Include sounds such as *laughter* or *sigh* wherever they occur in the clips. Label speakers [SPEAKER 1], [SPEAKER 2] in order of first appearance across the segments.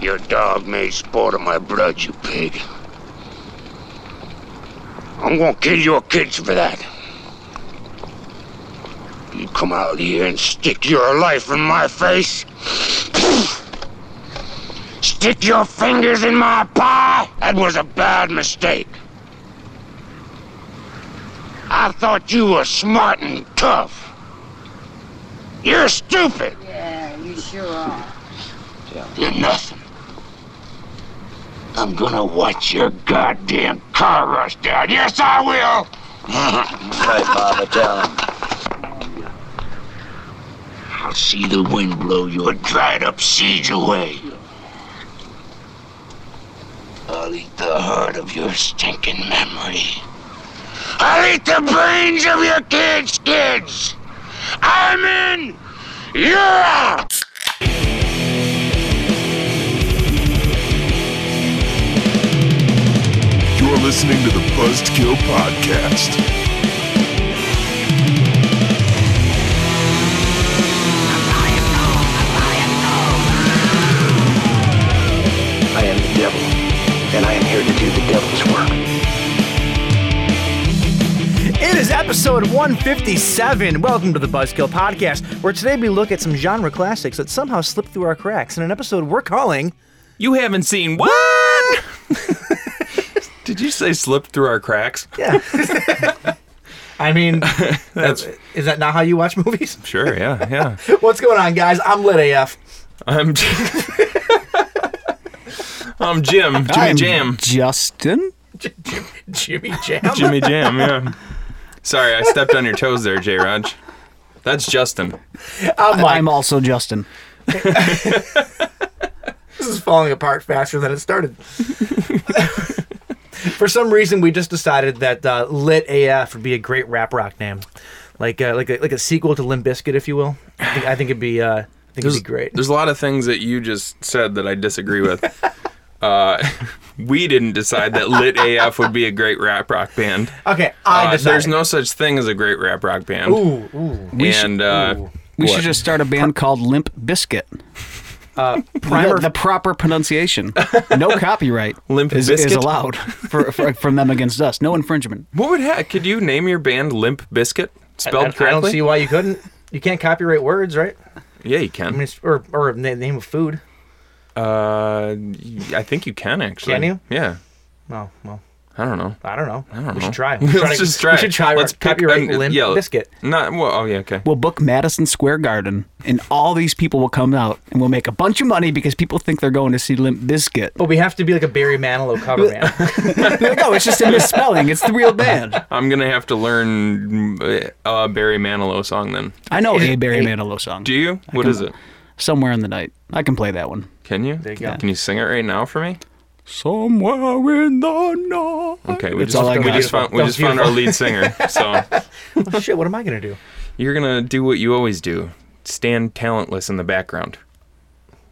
[SPEAKER 1] Your dog made sport of my blood, you pig. I'm gonna kill your kids for that. You come out here and stick your life in my face. stick your fingers in my pie. That was a bad mistake. I thought you were smart and tough. You're stupid.
[SPEAKER 2] Yeah, you sure are.
[SPEAKER 1] You're nothing. I'm gonna watch your goddamn car rush down. Yes, I will.
[SPEAKER 3] Right, Papa, tell him.
[SPEAKER 1] I'll see the wind blow your dried up seeds away. I'll eat the heart of your stinking memory. I'll eat the brains of your kids' kids. I'm in. You're out.
[SPEAKER 4] You're listening to the Buzzkill Podcast.
[SPEAKER 3] I am the devil, and I am here to do the devil's work.
[SPEAKER 5] It is episode 157. Welcome to the Buzzkill Podcast, where today we look at some genre classics that somehow slipped through our cracks in an episode we're calling
[SPEAKER 6] You haven't seen
[SPEAKER 5] *laughs*
[SPEAKER 6] what? Did you say slip through our cracks?
[SPEAKER 5] Yeah. *laughs* I mean,
[SPEAKER 6] That's
[SPEAKER 5] is that not how you watch movies?
[SPEAKER 6] sure. Yeah, yeah.
[SPEAKER 5] *laughs* What's going on, guys? I'm Lit AF.
[SPEAKER 6] I'm. I'm Jim. Jimmy Jam.
[SPEAKER 7] Justin?
[SPEAKER 5] Jimmy Jam.
[SPEAKER 6] Jimmy Jam. Yeah. Sorry, I stepped on your toes there, J. Raj. That's Justin.
[SPEAKER 5] I'm Mike.
[SPEAKER 7] I'm also Justin.
[SPEAKER 5] *laughs* This is falling apart faster than it *laughs* started. For some reason, we just decided that uh, Lit AF would be a great rap rock name, like uh, like a, like a sequel to Limp Bizkit, if you will. I think, I think it'd be uh, I think it'd be great.
[SPEAKER 6] There's a lot of things that you just said that I disagree with.
[SPEAKER 5] *laughs*
[SPEAKER 6] Uh, *laughs* we didn't decide that Lit AF would be a great rap rock band.
[SPEAKER 5] Okay, I
[SPEAKER 6] Uh,
[SPEAKER 5] decided.
[SPEAKER 6] there's no such thing as a great rap rock band.
[SPEAKER 5] Ooh, ooh.
[SPEAKER 6] and uh,
[SPEAKER 7] We
[SPEAKER 6] what?
[SPEAKER 7] should just start a band called Limp Biscuit.
[SPEAKER 5] Primer.
[SPEAKER 7] The, the proper pronunciation. No copyright
[SPEAKER 6] Limp
[SPEAKER 7] is, is
[SPEAKER 6] Bizkit?
[SPEAKER 7] allowed for, for, from them against us. No infringement.
[SPEAKER 6] What would ha- could you name your band Limp Biscuit
[SPEAKER 5] I,
[SPEAKER 6] spelled
[SPEAKER 5] I
[SPEAKER 6] correctly?
[SPEAKER 5] don't see why you couldn't. You can't copyright words, right?
[SPEAKER 6] yeah, you
[SPEAKER 5] I mean,
[SPEAKER 6] can.
[SPEAKER 5] it's, or or a na- name of food.
[SPEAKER 6] Uh, y- I think you can actually.
[SPEAKER 5] Can you?
[SPEAKER 6] Yeah.
[SPEAKER 5] Oh, well,
[SPEAKER 6] I don't know.
[SPEAKER 5] I don't know. I
[SPEAKER 6] don't
[SPEAKER 5] we
[SPEAKER 6] know. *laughs*
[SPEAKER 5] should try. We
[SPEAKER 6] Let's
[SPEAKER 5] should try to- *laughs*
[SPEAKER 6] just try.
[SPEAKER 5] We should try.
[SPEAKER 6] Let's
[SPEAKER 5] Let's
[SPEAKER 6] pick
[SPEAKER 5] copyright
[SPEAKER 6] an-
[SPEAKER 5] Limp
[SPEAKER 6] yeah,
[SPEAKER 5] Biscuit.
[SPEAKER 6] Not well. Oh yeah. Okay.
[SPEAKER 7] We'll book Madison Square Garden, and all these people will come out, and we'll make a bunch of money because people think they're going to see Limp Biscuit.
[SPEAKER 5] But we have to be like a Barry Manilow
[SPEAKER 6] *laughs*
[SPEAKER 5] cover band. *laughs*
[SPEAKER 7] no, oh, it's just a misspelling. It's the real band.
[SPEAKER 6] I'm gonna have to learn mm, uh, Barry Manilow song then.
[SPEAKER 7] I know a Barry Manilow song.
[SPEAKER 6] Do you? What is it?
[SPEAKER 7] Somewhere in the night. I can play that one.
[SPEAKER 6] Can you?
[SPEAKER 5] you go.
[SPEAKER 6] Can you sing it right now for me?
[SPEAKER 7] Somewhere in the night.
[SPEAKER 6] Okay. We
[SPEAKER 7] That's
[SPEAKER 6] just
[SPEAKER 7] all I
[SPEAKER 6] we
[SPEAKER 7] got.
[SPEAKER 6] just found we
[SPEAKER 5] That was
[SPEAKER 6] just found our lead singer.
[SPEAKER 5] *laughs*
[SPEAKER 6] So
[SPEAKER 5] Oh, shit, what am I gonna do?
[SPEAKER 6] you're gonna do what you always do. Stand talentless in the background.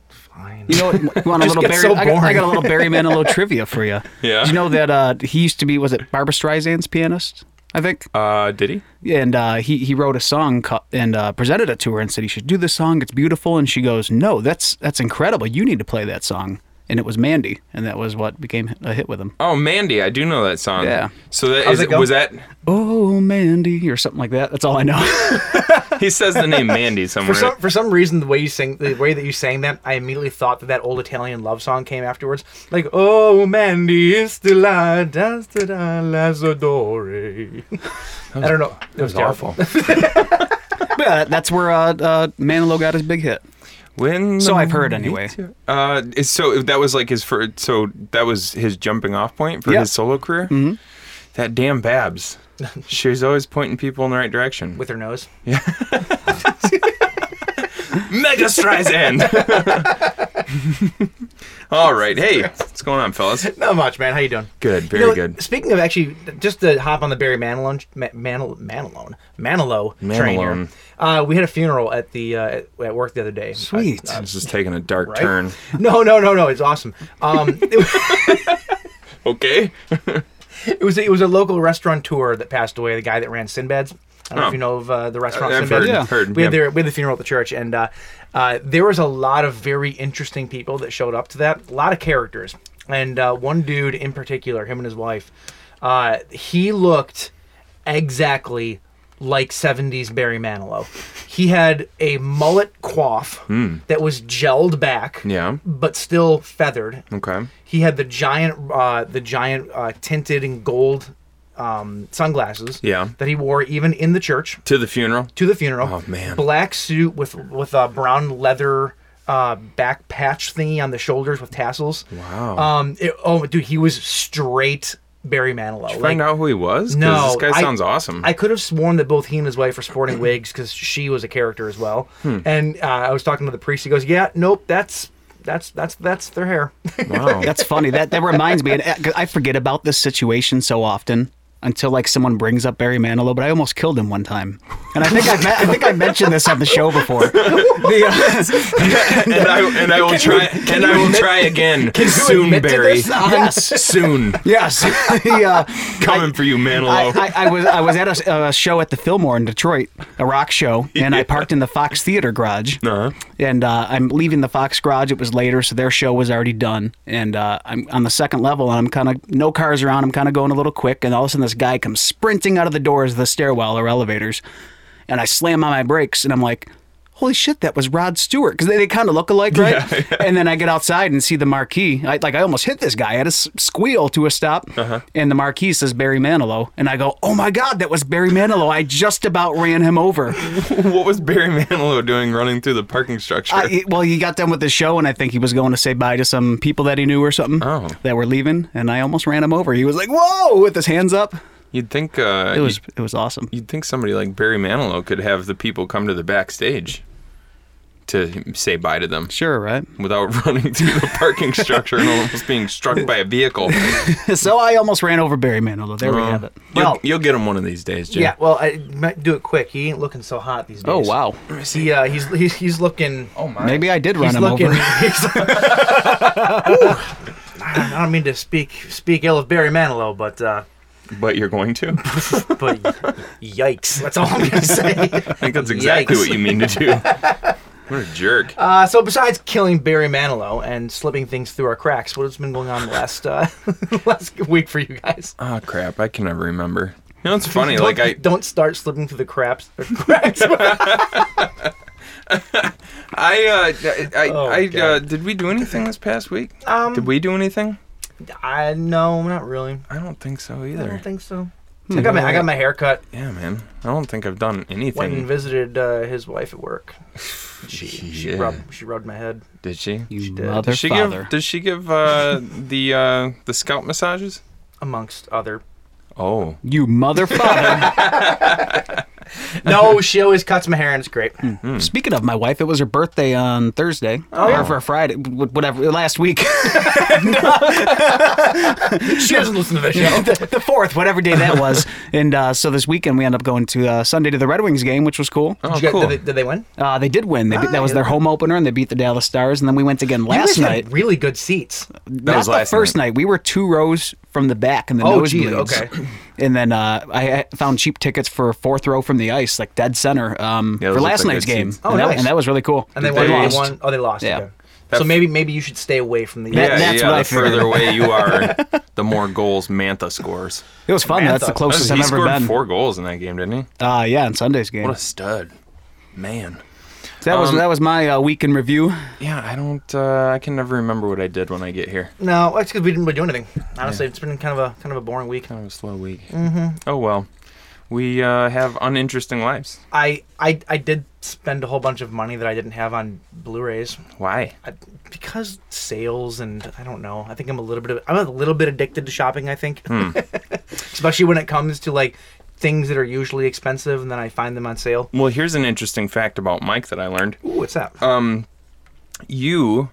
[SPEAKER 5] Fine.
[SPEAKER 7] You know what? You
[SPEAKER 5] *laughs*
[SPEAKER 7] want a
[SPEAKER 5] Just
[SPEAKER 7] little
[SPEAKER 5] gets so
[SPEAKER 7] Barry? I, got, I
[SPEAKER 5] boring.
[SPEAKER 7] got a little
[SPEAKER 5] *laughs*
[SPEAKER 7] Barry Manilow trivia for you.
[SPEAKER 6] Yeah.
[SPEAKER 7] Did you know that uh, he used to be was it Barbara Streisand's pianist? I think.
[SPEAKER 6] Uh, did he?
[SPEAKER 7] And uh, he he wrote a song co- and uh, presented it to her and said you should do this song. It's beautiful. And she goes, No, that's that's incredible. You need to play that song. And it was Mandy, and that was what became a hit with him.
[SPEAKER 6] Oh, Mandy, I do know that song.
[SPEAKER 7] Yeah.
[SPEAKER 6] So that
[SPEAKER 5] How's
[SPEAKER 6] is,
[SPEAKER 5] it go?
[SPEAKER 6] was that
[SPEAKER 7] Oh, Mandy, or something like that. That's all I know. *laughs*
[SPEAKER 6] he says the name Mandy somewhere.
[SPEAKER 5] *laughs* For some for some reason, the way you sing, the way that you sang that, I immediately thought that that old Italian love song came afterwards. Like, oh, Mandy is the la da da Lazzadore. I don't know. It was awful.
[SPEAKER 7] but that's where uh, uh, Manilow got his big hit.
[SPEAKER 6] When the
[SPEAKER 7] *laughs* So I've heard
[SPEAKER 6] moon
[SPEAKER 7] anyway.
[SPEAKER 6] meets you- Uh, is- so that was like his first. So that was his jumping off point for
[SPEAKER 7] Yeah.
[SPEAKER 6] his solo career. Mm-hmm. That damn
[SPEAKER 5] *laughs*
[SPEAKER 6] Babs. She's always pointing people in the right direction.
[SPEAKER 5] With her nose.
[SPEAKER 6] *laughs* Mega
[SPEAKER 5] *laughs*
[SPEAKER 6] Streisand. *laughs* All right, hey, what's going on, fellas?
[SPEAKER 5] Not much, man. How you doing?
[SPEAKER 6] Good, very
[SPEAKER 5] You know,
[SPEAKER 6] good.
[SPEAKER 5] Speaking of actually, just to hop on the Barry Manilow, Ma- Manil- Manilow, Manilow, train here.
[SPEAKER 6] Manilow.
[SPEAKER 5] Uh, we had a funeral at the uh, at- at work the other day.
[SPEAKER 7] Sweet.
[SPEAKER 5] I- uh,
[SPEAKER 6] This is taking a dark
[SPEAKER 5] right?
[SPEAKER 6] turn.
[SPEAKER 5] *laughs* no, no, no, no. It's awesome. Um, it,
[SPEAKER 6] Okay.
[SPEAKER 5] it was it was a local restaurateur that passed away. The guy that ran Sinbad's. I don't know
[SPEAKER 6] Oh.
[SPEAKER 5] if you know of uh, the restaurant.
[SPEAKER 6] I've
[SPEAKER 5] Sinbad.
[SPEAKER 6] heard- Yeah. heard,
[SPEAKER 5] We had
[SPEAKER 6] yeah.
[SPEAKER 5] their we had the funeral at the church, and uh, uh, there was a lot of very interesting people that showed up to that. A lot of characters, and uh, one dude in particular, him and his wife, uh, he looked exactly like 70s Barry Manilow. He had a mullet coif that was gelled back,
[SPEAKER 6] Hmm. Yeah.
[SPEAKER 5] but still feathered.
[SPEAKER 6] Okay.
[SPEAKER 5] He had the giant, uh, the giant uh, tinted and gold um, sunglasses.
[SPEAKER 6] Yeah.
[SPEAKER 5] that he wore even in the church
[SPEAKER 6] To the funeral.
[SPEAKER 5] to the funeral.
[SPEAKER 6] Oh, man.
[SPEAKER 5] Black suit with with a brown leather uh, back patch thingy on the shoulders with tassels.
[SPEAKER 6] Wow.
[SPEAKER 5] Um. it- oh, dude, he was straight Barry Manilow. Like,
[SPEAKER 6] Find out who he was. 'Cause
[SPEAKER 5] no,
[SPEAKER 6] this guy
[SPEAKER 5] I-
[SPEAKER 6] sounds awesome.
[SPEAKER 5] I could have sworn that both he and his wife were sporting wigs because she was a character as well.
[SPEAKER 6] Hmm.
[SPEAKER 5] And uh, I was talking to the priest. He goes, "Yeah, nope, that's that's that's that's their hair." *laughs*
[SPEAKER 6] wow.
[SPEAKER 7] That's funny. That that reminds me. And I 'cause I forget about this situation so often until like someone brings up Barry Manilow. But I almost killed him one time, and I think I, me- I think I mentioned this on the show before. The, uh, *laughs*
[SPEAKER 6] *laughs* and I and
[SPEAKER 5] *laughs*
[SPEAKER 6] I will try and I will try again soon,
[SPEAKER 5] admit to
[SPEAKER 6] Barry.
[SPEAKER 5] *laughs* this?
[SPEAKER 7] Yes.
[SPEAKER 6] soon.
[SPEAKER 7] yes, the, uh,
[SPEAKER 6] Coming for you, Manilow.
[SPEAKER 7] I, I, I was I was at a, uh show at the Fillmore in Detroit, a rock show, and I parked in the Fox Theater garage.
[SPEAKER 6] Uh-huh.
[SPEAKER 7] And uh, I'm leaving the Fox garage. It was later, so their show was already done. And uh, I'm on the second level, and I'm kind of no cars around. I'm kind of going a little quick, and all of a sudden this guy comes sprinting out of the doors of the stairwell or elevators, and I slam on my brakes, and I'm like. Holy shit, that was Rod Stewart because they, they kind of look alike, right? And then I get outside and see the marquee. I, like I almost hit this guy. I had to s- squeal to a stop, and the marquee says Barry Manilow, and I go, "Oh my god, that was Barry Manilow! I just about ran him over."
[SPEAKER 6] what was Barry Manilow doing running through the parking structure?
[SPEAKER 7] I, he- well, he got done with the show, and I think he was going to say bye to some people that he knew or something
[SPEAKER 6] Oh.
[SPEAKER 7] that were leaving, and I almost ran him over. He was like, "Whoa!" with his hands up.
[SPEAKER 6] you'd think uh,
[SPEAKER 7] It was
[SPEAKER 6] you'd,
[SPEAKER 7] it was awesome.
[SPEAKER 6] you'd think somebody like Barry Manilow could have the people come to the backstage to say bye to them
[SPEAKER 7] Sure, right?
[SPEAKER 6] without *laughs* running through the parking structure and almost being struck by a vehicle.
[SPEAKER 7] *laughs* so I almost ran over Barry Manilow. There we
[SPEAKER 6] Uh,
[SPEAKER 7] have it.
[SPEAKER 6] you'll,
[SPEAKER 5] Well-
[SPEAKER 6] you'll get him one of these days, Jim.
[SPEAKER 5] yeah. Well, I might do it quick. He ain't looking so hot these days.
[SPEAKER 7] Oh wow!
[SPEAKER 5] He uh, he's he's he's looking.
[SPEAKER 6] Oh my.
[SPEAKER 7] Maybe I did run
[SPEAKER 5] He's
[SPEAKER 7] him
[SPEAKER 5] looking.
[SPEAKER 6] *laughs*
[SPEAKER 5] *laughs*
[SPEAKER 7] over.
[SPEAKER 5] he's- I don't mean to speak speak ill of Barry Manilow, but uh,
[SPEAKER 6] But you're going
[SPEAKER 7] *laughs*
[SPEAKER 6] to.
[SPEAKER 5] but *laughs* yikes. That's all I'm gonna say.
[SPEAKER 6] I *laughs* think that's exactly
[SPEAKER 5] Yikes.
[SPEAKER 6] what you mean to do. *laughs* What a jerk.
[SPEAKER 5] Uh, so besides killing Barry Manilow and slipping things through our cracks, what has been going on the last uh, *laughs* last week for you guys?
[SPEAKER 6] Ah, crap. I can never remember. You know,
[SPEAKER 7] *laughs*
[SPEAKER 6] it's funny.
[SPEAKER 5] Don't-
[SPEAKER 6] like, I,
[SPEAKER 5] don't start slipping through the craps. Or
[SPEAKER 6] *laughs*
[SPEAKER 5] cracks. *laughs*
[SPEAKER 6] I, uh, I, I,
[SPEAKER 5] Oh,
[SPEAKER 6] I uh,
[SPEAKER 5] God.
[SPEAKER 6] did we do anything this past week? Um, did we do anything?
[SPEAKER 5] I no, not really.
[SPEAKER 6] I don't think so either.
[SPEAKER 5] I
[SPEAKER 7] uh,
[SPEAKER 5] don't think so. I got my I got my haircut.
[SPEAKER 6] yeah, man. I don't think I've done
[SPEAKER 5] Went
[SPEAKER 6] anything.
[SPEAKER 5] and visited uh, his wife
[SPEAKER 6] *laughs*
[SPEAKER 5] at work. She she
[SPEAKER 6] Yeah.
[SPEAKER 5] rubbed she rubbed my head.
[SPEAKER 6] did she?
[SPEAKER 7] *laughs* You
[SPEAKER 5] did.
[SPEAKER 7] mother
[SPEAKER 6] Does she
[SPEAKER 7] father.
[SPEAKER 6] give? Does she give uh, the uh, the scalp massages?
[SPEAKER 5] amongst other.
[SPEAKER 6] Oh,
[SPEAKER 7] you
[SPEAKER 6] *laughs*
[SPEAKER 7] mother father.
[SPEAKER 5] *laughs* No, she always cuts my hair and it's great.
[SPEAKER 6] Hmm.
[SPEAKER 7] Speaking of my wife, it was her birthday on Thursday
[SPEAKER 6] Oh,
[SPEAKER 7] or for Friday, wh- whatever. Last week. *laughs*
[SPEAKER 5] She doesn't listen *laughs* to this show.
[SPEAKER 7] the, the fourth, whatever day that was. And uh, so this weekend we end up going to uh, Sunday to the Red Wings game, which was cool.
[SPEAKER 6] oh,
[SPEAKER 5] Did, you
[SPEAKER 6] cool.
[SPEAKER 5] guys, did, they, did they win?
[SPEAKER 7] Uh, they did win. They beat, that was their home opener, and they beat the Dallas Stars. And then we went again
[SPEAKER 5] You guys
[SPEAKER 7] last
[SPEAKER 5] had
[SPEAKER 7] night.
[SPEAKER 5] really good seats.
[SPEAKER 7] Not
[SPEAKER 6] was
[SPEAKER 7] the
[SPEAKER 6] last
[SPEAKER 7] first night. We were two rows from the back in the
[SPEAKER 5] Oh, gee,
[SPEAKER 7] nosebleeds.
[SPEAKER 5] okay.
[SPEAKER 7] And then uh, I I found cheap tickets for fourth row from the ice, like dead center, um,
[SPEAKER 6] Yeah, those
[SPEAKER 7] for
[SPEAKER 6] look
[SPEAKER 7] last
[SPEAKER 6] like
[SPEAKER 7] night's
[SPEAKER 6] good
[SPEAKER 7] game.
[SPEAKER 6] seats.
[SPEAKER 5] Oh,
[SPEAKER 7] and, that,
[SPEAKER 5] nice.
[SPEAKER 7] and that was really cool.
[SPEAKER 5] And they,
[SPEAKER 6] They
[SPEAKER 5] won.
[SPEAKER 6] lost.
[SPEAKER 5] They won. Oh, they lost.
[SPEAKER 7] Yeah.
[SPEAKER 5] Okay. So maybe maybe you should stay away from the.
[SPEAKER 7] That-
[SPEAKER 6] yeah,
[SPEAKER 7] that's
[SPEAKER 6] yeah.
[SPEAKER 7] what
[SPEAKER 6] the
[SPEAKER 7] I figured.
[SPEAKER 6] further away you
[SPEAKER 7] *laughs*
[SPEAKER 6] are, the more goals Manta scores.
[SPEAKER 7] It was fun. That's the
[SPEAKER 5] Samantha.
[SPEAKER 7] closest
[SPEAKER 6] he
[SPEAKER 7] I've ever
[SPEAKER 6] scored
[SPEAKER 7] been.
[SPEAKER 6] four goals in that game, didn't he?
[SPEAKER 7] Uh, yeah, in Sunday's game.
[SPEAKER 6] What a stud, man.
[SPEAKER 7] that was
[SPEAKER 6] um,
[SPEAKER 7] that was my uh, week in review.
[SPEAKER 6] Yeah, I don't. Uh, I can never remember what I did when I get here.
[SPEAKER 5] No, that's because we didn't really do anything. Honestly, it's been kind of a kind of a boring week.
[SPEAKER 6] Kind of a slow week. Mm-hmm. Oh well, we uh, have uninteresting lives.
[SPEAKER 5] I, I I did spend a whole bunch of money that I didn't have on Blu-rays
[SPEAKER 6] Why?
[SPEAKER 5] I, because sales and I don't know. I think I'm a little bit of, I'm a little bit addicted to shopping. I think,
[SPEAKER 6] Hmm.
[SPEAKER 5] *laughs* especially when it comes to like things that are usually expensive and then I find them on sale.
[SPEAKER 6] Well, here's an interesting fact about Mike that I learned.
[SPEAKER 5] Ooh, what's that?
[SPEAKER 6] Uh, You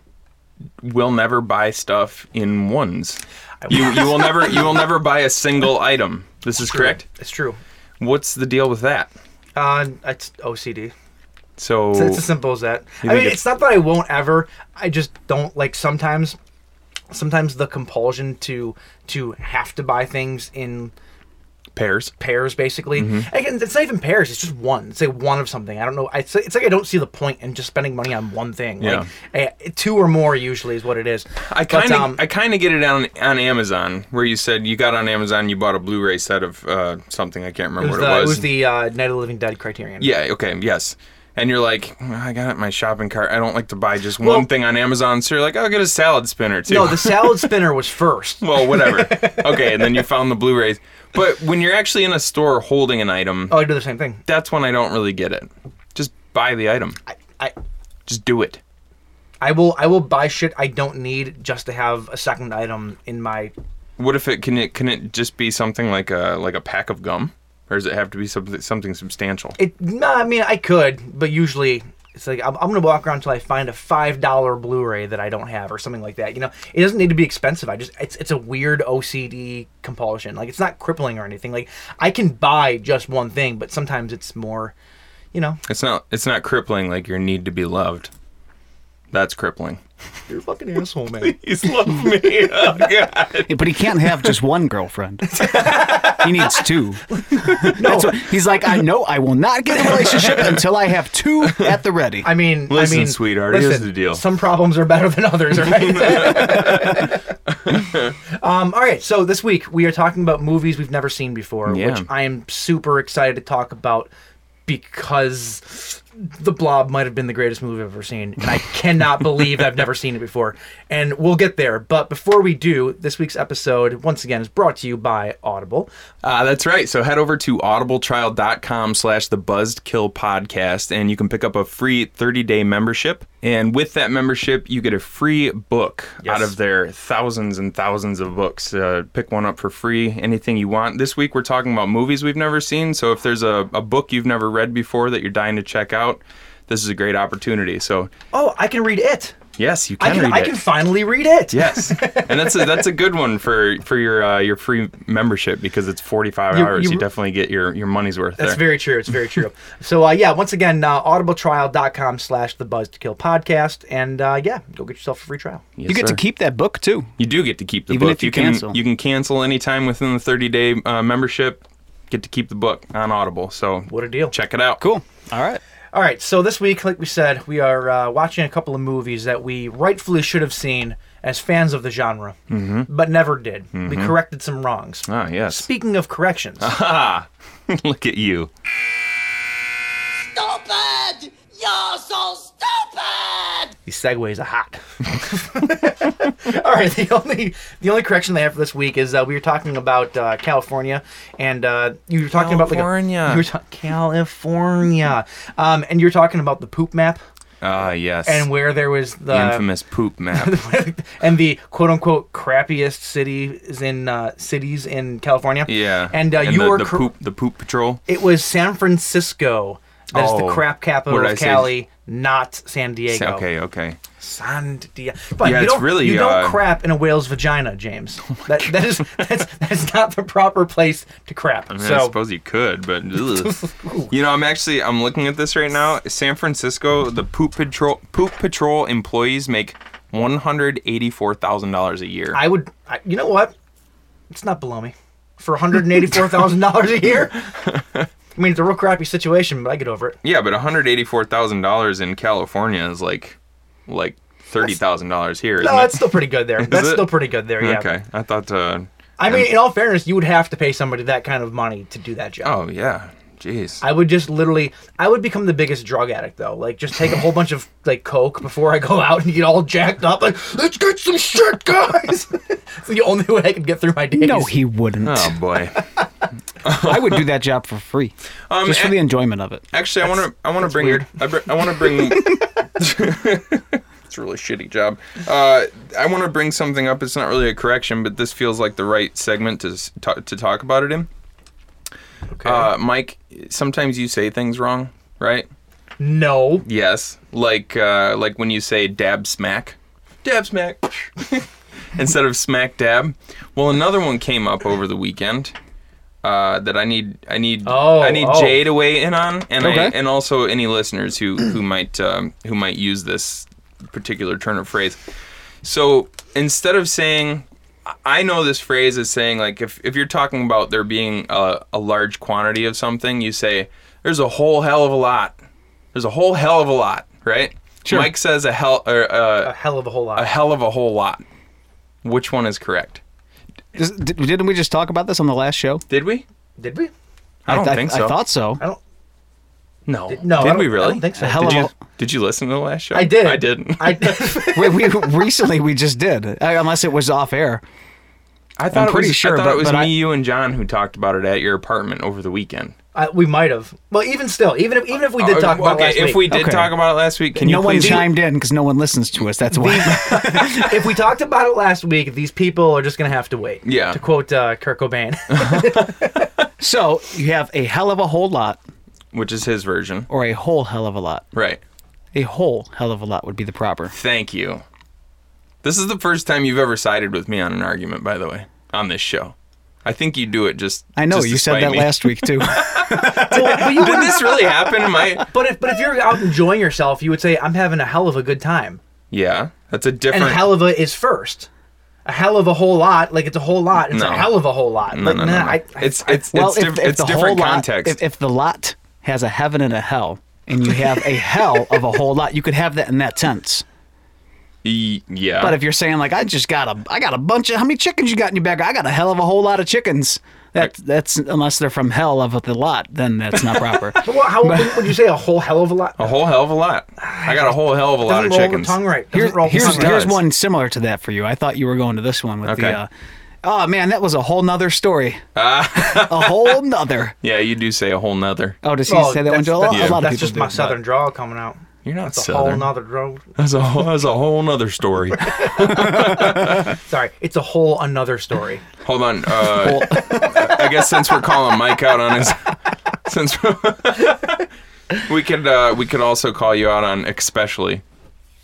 [SPEAKER 6] will never buy stuff in ones. You you *laughs* will never you will never buy a single item. This is correct.
[SPEAKER 5] It's true.
[SPEAKER 6] What's the deal with that?
[SPEAKER 5] Uh, it's OCD.
[SPEAKER 6] So
[SPEAKER 5] It's, it's as simple as that. I
[SPEAKER 6] think
[SPEAKER 5] mean,
[SPEAKER 6] it's-
[SPEAKER 5] it's, not that I won't ever. I just don't like sometimes. Sometimes the compulsion to to have to buy things in
[SPEAKER 6] Pairs.
[SPEAKER 5] pairs basically.
[SPEAKER 6] Mm-hmm.
[SPEAKER 5] Again, it's not even pairs; it's just one. It's like one of something. I don't know. It's, it's like I don't see the point in just spending money on one thing. Like, eh, two or more usually is what it is.
[SPEAKER 6] I
[SPEAKER 5] But,
[SPEAKER 6] kind of
[SPEAKER 5] um,
[SPEAKER 6] I kind of get it on on Amazon where you said you got on Amazon you bought a Blu-ray set of uh, something I can't
[SPEAKER 5] it
[SPEAKER 6] remember
[SPEAKER 5] was
[SPEAKER 6] what
[SPEAKER 5] the,
[SPEAKER 6] it
[SPEAKER 5] it
[SPEAKER 6] was.
[SPEAKER 5] was the uh, Night of the Living Dead Criterion.
[SPEAKER 6] yeah, okay, yes. And you're like, "Mm, I got it in my shopping cart. I don't like to buy just
[SPEAKER 5] Well-
[SPEAKER 6] one thing on Amazon. So you're like, I'll get a salad spinner too.
[SPEAKER 5] No, the salad spinner was
[SPEAKER 6] *laughs*
[SPEAKER 5] first.
[SPEAKER 6] well,
[SPEAKER 5] *laughs*
[SPEAKER 6] whatever. okay, and then you found the Blu-rays. But when you're actually in a store holding an item,
[SPEAKER 5] Oh, I do the same thing.
[SPEAKER 6] that's when I don't really get it. Just buy the item.
[SPEAKER 5] I
[SPEAKER 6] Just do it.
[SPEAKER 5] I will I will buy shit I don't need just to have a second item in my.
[SPEAKER 6] What if it can it can it just be something like a like a pack of gum, or does it have to be something something substantial?
[SPEAKER 5] It. No, I mean I could, but usually. It's like I'm, I'm gonna walk around until I find a five dollar Blu-ray that I don't have or something like that. You know, it doesn't need to be expensive. I just it's it's a weird OCD compulsion. Like it's not crippling or anything. Like I can buy just one thing, but sometimes it's more, you know,
[SPEAKER 6] It's not it's not crippling like your need to be loved. That's crippling.
[SPEAKER 5] you're a fucking asshole, *laughs* man.
[SPEAKER 6] He's loved me. *laughs* Oh, God.
[SPEAKER 7] Yeah, But he can't have just one girlfriend. he needs two. That's what, he's like, I know I will not get in a relationship until I have two at the ready.
[SPEAKER 5] I mean,
[SPEAKER 6] Listen,
[SPEAKER 5] I mean,
[SPEAKER 6] sweetheart, here's the deal.
[SPEAKER 5] Some problems are better than others, right?
[SPEAKER 6] *laughs*
[SPEAKER 5] um, all right, so this week we are talking about movies we've never seen before,
[SPEAKER 6] Yeah.
[SPEAKER 5] which I am super excited to talk about because The Blob might have been the greatest movie I've ever seen, and
[SPEAKER 6] *laughs*
[SPEAKER 5] I cannot believe I've never seen it before. And we'll get there, but before we do, this week's episode once again is brought to you by Audible.
[SPEAKER 6] Uh, that's right. So head over to audibletrial.com slash the buzzed kill podcast and you can pick up a free 30 day membership. And with that membership, you get a free book out of their thousands and thousands of books. Uh, pick one up for free, anything you want. This week, we're talking about movies we've never seen. So if there's a, a book you've never read before that you're dying to check out, this is a great opportunity. So,
[SPEAKER 5] Oh, I can read it.
[SPEAKER 6] yes, you can,
[SPEAKER 5] I can,
[SPEAKER 6] read
[SPEAKER 5] I
[SPEAKER 6] it.
[SPEAKER 5] can finally read it.
[SPEAKER 6] Yes, and that's a, that's a good one for for your uh, your free membership because it's forty five
[SPEAKER 5] You-
[SPEAKER 6] hours.
[SPEAKER 5] you-
[SPEAKER 6] You, definitely get your, your money's worth.
[SPEAKER 5] That's
[SPEAKER 6] there.
[SPEAKER 5] very true. It's
[SPEAKER 6] *laughs*
[SPEAKER 5] very true. so uh, yeah, once again, uh, audibletrial.com slash the buzz to kill podcast. And uh, yeah, go get yourself a free trial.
[SPEAKER 6] Yes,
[SPEAKER 7] you get
[SPEAKER 6] sir.
[SPEAKER 7] to keep that book too.
[SPEAKER 6] you do get to keep the
[SPEAKER 7] Even
[SPEAKER 6] book.
[SPEAKER 7] if you
[SPEAKER 6] can
[SPEAKER 7] cancel.
[SPEAKER 6] you can cancel anytime within the thirty day uh, membership. Get to keep the book on Audible. So
[SPEAKER 5] What a deal.
[SPEAKER 6] Check it out. *laughs*
[SPEAKER 7] Cool. All right.
[SPEAKER 5] All right, so this week, like we said, we are uh, watching a couple of movies that we rightfully should have seen as fans of the genre, but never did. We corrected some wrongs.
[SPEAKER 6] Mm-hmm. Ah yes.
[SPEAKER 5] Speaking of corrections,
[SPEAKER 6] Ah, look at you.
[SPEAKER 8] Stupid! You're so stupid!
[SPEAKER 5] these segues are hot. *laughs* All right, the only the only correction they have for this week is uh, we were talking about uh, California, and uh, you were talking
[SPEAKER 6] California.
[SPEAKER 5] about like a, *laughs* you were ta- California, um, and you were talking about the poop map
[SPEAKER 6] Ah yes.
[SPEAKER 5] and uh, where there was the
[SPEAKER 6] the infamous poop
[SPEAKER 5] *laughs*
[SPEAKER 6] map.
[SPEAKER 5] and the quote unquote crappiest city is in uh, cities in California.
[SPEAKER 6] yeah.
[SPEAKER 5] and, uh, you
[SPEAKER 6] the,
[SPEAKER 5] were
[SPEAKER 6] the
[SPEAKER 5] cor-
[SPEAKER 6] poop the poop patrol.
[SPEAKER 5] It was San Francisco. That's
[SPEAKER 6] Oh,
[SPEAKER 5] the crap capital
[SPEAKER 6] what did
[SPEAKER 5] of
[SPEAKER 6] I say?
[SPEAKER 5] Cali, not San Diego.
[SPEAKER 6] Okay. Okay.
[SPEAKER 5] San Diego. But
[SPEAKER 6] Yeah,
[SPEAKER 5] you
[SPEAKER 6] it's
[SPEAKER 5] don't,
[SPEAKER 6] really,
[SPEAKER 5] you don't
[SPEAKER 6] uh,
[SPEAKER 5] crap in a whale's vagina, James. that, that is *laughs* that's that's not the proper place to crap.
[SPEAKER 6] I mean, I
[SPEAKER 5] so
[SPEAKER 6] suppose you could,
[SPEAKER 5] *laughs*
[SPEAKER 6] but ugh. you know, I'm actually I'm looking at this right now. San Francisco, the poop patrol poop patrol employees make one hundred eighty four thousand dollars a year.
[SPEAKER 5] I would. I, you know what? It's not below me for one hundred and eighty-four thousand dollars a
[SPEAKER 6] *laughs*
[SPEAKER 5] year. I mean, it's a real crappy situation, but I get over it.
[SPEAKER 6] yeah, but one hundred eighty four thousand dollars in California is like like thirty thousand dollars here.
[SPEAKER 5] No,
[SPEAKER 6] isn't it?
[SPEAKER 5] that's still
[SPEAKER 6] *laughs*
[SPEAKER 5] pretty good there. That's
[SPEAKER 6] it?
[SPEAKER 5] still pretty good there. Yeah.
[SPEAKER 6] okay. I thought. Uh,
[SPEAKER 5] I mean, in all fairness, you would have to pay somebody that kind of money to do that job.
[SPEAKER 6] oh yeah, jeez.
[SPEAKER 5] I would just literally, I would become the biggest drug addict though. Like, just take a whole bunch of like coke before I go *laughs* out and get all jacked up. Like, let's get some shit, guys. *laughs* it's the only way I could get through my days.
[SPEAKER 7] No, he wouldn't.
[SPEAKER 6] oh
[SPEAKER 5] *laughs*
[SPEAKER 6] boy.
[SPEAKER 7] I would do that job for free, just for
[SPEAKER 6] Um, and-
[SPEAKER 7] the enjoyment of it.
[SPEAKER 6] Actually, I want to. I want to bring. I, br- I want to bring. *laughs* it's a really shitty job. Uh, I want to bring something up. It's not really a correction, but this feels like the right segment to s- ta- to talk about it in.
[SPEAKER 5] Okay.
[SPEAKER 6] Uh, Mike, sometimes you say things wrong, right?
[SPEAKER 5] no.
[SPEAKER 6] Yes. Like uh, like when you say dab smack, dab smack, *laughs* instead of smack dab. Well, another one came up over the weekend uh, that I need I need
[SPEAKER 5] Oh,
[SPEAKER 6] I need
[SPEAKER 5] oh.
[SPEAKER 6] Jay to weigh in on, and I,
[SPEAKER 7] Okay.
[SPEAKER 6] and also any listeners who who might um, who might use this particular turn of phrase. So instead of saying I know this phrase is saying like if, if you're talking about there being a, a large quantity of something, you say there's a whole hell of a lot. There's a whole hell of a lot, right?
[SPEAKER 7] Sure.
[SPEAKER 6] Mike says a hell or uh,
[SPEAKER 5] A hell of a whole lot.
[SPEAKER 6] a hell of a whole lot. Which one is correct?
[SPEAKER 7] Is- di- didn't we just talk about this on the last show?
[SPEAKER 6] Did we?
[SPEAKER 5] Did we?
[SPEAKER 6] I don't
[SPEAKER 7] th-
[SPEAKER 6] think so.
[SPEAKER 7] I thought so.
[SPEAKER 5] I don't.
[SPEAKER 6] no.
[SPEAKER 5] No. I
[SPEAKER 6] Did
[SPEAKER 5] don't-
[SPEAKER 6] we really?
[SPEAKER 5] I don't think so.
[SPEAKER 7] A hell
[SPEAKER 6] Did
[SPEAKER 7] of
[SPEAKER 6] you,
[SPEAKER 7] a-
[SPEAKER 6] did you listen to the last show?
[SPEAKER 5] I did.
[SPEAKER 6] I didn't. I,
[SPEAKER 5] *laughs* I,
[SPEAKER 7] we, we recently we just did, uh, unless it was off air.
[SPEAKER 6] thought it
[SPEAKER 7] pretty
[SPEAKER 6] was,
[SPEAKER 7] sure,
[SPEAKER 6] I thought
[SPEAKER 7] but-
[SPEAKER 6] it was me,
[SPEAKER 7] but I-
[SPEAKER 6] you, and John who talked about it at your apartment over the weekend.
[SPEAKER 5] I, we might have. Well, even still, even if even if we did
[SPEAKER 6] Uh,
[SPEAKER 5] talk about
[SPEAKER 6] okay,
[SPEAKER 5] last
[SPEAKER 6] if
[SPEAKER 5] week,
[SPEAKER 6] we did
[SPEAKER 7] Okay.
[SPEAKER 6] talk about it last week, can
[SPEAKER 7] no
[SPEAKER 6] you
[SPEAKER 7] one
[SPEAKER 6] please
[SPEAKER 7] chimed in because no one listens to us. That's why.
[SPEAKER 5] *laughs* if we talked about it last week, these people are just gonna have to wait.
[SPEAKER 6] Yeah.
[SPEAKER 5] To quote uh, Kurt Cobain. *laughs*
[SPEAKER 7] so you have a hell of a whole lot,
[SPEAKER 6] which is his version,
[SPEAKER 7] or a whole hell of a lot.
[SPEAKER 6] right?
[SPEAKER 7] A whole hell of a lot would be the proper.
[SPEAKER 6] Thank you. This is the first time you've ever sided with me on an argument, by the way, on this show. I think you do it just.
[SPEAKER 7] I know
[SPEAKER 6] just
[SPEAKER 7] you
[SPEAKER 6] to
[SPEAKER 7] said
[SPEAKER 6] spite
[SPEAKER 7] that
[SPEAKER 6] me. *laughs*
[SPEAKER 7] last week too.
[SPEAKER 5] Well, you
[SPEAKER 6] Did
[SPEAKER 5] wouldn't-
[SPEAKER 6] this really happen? Am I?
[SPEAKER 5] but if but if you're out enjoying yourself, you would say I'm having a hell of a good time,
[SPEAKER 6] Yeah, that's a
[SPEAKER 5] and
[SPEAKER 6] different.
[SPEAKER 5] hell of a is first. A hell of a whole lot, like it's a whole lot. It's
[SPEAKER 6] No.
[SPEAKER 5] a hell of a whole lot.
[SPEAKER 6] no,
[SPEAKER 5] like,
[SPEAKER 6] no, no,
[SPEAKER 5] nah,
[SPEAKER 6] no.
[SPEAKER 5] I, I-
[SPEAKER 6] it's it's
[SPEAKER 7] well,
[SPEAKER 6] it's,
[SPEAKER 7] if,
[SPEAKER 6] diff-
[SPEAKER 7] if
[SPEAKER 6] it's
[SPEAKER 7] the
[SPEAKER 6] different
[SPEAKER 7] whole
[SPEAKER 6] context.
[SPEAKER 7] lot, if, if the lot has a heaven and a hell, and you have a hell of a whole lot, you could have that in that tense.
[SPEAKER 6] Y- yeah,
[SPEAKER 7] But if you're saying like I just got a I got a bunch of how many chickens you got in your bag? I got a hell of a whole lot of chickens. That that's unless they're from hell of the lot, then that's
[SPEAKER 6] *laughs*
[SPEAKER 7] not proper.
[SPEAKER 5] well, how would, would you say a whole hell of a lot?
[SPEAKER 6] a whole hell of a lot. I got a whole hell of a lot
[SPEAKER 5] Doesn't
[SPEAKER 6] of
[SPEAKER 5] roll
[SPEAKER 6] chickens.
[SPEAKER 5] the tongue right. Doesn't
[SPEAKER 7] Here's,
[SPEAKER 5] roll the
[SPEAKER 7] here's,
[SPEAKER 5] tongue right.
[SPEAKER 7] here's
[SPEAKER 6] does.
[SPEAKER 7] one similar to that for you. I thought you were going to this one with
[SPEAKER 6] Okay.
[SPEAKER 7] the. Uh, oh man, that was a whole nother story. a whole nother.
[SPEAKER 6] Yeah, you do say a whole nother.
[SPEAKER 7] Oh, does he
[SPEAKER 5] Oh,
[SPEAKER 7] say that one?
[SPEAKER 5] that's-
[SPEAKER 7] Joel? A lot,
[SPEAKER 5] that's-
[SPEAKER 7] a lot of
[SPEAKER 5] That's
[SPEAKER 7] people
[SPEAKER 5] just
[SPEAKER 7] do,
[SPEAKER 5] my
[SPEAKER 7] but-
[SPEAKER 5] southern drawl coming out.
[SPEAKER 6] You're not
[SPEAKER 5] It's a whole
[SPEAKER 6] southern.
[SPEAKER 5] another
[SPEAKER 6] *laughs*
[SPEAKER 5] drawl.
[SPEAKER 6] That's a whole, that's a whole nother story.
[SPEAKER 5] Sorry, it's a whole another story.
[SPEAKER 6] Hold on. Uh, I guess since we're calling Mike out on his, *laughs* since *laughs* we could uh, we could also call you out on especially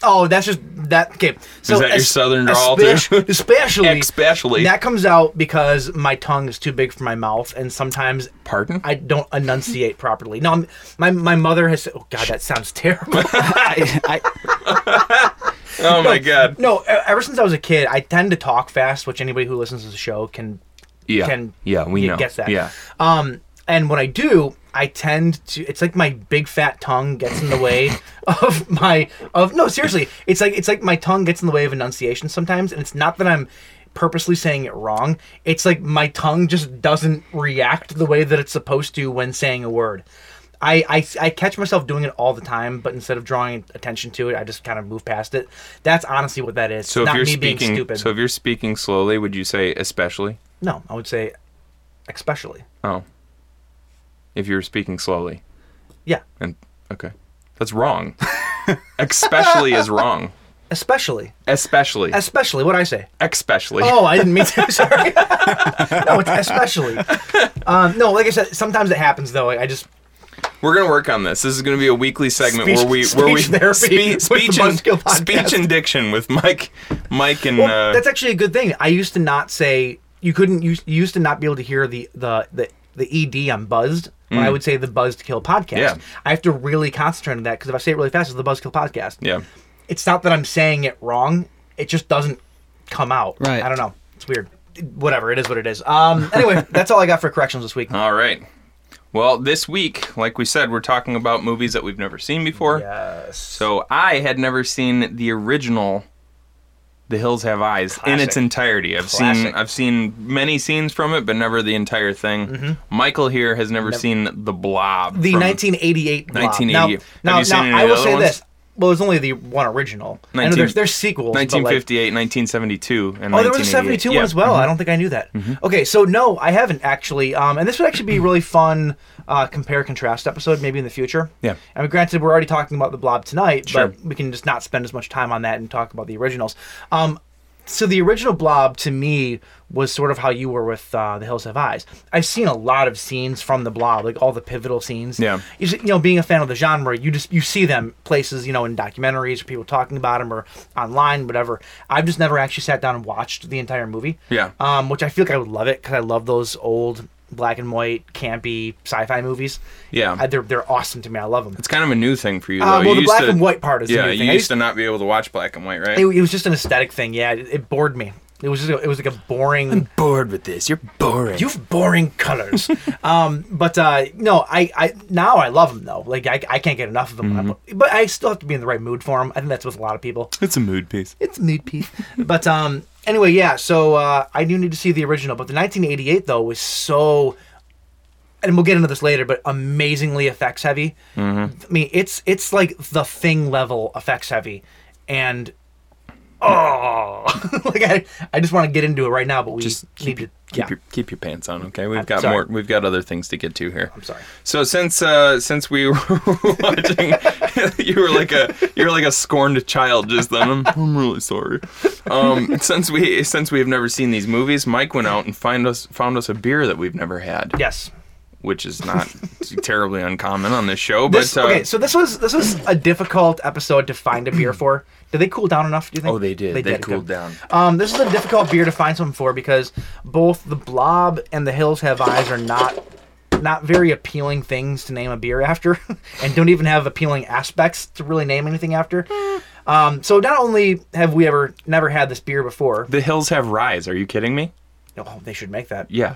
[SPEAKER 5] Oh, that's just that. Okay, so
[SPEAKER 6] that your
[SPEAKER 5] es-
[SPEAKER 6] southern drawl, too? *laughs*
[SPEAKER 5] espec- Especially,
[SPEAKER 6] Especially.
[SPEAKER 5] that comes out because my tongue is too big for my mouth, and sometimes
[SPEAKER 6] pardon.
[SPEAKER 5] I don't enunciate properly. No, I'm, my my mother has. Oh God, that sounds terrible.
[SPEAKER 7] *laughs*
[SPEAKER 5] *laughs*
[SPEAKER 7] I, I,
[SPEAKER 6] oh my god.
[SPEAKER 5] no, e- ever since I was a kid, I tend to talk fast, which anybody who listens to the show can
[SPEAKER 6] Yeah.
[SPEAKER 5] can
[SPEAKER 6] yeah, we
[SPEAKER 5] get-
[SPEAKER 6] know.
[SPEAKER 5] gets that.
[SPEAKER 6] Yeah.
[SPEAKER 5] Um, and when I do, I tend to. It's like my big fat tongue gets in the way *laughs* of my of no. Seriously, it's like it's like my tongue gets in the way of enunciation sometimes, and it's not that I'm purposely saying it wrong. It's like my tongue just doesn't react the way that it's supposed to when saying a word. I, I, I catch myself doing it all the time, but instead of drawing attention to it, I just kind of move past it. That's honestly what that is.
[SPEAKER 6] So
[SPEAKER 5] It's
[SPEAKER 6] if
[SPEAKER 5] not
[SPEAKER 6] you're
[SPEAKER 5] me being
[SPEAKER 6] speaking,
[SPEAKER 5] stupid.
[SPEAKER 6] so if you're speaking slowly, would you say especially?
[SPEAKER 5] no, I would say, especially.
[SPEAKER 6] Oh, if you're speaking slowly,
[SPEAKER 5] Yeah,
[SPEAKER 6] and okay, that's
[SPEAKER 5] *laughs*
[SPEAKER 6] wrong. especially is wrong.
[SPEAKER 5] especially,
[SPEAKER 6] Especially.
[SPEAKER 5] especially. What I say.
[SPEAKER 6] especially.
[SPEAKER 5] Oh, I didn't mean to. *laughs* Sorry. no, it's especially. Um, no, like I said, sometimes it happens though. I just
[SPEAKER 6] We're gonna work on this. This is gonna be a weekly segment
[SPEAKER 5] Speech-
[SPEAKER 6] where we where we
[SPEAKER 5] speech therapy
[SPEAKER 6] spe-
[SPEAKER 5] with
[SPEAKER 6] speech
[SPEAKER 5] the
[SPEAKER 6] and
[SPEAKER 5] Buzzkill podcast.
[SPEAKER 6] speech and diction with Mike, Mike and
[SPEAKER 5] well,
[SPEAKER 6] uh,
[SPEAKER 5] that's actually a good thing. I used to not say you couldn't. You, you used to not be able to hear the the the, the ed on buzzed. When I would say the Buzzed Kill podcast,
[SPEAKER 6] Mm. Yeah.
[SPEAKER 5] I have to really concentrate on that because if I say it really fast, it's the Buzzkill podcast.
[SPEAKER 6] yeah.
[SPEAKER 5] It's not that I'm saying it wrong; it just doesn't come out.
[SPEAKER 7] Right.
[SPEAKER 5] I don't know. It's weird. Whatever. It is what it is. Um.
[SPEAKER 6] *laughs*
[SPEAKER 5] Anyway, that's all I got for corrections this week.
[SPEAKER 6] All right. Well, this week, like we said, we're talking about movies that we've never seen before.
[SPEAKER 5] Yes.
[SPEAKER 6] So I had never seen the original The Hills Have Eyes in its entirety. I've seen
[SPEAKER 5] Classic.
[SPEAKER 6] I've seen many scenes from it, but never the entire thing. Michael here has never seen The Blob.
[SPEAKER 5] Mm-hmm. the
[SPEAKER 6] from-
[SPEAKER 5] 1988 blob.
[SPEAKER 6] 1988.
[SPEAKER 5] Now, now,
[SPEAKER 6] Have you seen
[SPEAKER 5] now,
[SPEAKER 6] any of
[SPEAKER 5] I
[SPEAKER 6] the
[SPEAKER 5] will
[SPEAKER 6] other
[SPEAKER 5] say
[SPEAKER 6] ones?
[SPEAKER 5] this. Well, there's only the one original. I know
[SPEAKER 6] 19
[SPEAKER 5] there's, there's sequels. but, like-
[SPEAKER 6] 1958, 1972, and
[SPEAKER 5] oh, there was a 72 one as well.
[SPEAKER 6] Mm-hmm.
[SPEAKER 5] I don't think I knew that. Okay, so no, I haven't actually. Um, and this would
[SPEAKER 6] *clears throat*
[SPEAKER 5] actually be a really fun uh, compare contrast episode maybe in the future.
[SPEAKER 6] Yeah.
[SPEAKER 5] I mean, granted, we're already talking about the Blob tonight,
[SPEAKER 6] Sure.
[SPEAKER 5] but we can just not spend as much time on that and talk about the originals. Um, so the original Blob to me was sort of how you were with uh, The Hills Have Eyes. I've seen a lot of scenes from the Blob, like all the pivotal scenes.
[SPEAKER 6] Yeah.
[SPEAKER 5] You, see- you know, being a fan of the genre, you just you see them places, you know, in documentaries or people talking about them or online, whatever. I've just never actually sat down and watched the entire movie.
[SPEAKER 6] Yeah.
[SPEAKER 5] Um, which I feel like I would love it because I love those old black and white campy sci-fi movies.
[SPEAKER 6] Yeah.
[SPEAKER 5] Uh, they're they're awesome to me. I love them.
[SPEAKER 6] It's kind of a new thing for you, though.
[SPEAKER 5] Uh, well,
[SPEAKER 6] You
[SPEAKER 5] the
[SPEAKER 6] used
[SPEAKER 5] black
[SPEAKER 6] to-
[SPEAKER 5] and white part is the
[SPEAKER 6] Yeah,
[SPEAKER 5] new
[SPEAKER 6] you
[SPEAKER 5] thing. I
[SPEAKER 6] used
[SPEAKER 5] used-
[SPEAKER 6] to not be able to watch black and white, right?
[SPEAKER 5] It, it was just an aesthetic thing. Yeah, it, it bored me. It was just a, it was like a boring.
[SPEAKER 6] Bored with this. You're boring.
[SPEAKER 5] You have boring colors. *laughs* um, but uh, no, I, I now I love him though. Like I, I can't get enough of him.
[SPEAKER 6] Mm-hmm.
[SPEAKER 5] But I still have to be in the right mood for him. I think that's with a lot of people.
[SPEAKER 6] it's a mood piece.
[SPEAKER 5] It's mood piece. *laughs* but um, anyway, yeah. So uh, I do need to see the original. But the 1988 though was so, and we'll get into this later. But amazingly effects heavy.
[SPEAKER 6] Mm-hmm.
[SPEAKER 5] I mean, it's it's like the thing level effects heavy, and oh, *laughs* like I, I just want to get into it right now. But we
[SPEAKER 6] Just
[SPEAKER 5] need to
[SPEAKER 6] Keep,
[SPEAKER 5] yeah.
[SPEAKER 6] your, keep your pants on, okay? We've
[SPEAKER 5] I'm
[SPEAKER 6] got more.
[SPEAKER 5] sorry.
[SPEAKER 6] We've got other things to get to here. I'm
[SPEAKER 5] sorry.
[SPEAKER 6] So since uh, since we *laughs* were watching, *laughs* you were like a you were like a scorned child just then. I'm, *laughs* I'm really sorry. Um, since we since we have never seen these movies, Mike went out and find us found us a beer that we've never had,
[SPEAKER 5] yes.
[SPEAKER 6] which is
[SPEAKER 5] *laughs*
[SPEAKER 6] not terribly uncommon on this show. But
[SPEAKER 5] This,
[SPEAKER 6] uh,
[SPEAKER 5] okay, so this was this was a difficult episode to find
[SPEAKER 6] *clears throat*
[SPEAKER 5] a beer for. Did they cool down enough? Do you think?
[SPEAKER 6] oh, they did. They, cooled
[SPEAKER 5] good.
[SPEAKER 6] down.
[SPEAKER 5] Um, this is a difficult beer to find something for because both the Blob and the Hills Have Eyes are not not very appealing things to name a beer after, *laughs* and don't even have appealing aspects to really name anything after. Um, so not only have we ever never had this beer before,
[SPEAKER 6] The hills have rise. Are you kidding me?
[SPEAKER 5] oh, they should make that.
[SPEAKER 6] Yeah,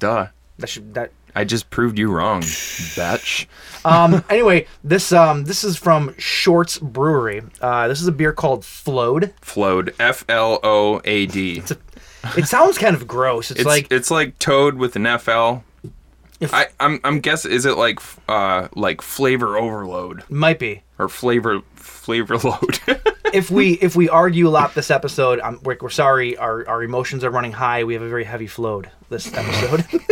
[SPEAKER 6] duh.
[SPEAKER 5] That should that
[SPEAKER 6] I just proved you *sighs* wrong, bitch.
[SPEAKER 5] um, anyway, this um, this is from Shorts Brewery. Uh, this is a beer called Flowed.
[SPEAKER 6] Flowed. F L O A D. *laughs* It's,
[SPEAKER 5] It sounds kind of gross. It's,
[SPEAKER 6] it's like
[SPEAKER 5] like
[SPEAKER 6] it's like toad with an F L.
[SPEAKER 5] If-
[SPEAKER 6] I I'm I'm guess is it like f- uh like flavor overload
[SPEAKER 5] might be.
[SPEAKER 6] or flavor flavor load? *laughs*
[SPEAKER 5] If we if we argue a lot this episode, i we're, we're sorry. Our our emotions are running high. We have a very heavy flowed this episode.
[SPEAKER 6] *laughs*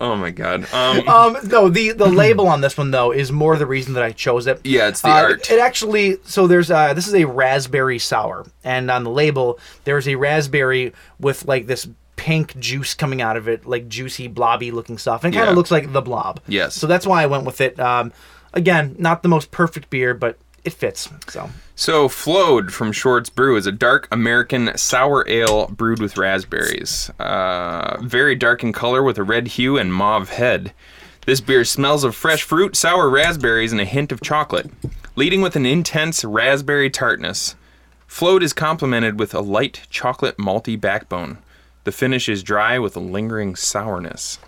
[SPEAKER 6] oh my god. Um
[SPEAKER 5] um, no, the the label on this one though is more the reason that I chose it.
[SPEAKER 6] Yeah, it's the
[SPEAKER 5] Uh,
[SPEAKER 6] art.
[SPEAKER 5] It actually so there's uh this is a raspberry sour, and on the label there's a raspberry with like this pink juice coming out of it, like juicy blobby looking stuff, and it kind
[SPEAKER 6] Yeah.
[SPEAKER 5] of looks like the blob.
[SPEAKER 6] Yes.
[SPEAKER 5] So that's why I went with it. Um, again, not the most perfect beer, but it fits. So
[SPEAKER 6] So Flowed from Shorts Brew is a dark American sour ale brewed with raspberries. Uh, very dark in color with a red hue and mauve head. This beer smells of fresh fruit, sour raspberries, and a hint of chocolate, leading with an intense raspberry tartness. Float is complemented with a light chocolate malty backbone. The finish is dry with a lingering sourness.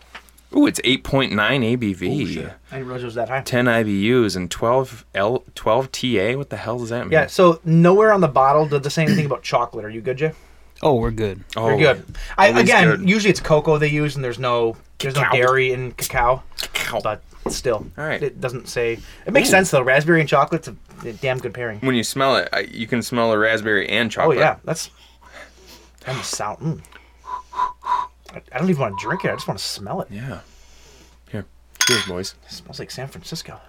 [SPEAKER 6] Ooh, it's 8.9 ABV.
[SPEAKER 5] I didn't realize it was that high.
[SPEAKER 6] 10 IBUs and 12 L 12 TA. What the hell does that mean?
[SPEAKER 5] Yeah. So nowhere on the bottle does it say anything about chocolate. Are you good, Jay?
[SPEAKER 7] Oh, we're good.
[SPEAKER 6] oh,
[SPEAKER 5] You're good. I,
[SPEAKER 6] always
[SPEAKER 5] again,
[SPEAKER 6] good.
[SPEAKER 5] usually it's cocoa they use, and there's no there's no
[SPEAKER 6] Cacao.
[SPEAKER 5] dairy in cacao,
[SPEAKER 6] Cacao.
[SPEAKER 5] but still,
[SPEAKER 6] All right.
[SPEAKER 5] it doesn't say. It makes sense though. Raspberry and chocolate's a, a damn good pairing.
[SPEAKER 6] When you smell it, I, you can smell the raspberry and
[SPEAKER 5] Oh
[SPEAKER 6] chocolate.
[SPEAKER 5] yeah, that's. I'm sound. Mm. I, I don't even want to drink it. I just want to smell it.
[SPEAKER 6] Yeah. Here. Cheers, boys.
[SPEAKER 5] It smells like San Francisco.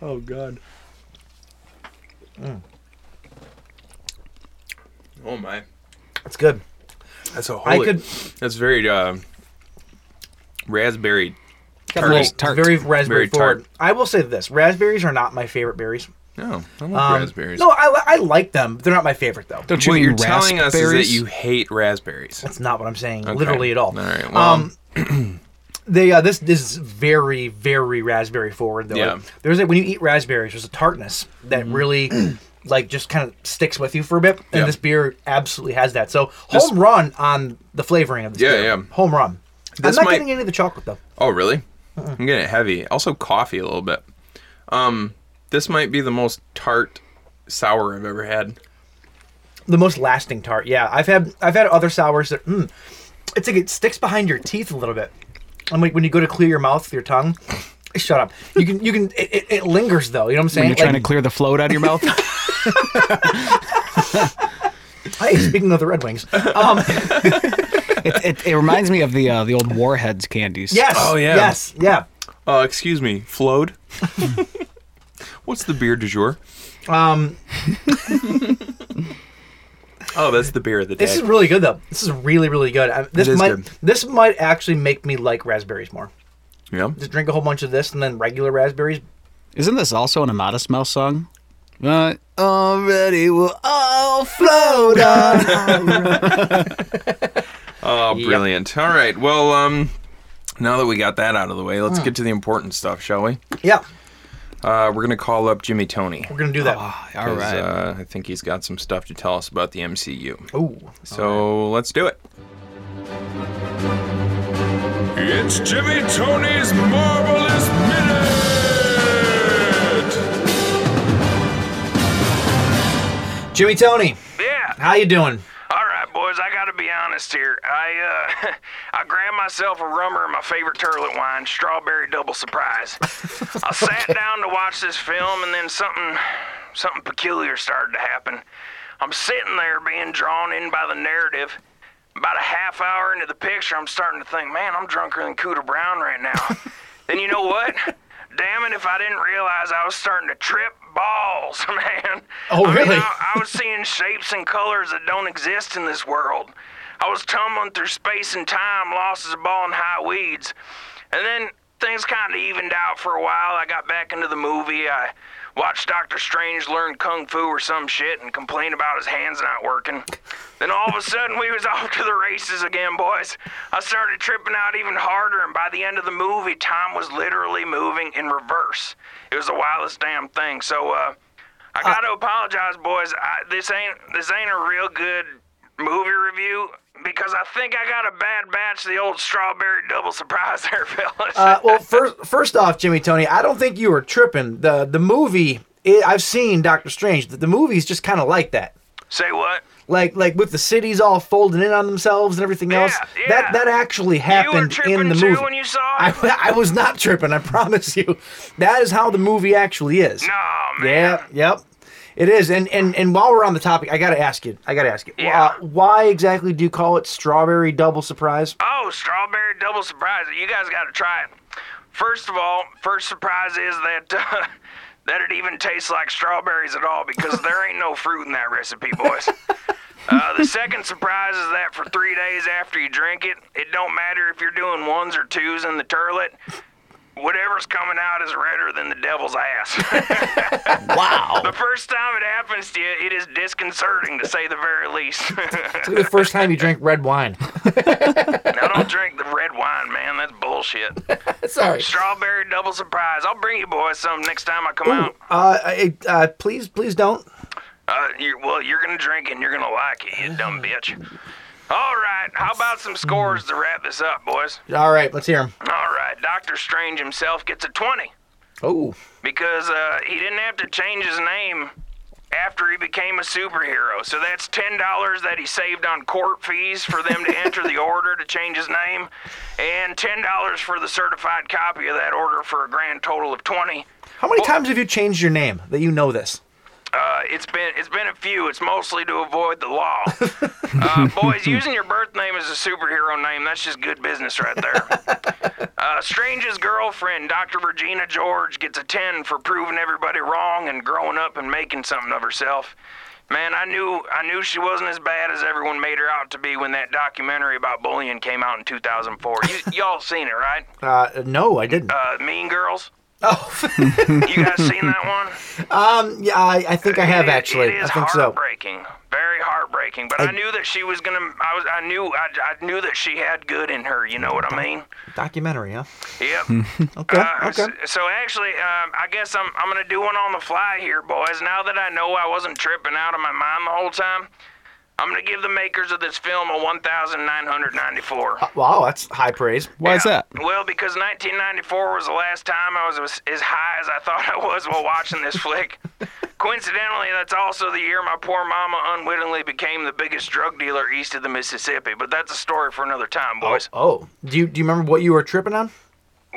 [SPEAKER 6] Oh god. Oh my.
[SPEAKER 5] It's good.
[SPEAKER 6] That's a
[SPEAKER 5] I
[SPEAKER 6] holy.
[SPEAKER 5] could-
[SPEAKER 6] That's very uh, raspberry.
[SPEAKER 7] Got a
[SPEAKER 6] Tart.
[SPEAKER 7] little tart.
[SPEAKER 5] Very raspberry
[SPEAKER 6] Very tart.
[SPEAKER 5] forward. I will say this: raspberries are not my favorite berries.
[SPEAKER 6] No, I love
[SPEAKER 5] Um,
[SPEAKER 6] raspberries.
[SPEAKER 5] No, I, li- I like them. They're not my favorite though.
[SPEAKER 7] Don't you
[SPEAKER 6] what
[SPEAKER 7] mean
[SPEAKER 6] you're telling us is that
[SPEAKER 7] raspberries?
[SPEAKER 6] you hate raspberries.
[SPEAKER 5] That's not what I'm saying,
[SPEAKER 6] Okay.
[SPEAKER 5] literally at all.
[SPEAKER 6] All right. Well,
[SPEAKER 5] um, *clears throat* they uh, this this is very very raspberry forward though.
[SPEAKER 6] Yeah. Mm-hmm.
[SPEAKER 5] Like, there's a, when you eat raspberries, there's a tartness
[SPEAKER 6] *clears throat*
[SPEAKER 5] that really like just kind of sticks with you for a bit, and
[SPEAKER 6] Yeah.
[SPEAKER 5] this beer absolutely has that. So home run on the flavoring of this.
[SPEAKER 6] Yeah,
[SPEAKER 5] beer.
[SPEAKER 6] yeah.
[SPEAKER 5] Home run.
[SPEAKER 6] This
[SPEAKER 5] I'm not
[SPEAKER 6] might-
[SPEAKER 5] getting any of the chocolate though.
[SPEAKER 6] Oh, really? I'm getting it heavy. Also, coffee a little bit. Um, this might be the most tart sour I've ever had.
[SPEAKER 5] The most lasting tart. Yeah, I've had I've had other sours that mm, it's like it sticks behind your teeth a little bit. I'm like when you go to clear your mouth with your tongue. eh, Shut up. You can you can it, it, it lingers though. You know what I'm saying?
[SPEAKER 7] When you're trying
[SPEAKER 5] Like-
[SPEAKER 7] to clear the float out of your mouth.
[SPEAKER 5] Hey, speaking of the Red Wings,
[SPEAKER 7] *laughs*
[SPEAKER 5] um,
[SPEAKER 7] it, it, it reminds me of the uh, the old Warheads candies.
[SPEAKER 5] yes,
[SPEAKER 6] Oh, yeah.
[SPEAKER 5] yes, yeah.
[SPEAKER 6] Uh, excuse me,
[SPEAKER 5] *laughs*
[SPEAKER 6] flowed. What's the beer du jour?
[SPEAKER 5] Um,
[SPEAKER 6] Oh, that's the beer of the day.
[SPEAKER 5] this is really good though. This is really, really good. I, this
[SPEAKER 6] It is
[SPEAKER 5] might,
[SPEAKER 6] good.
[SPEAKER 5] this might actually make me like raspberries more.
[SPEAKER 6] yeah.
[SPEAKER 5] Just drink a whole bunch of this and then regular raspberries.
[SPEAKER 7] Isn't this also an Modest Mouse song? Uh, already we'll all float on.
[SPEAKER 6] Oh, brilliant. All right. Well,
[SPEAKER 7] Hmm.
[SPEAKER 6] um, now that we got that out of the way, let's get to the important stuff, shall we?
[SPEAKER 5] Yeah,
[SPEAKER 6] Uh, we're gonna call up Jimmy Tony.
[SPEAKER 5] We're gonna do that.
[SPEAKER 7] All
[SPEAKER 6] 'cause,
[SPEAKER 7] right.
[SPEAKER 6] Uh, I think he's got some stuff to tell us about the MCU.
[SPEAKER 5] oh,
[SPEAKER 6] So let's do it.
[SPEAKER 4] It's Jimmy Tony's Marvelous Minute!
[SPEAKER 5] Jimmy Tony,
[SPEAKER 9] Yeah.
[SPEAKER 5] how you doing?
[SPEAKER 9] All right, boys. I gotta be honest here. I uh, *laughs* I grabbed myself a rummer of my favorite turlet wine, strawberry double surprise. I sat down to watch this film, and then something, something peculiar started to happen. I'm sitting there being drawn in by the narrative. About a half hour into the picture, I'm starting to think, man, I'm drunker than Cooter Brown
[SPEAKER 5] *laughs*
[SPEAKER 9] right now. then you know what? Damn it, if I didn't realize I was starting to trip balls, *laughs* man.
[SPEAKER 5] Oh,
[SPEAKER 9] I mean,
[SPEAKER 5] really?
[SPEAKER 9] I- I was seeing shapes and colors that don't exist in this world. I was tumbling through space and time, lost as a ball in high weeds. And then things kind of evened out for a while. I got back into the movie. I watched Doctor Strange learn kung fu or some shit and complain about his hands not working. Then all of a sudden we was *laughs* off to the races again, boys. I started tripping out even harder, and by the end of the movie, time was literally moving in reverse. It was the wildest damn thing. So, uh, I gotta apologize, boys. I, this ain't this ain't a real good movie review because I think I got a bad batch of the old strawberry double surprise *laughs* there, fellas.
[SPEAKER 5] Uh, well, first, first off, Jimmy Tony, I don't think you were tripping. the The movie, i I've seen Doctor Strange. The, the movie's just kind of like that.
[SPEAKER 9] Say what?
[SPEAKER 5] Like, like with the cities all folding in on themselves and everything else.
[SPEAKER 9] yeah.
[SPEAKER 5] That that actually
[SPEAKER 9] you were
[SPEAKER 5] happened
[SPEAKER 9] tripping
[SPEAKER 5] in the
[SPEAKER 9] too
[SPEAKER 5] movie.
[SPEAKER 9] when you saw it?
[SPEAKER 5] I, I was not tripping. I *laughs* promise you. That is how the movie actually is.
[SPEAKER 9] No, man.
[SPEAKER 5] Yeah. Yep. It is. And and and while we're on the topic, I gotta ask you. I gotta ask you.
[SPEAKER 9] Yeah.
[SPEAKER 5] Uh, why exactly do you call it strawberry double surprise?
[SPEAKER 9] Oh, strawberry double surprise! You guys gotta try it. First of all, first surprise is that uh, *laughs* that it even tastes like strawberries at all because there ain't no fruit in that recipe, boys. Uh, the second surprise is that for three days after you drink it, it don't matter if you're doing ones or twos in the turlet. Whatever's coming out is redder than the devil's ass. *laughs*
[SPEAKER 7] Wow.
[SPEAKER 9] the first time it happens to you, it is disconcerting to say the very least. *laughs*
[SPEAKER 5] the first time you drink red wine. *laughs*
[SPEAKER 9] now don't drink the red wine, man. That's bullshit.
[SPEAKER 5] Sorry.
[SPEAKER 9] Strawberry double surprise. I'll bring you boys some next time I come
[SPEAKER 5] Uh,
[SPEAKER 9] out.
[SPEAKER 5] I- uh, please, please don't.
[SPEAKER 9] Uh, you, well, you're gonna drink and you're gonna like it, you dumb bitch. All right, how about some scores to wrap this up, boys?
[SPEAKER 5] All right, let's hear him.
[SPEAKER 9] All right, Doctor Strange himself gets a 20
[SPEAKER 5] Oh,
[SPEAKER 9] because uh, he didn't have to change his name after he became a superhero. So that's $10 that he saved on court fees for them to enter the order to change his name, and $10 for the certified copy of that order for a grand total of 20
[SPEAKER 5] how
[SPEAKER 9] Oh.
[SPEAKER 5] many times have you changed your name that you know this?
[SPEAKER 9] Uh, it's been it's been a few. It's mostly to avoid the law. Uh, boys, using your birth name as a superhero name, that's just good business right there. Uh, Strange's girlfriend, Dr. Regina George, gets a 10 for proving everybody wrong and growing up and making something of herself. Man, I knew I knew she wasn't as bad as everyone made her out to be when that documentary about bullying came out in 2004. You, y'all seen it, right?
[SPEAKER 5] Uh, no, I didn't.
[SPEAKER 9] Uh, mean Girls.
[SPEAKER 5] oh, *laughs*
[SPEAKER 9] You guys seen that one?
[SPEAKER 5] yeah, I, I think I have
[SPEAKER 9] It-
[SPEAKER 5] actually.
[SPEAKER 9] It is
[SPEAKER 5] I think so.
[SPEAKER 9] heartbreaking, very heartbreaking. But I,
[SPEAKER 5] I-
[SPEAKER 9] knew that she was gonna. I was. I knew. I, I knew that she had good in her. You know what I mean?
[SPEAKER 5] Documentary, huh?
[SPEAKER 9] Yep.
[SPEAKER 5] Okay, *laughs*
[SPEAKER 9] Uh,
[SPEAKER 5] Hmm. okay.
[SPEAKER 9] So, so actually, um, I guess I'm I'm gonna do one on the fly here, boys. Now that I know I wasn't tripping out of my mind the whole time, I'm gonna give the makers of this film a 1,994.
[SPEAKER 5] Wow, that's high praise.
[SPEAKER 7] Why is that?
[SPEAKER 9] Well, because 1994 was the last time I was as- as high as I thought *laughs* I was while watching this flick. Coincidentally, that's also the year my poor mama unwittingly became the biggest drug dealer east of the Mississippi. But that's a story for another time, boys.
[SPEAKER 5] Oh, do you do you remember what you were tripping on?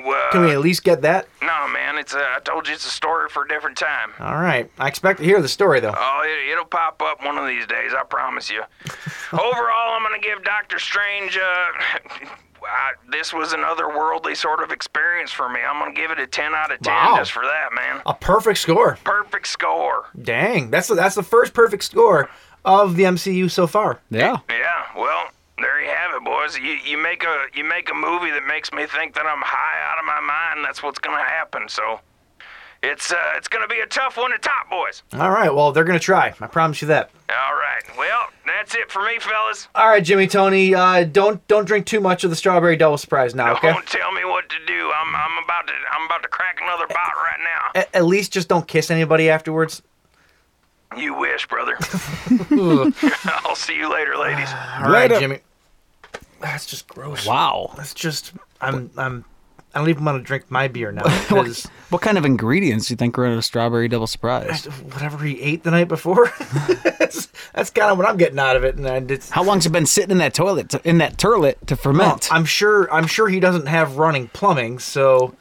[SPEAKER 9] Well,
[SPEAKER 5] Oh. Can we at least get that?
[SPEAKER 9] no, man, it's a, I told you it's a story for a different time.
[SPEAKER 5] All right, I expect to hear the story though.
[SPEAKER 9] Oh, it, it'll pop up one of these days, I
[SPEAKER 5] *laughs*
[SPEAKER 9] promise you. Overall, I'm going to give Doctor Strange, uh, *laughs* I, this was an otherworldly sort of experience for me. I'm going to give it a 10 out of 10
[SPEAKER 5] Wow.
[SPEAKER 9] just for that, man.
[SPEAKER 5] A perfect score.
[SPEAKER 9] Perfect score.
[SPEAKER 5] Dang, that's the, that's the first perfect score of the MCU so far.
[SPEAKER 7] Yeah.
[SPEAKER 9] Yeah, well, there you have it, boys. You, you make a you make a movie that makes me think that I'm high out of my mind. That's what's gonna happen. So, it's uh, it's gonna be a tough one to top, boys.
[SPEAKER 5] All right, well they're gonna try. I promise you that.
[SPEAKER 9] All right. Well, now That's it for me, fellas.
[SPEAKER 5] All right, Jimmy Tony, uh, don't don't drink too much of the strawberry double surprise now, okay?
[SPEAKER 9] Don't tell me what to do. I'm I'm about to I'm about to crack another bot right now.
[SPEAKER 5] A- At least just don't kiss anybody afterwards.
[SPEAKER 9] You wish, brother. *laughs* I'll see you later, ladies.
[SPEAKER 5] All right,
[SPEAKER 6] up.
[SPEAKER 5] Jimmy. That's just gross.
[SPEAKER 7] Wow.
[SPEAKER 5] That's just I'm I'm I don't even want to drink my beer now because
[SPEAKER 7] What kind of ingredients do you think are in a strawberry double surprise?
[SPEAKER 5] whatever he ate the night before. *laughs* that's that's kind of what I'm getting out of it, and I, it's.
[SPEAKER 7] How long's it been sitting in that toilet, to, in that turlet to ferment?
[SPEAKER 5] I'm sure. I'm sure he doesn't have running plumbing, so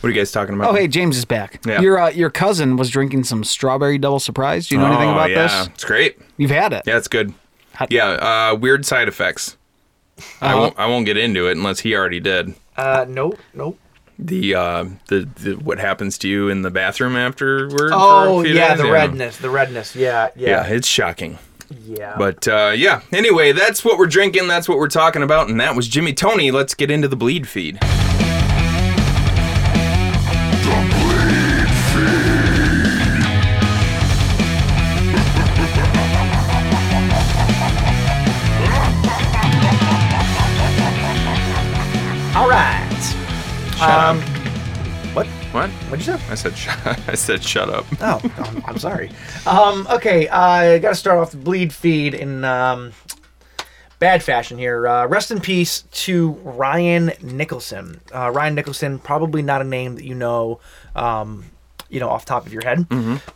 [SPEAKER 6] What are you guys talking about?
[SPEAKER 7] oh, hey, James is back.
[SPEAKER 6] Yeah.
[SPEAKER 7] Your uh, your cousin was drinking some strawberry double surprise. Do you know anything
[SPEAKER 6] Oh,
[SPEAKER 7] about
[SPEAKER 6] yeah.
[SPEAKER 7] this?
[SPEAKER 6] It's great.
[SPEAKER 7] You've had it.
[SPEAKER 6] Yeah, it's good. Yeah, uh, weird side effects. I
[SPEAKER 7] Uh-huh.
[SPEAKER 6] won't. I won't get into it unless he already did.
[SPEAKER 5] uh, nope, nope.
[SPEAKER 6] The uh, the, the what happens to you in the bathroom afterward?
[SPEAKER 5] Oh
[SPEAKER 6] for a few
[SPEAKER 5] yeah,
[SPEAKER 6] days,
[SPEAKER 5] the redness, the redness. Yeah,
[SPEAKER 6] Yeah,
[SPEAKER 5] yeah,
[SPEAKER 6] it's shocking.
[SPEAKER 5] yeah.
[SPEAKER 6] But uh, yeah, anyway, that's what we're drinking. That's what we're talking about, and that was Jimmy Tony. Let's get into the bleed feed.
[SPEAKER 5] all right. Um,
[SPEAKER 6] What?
[SPEAKER 5] what'd you say?
[SPEAKER 6] I said. Sh- *laughs* I said shut *laughs* up.
[SPEAKER 5] Oh, I'm, I'm sorry. Um, okay, I got to start off the bleed feed in um, bad fashion here. Uh, rest in peace to Ryan Nicholson. Uh, Ryan Nicholson, probably not a name that you know, um, you know, off the top of your head,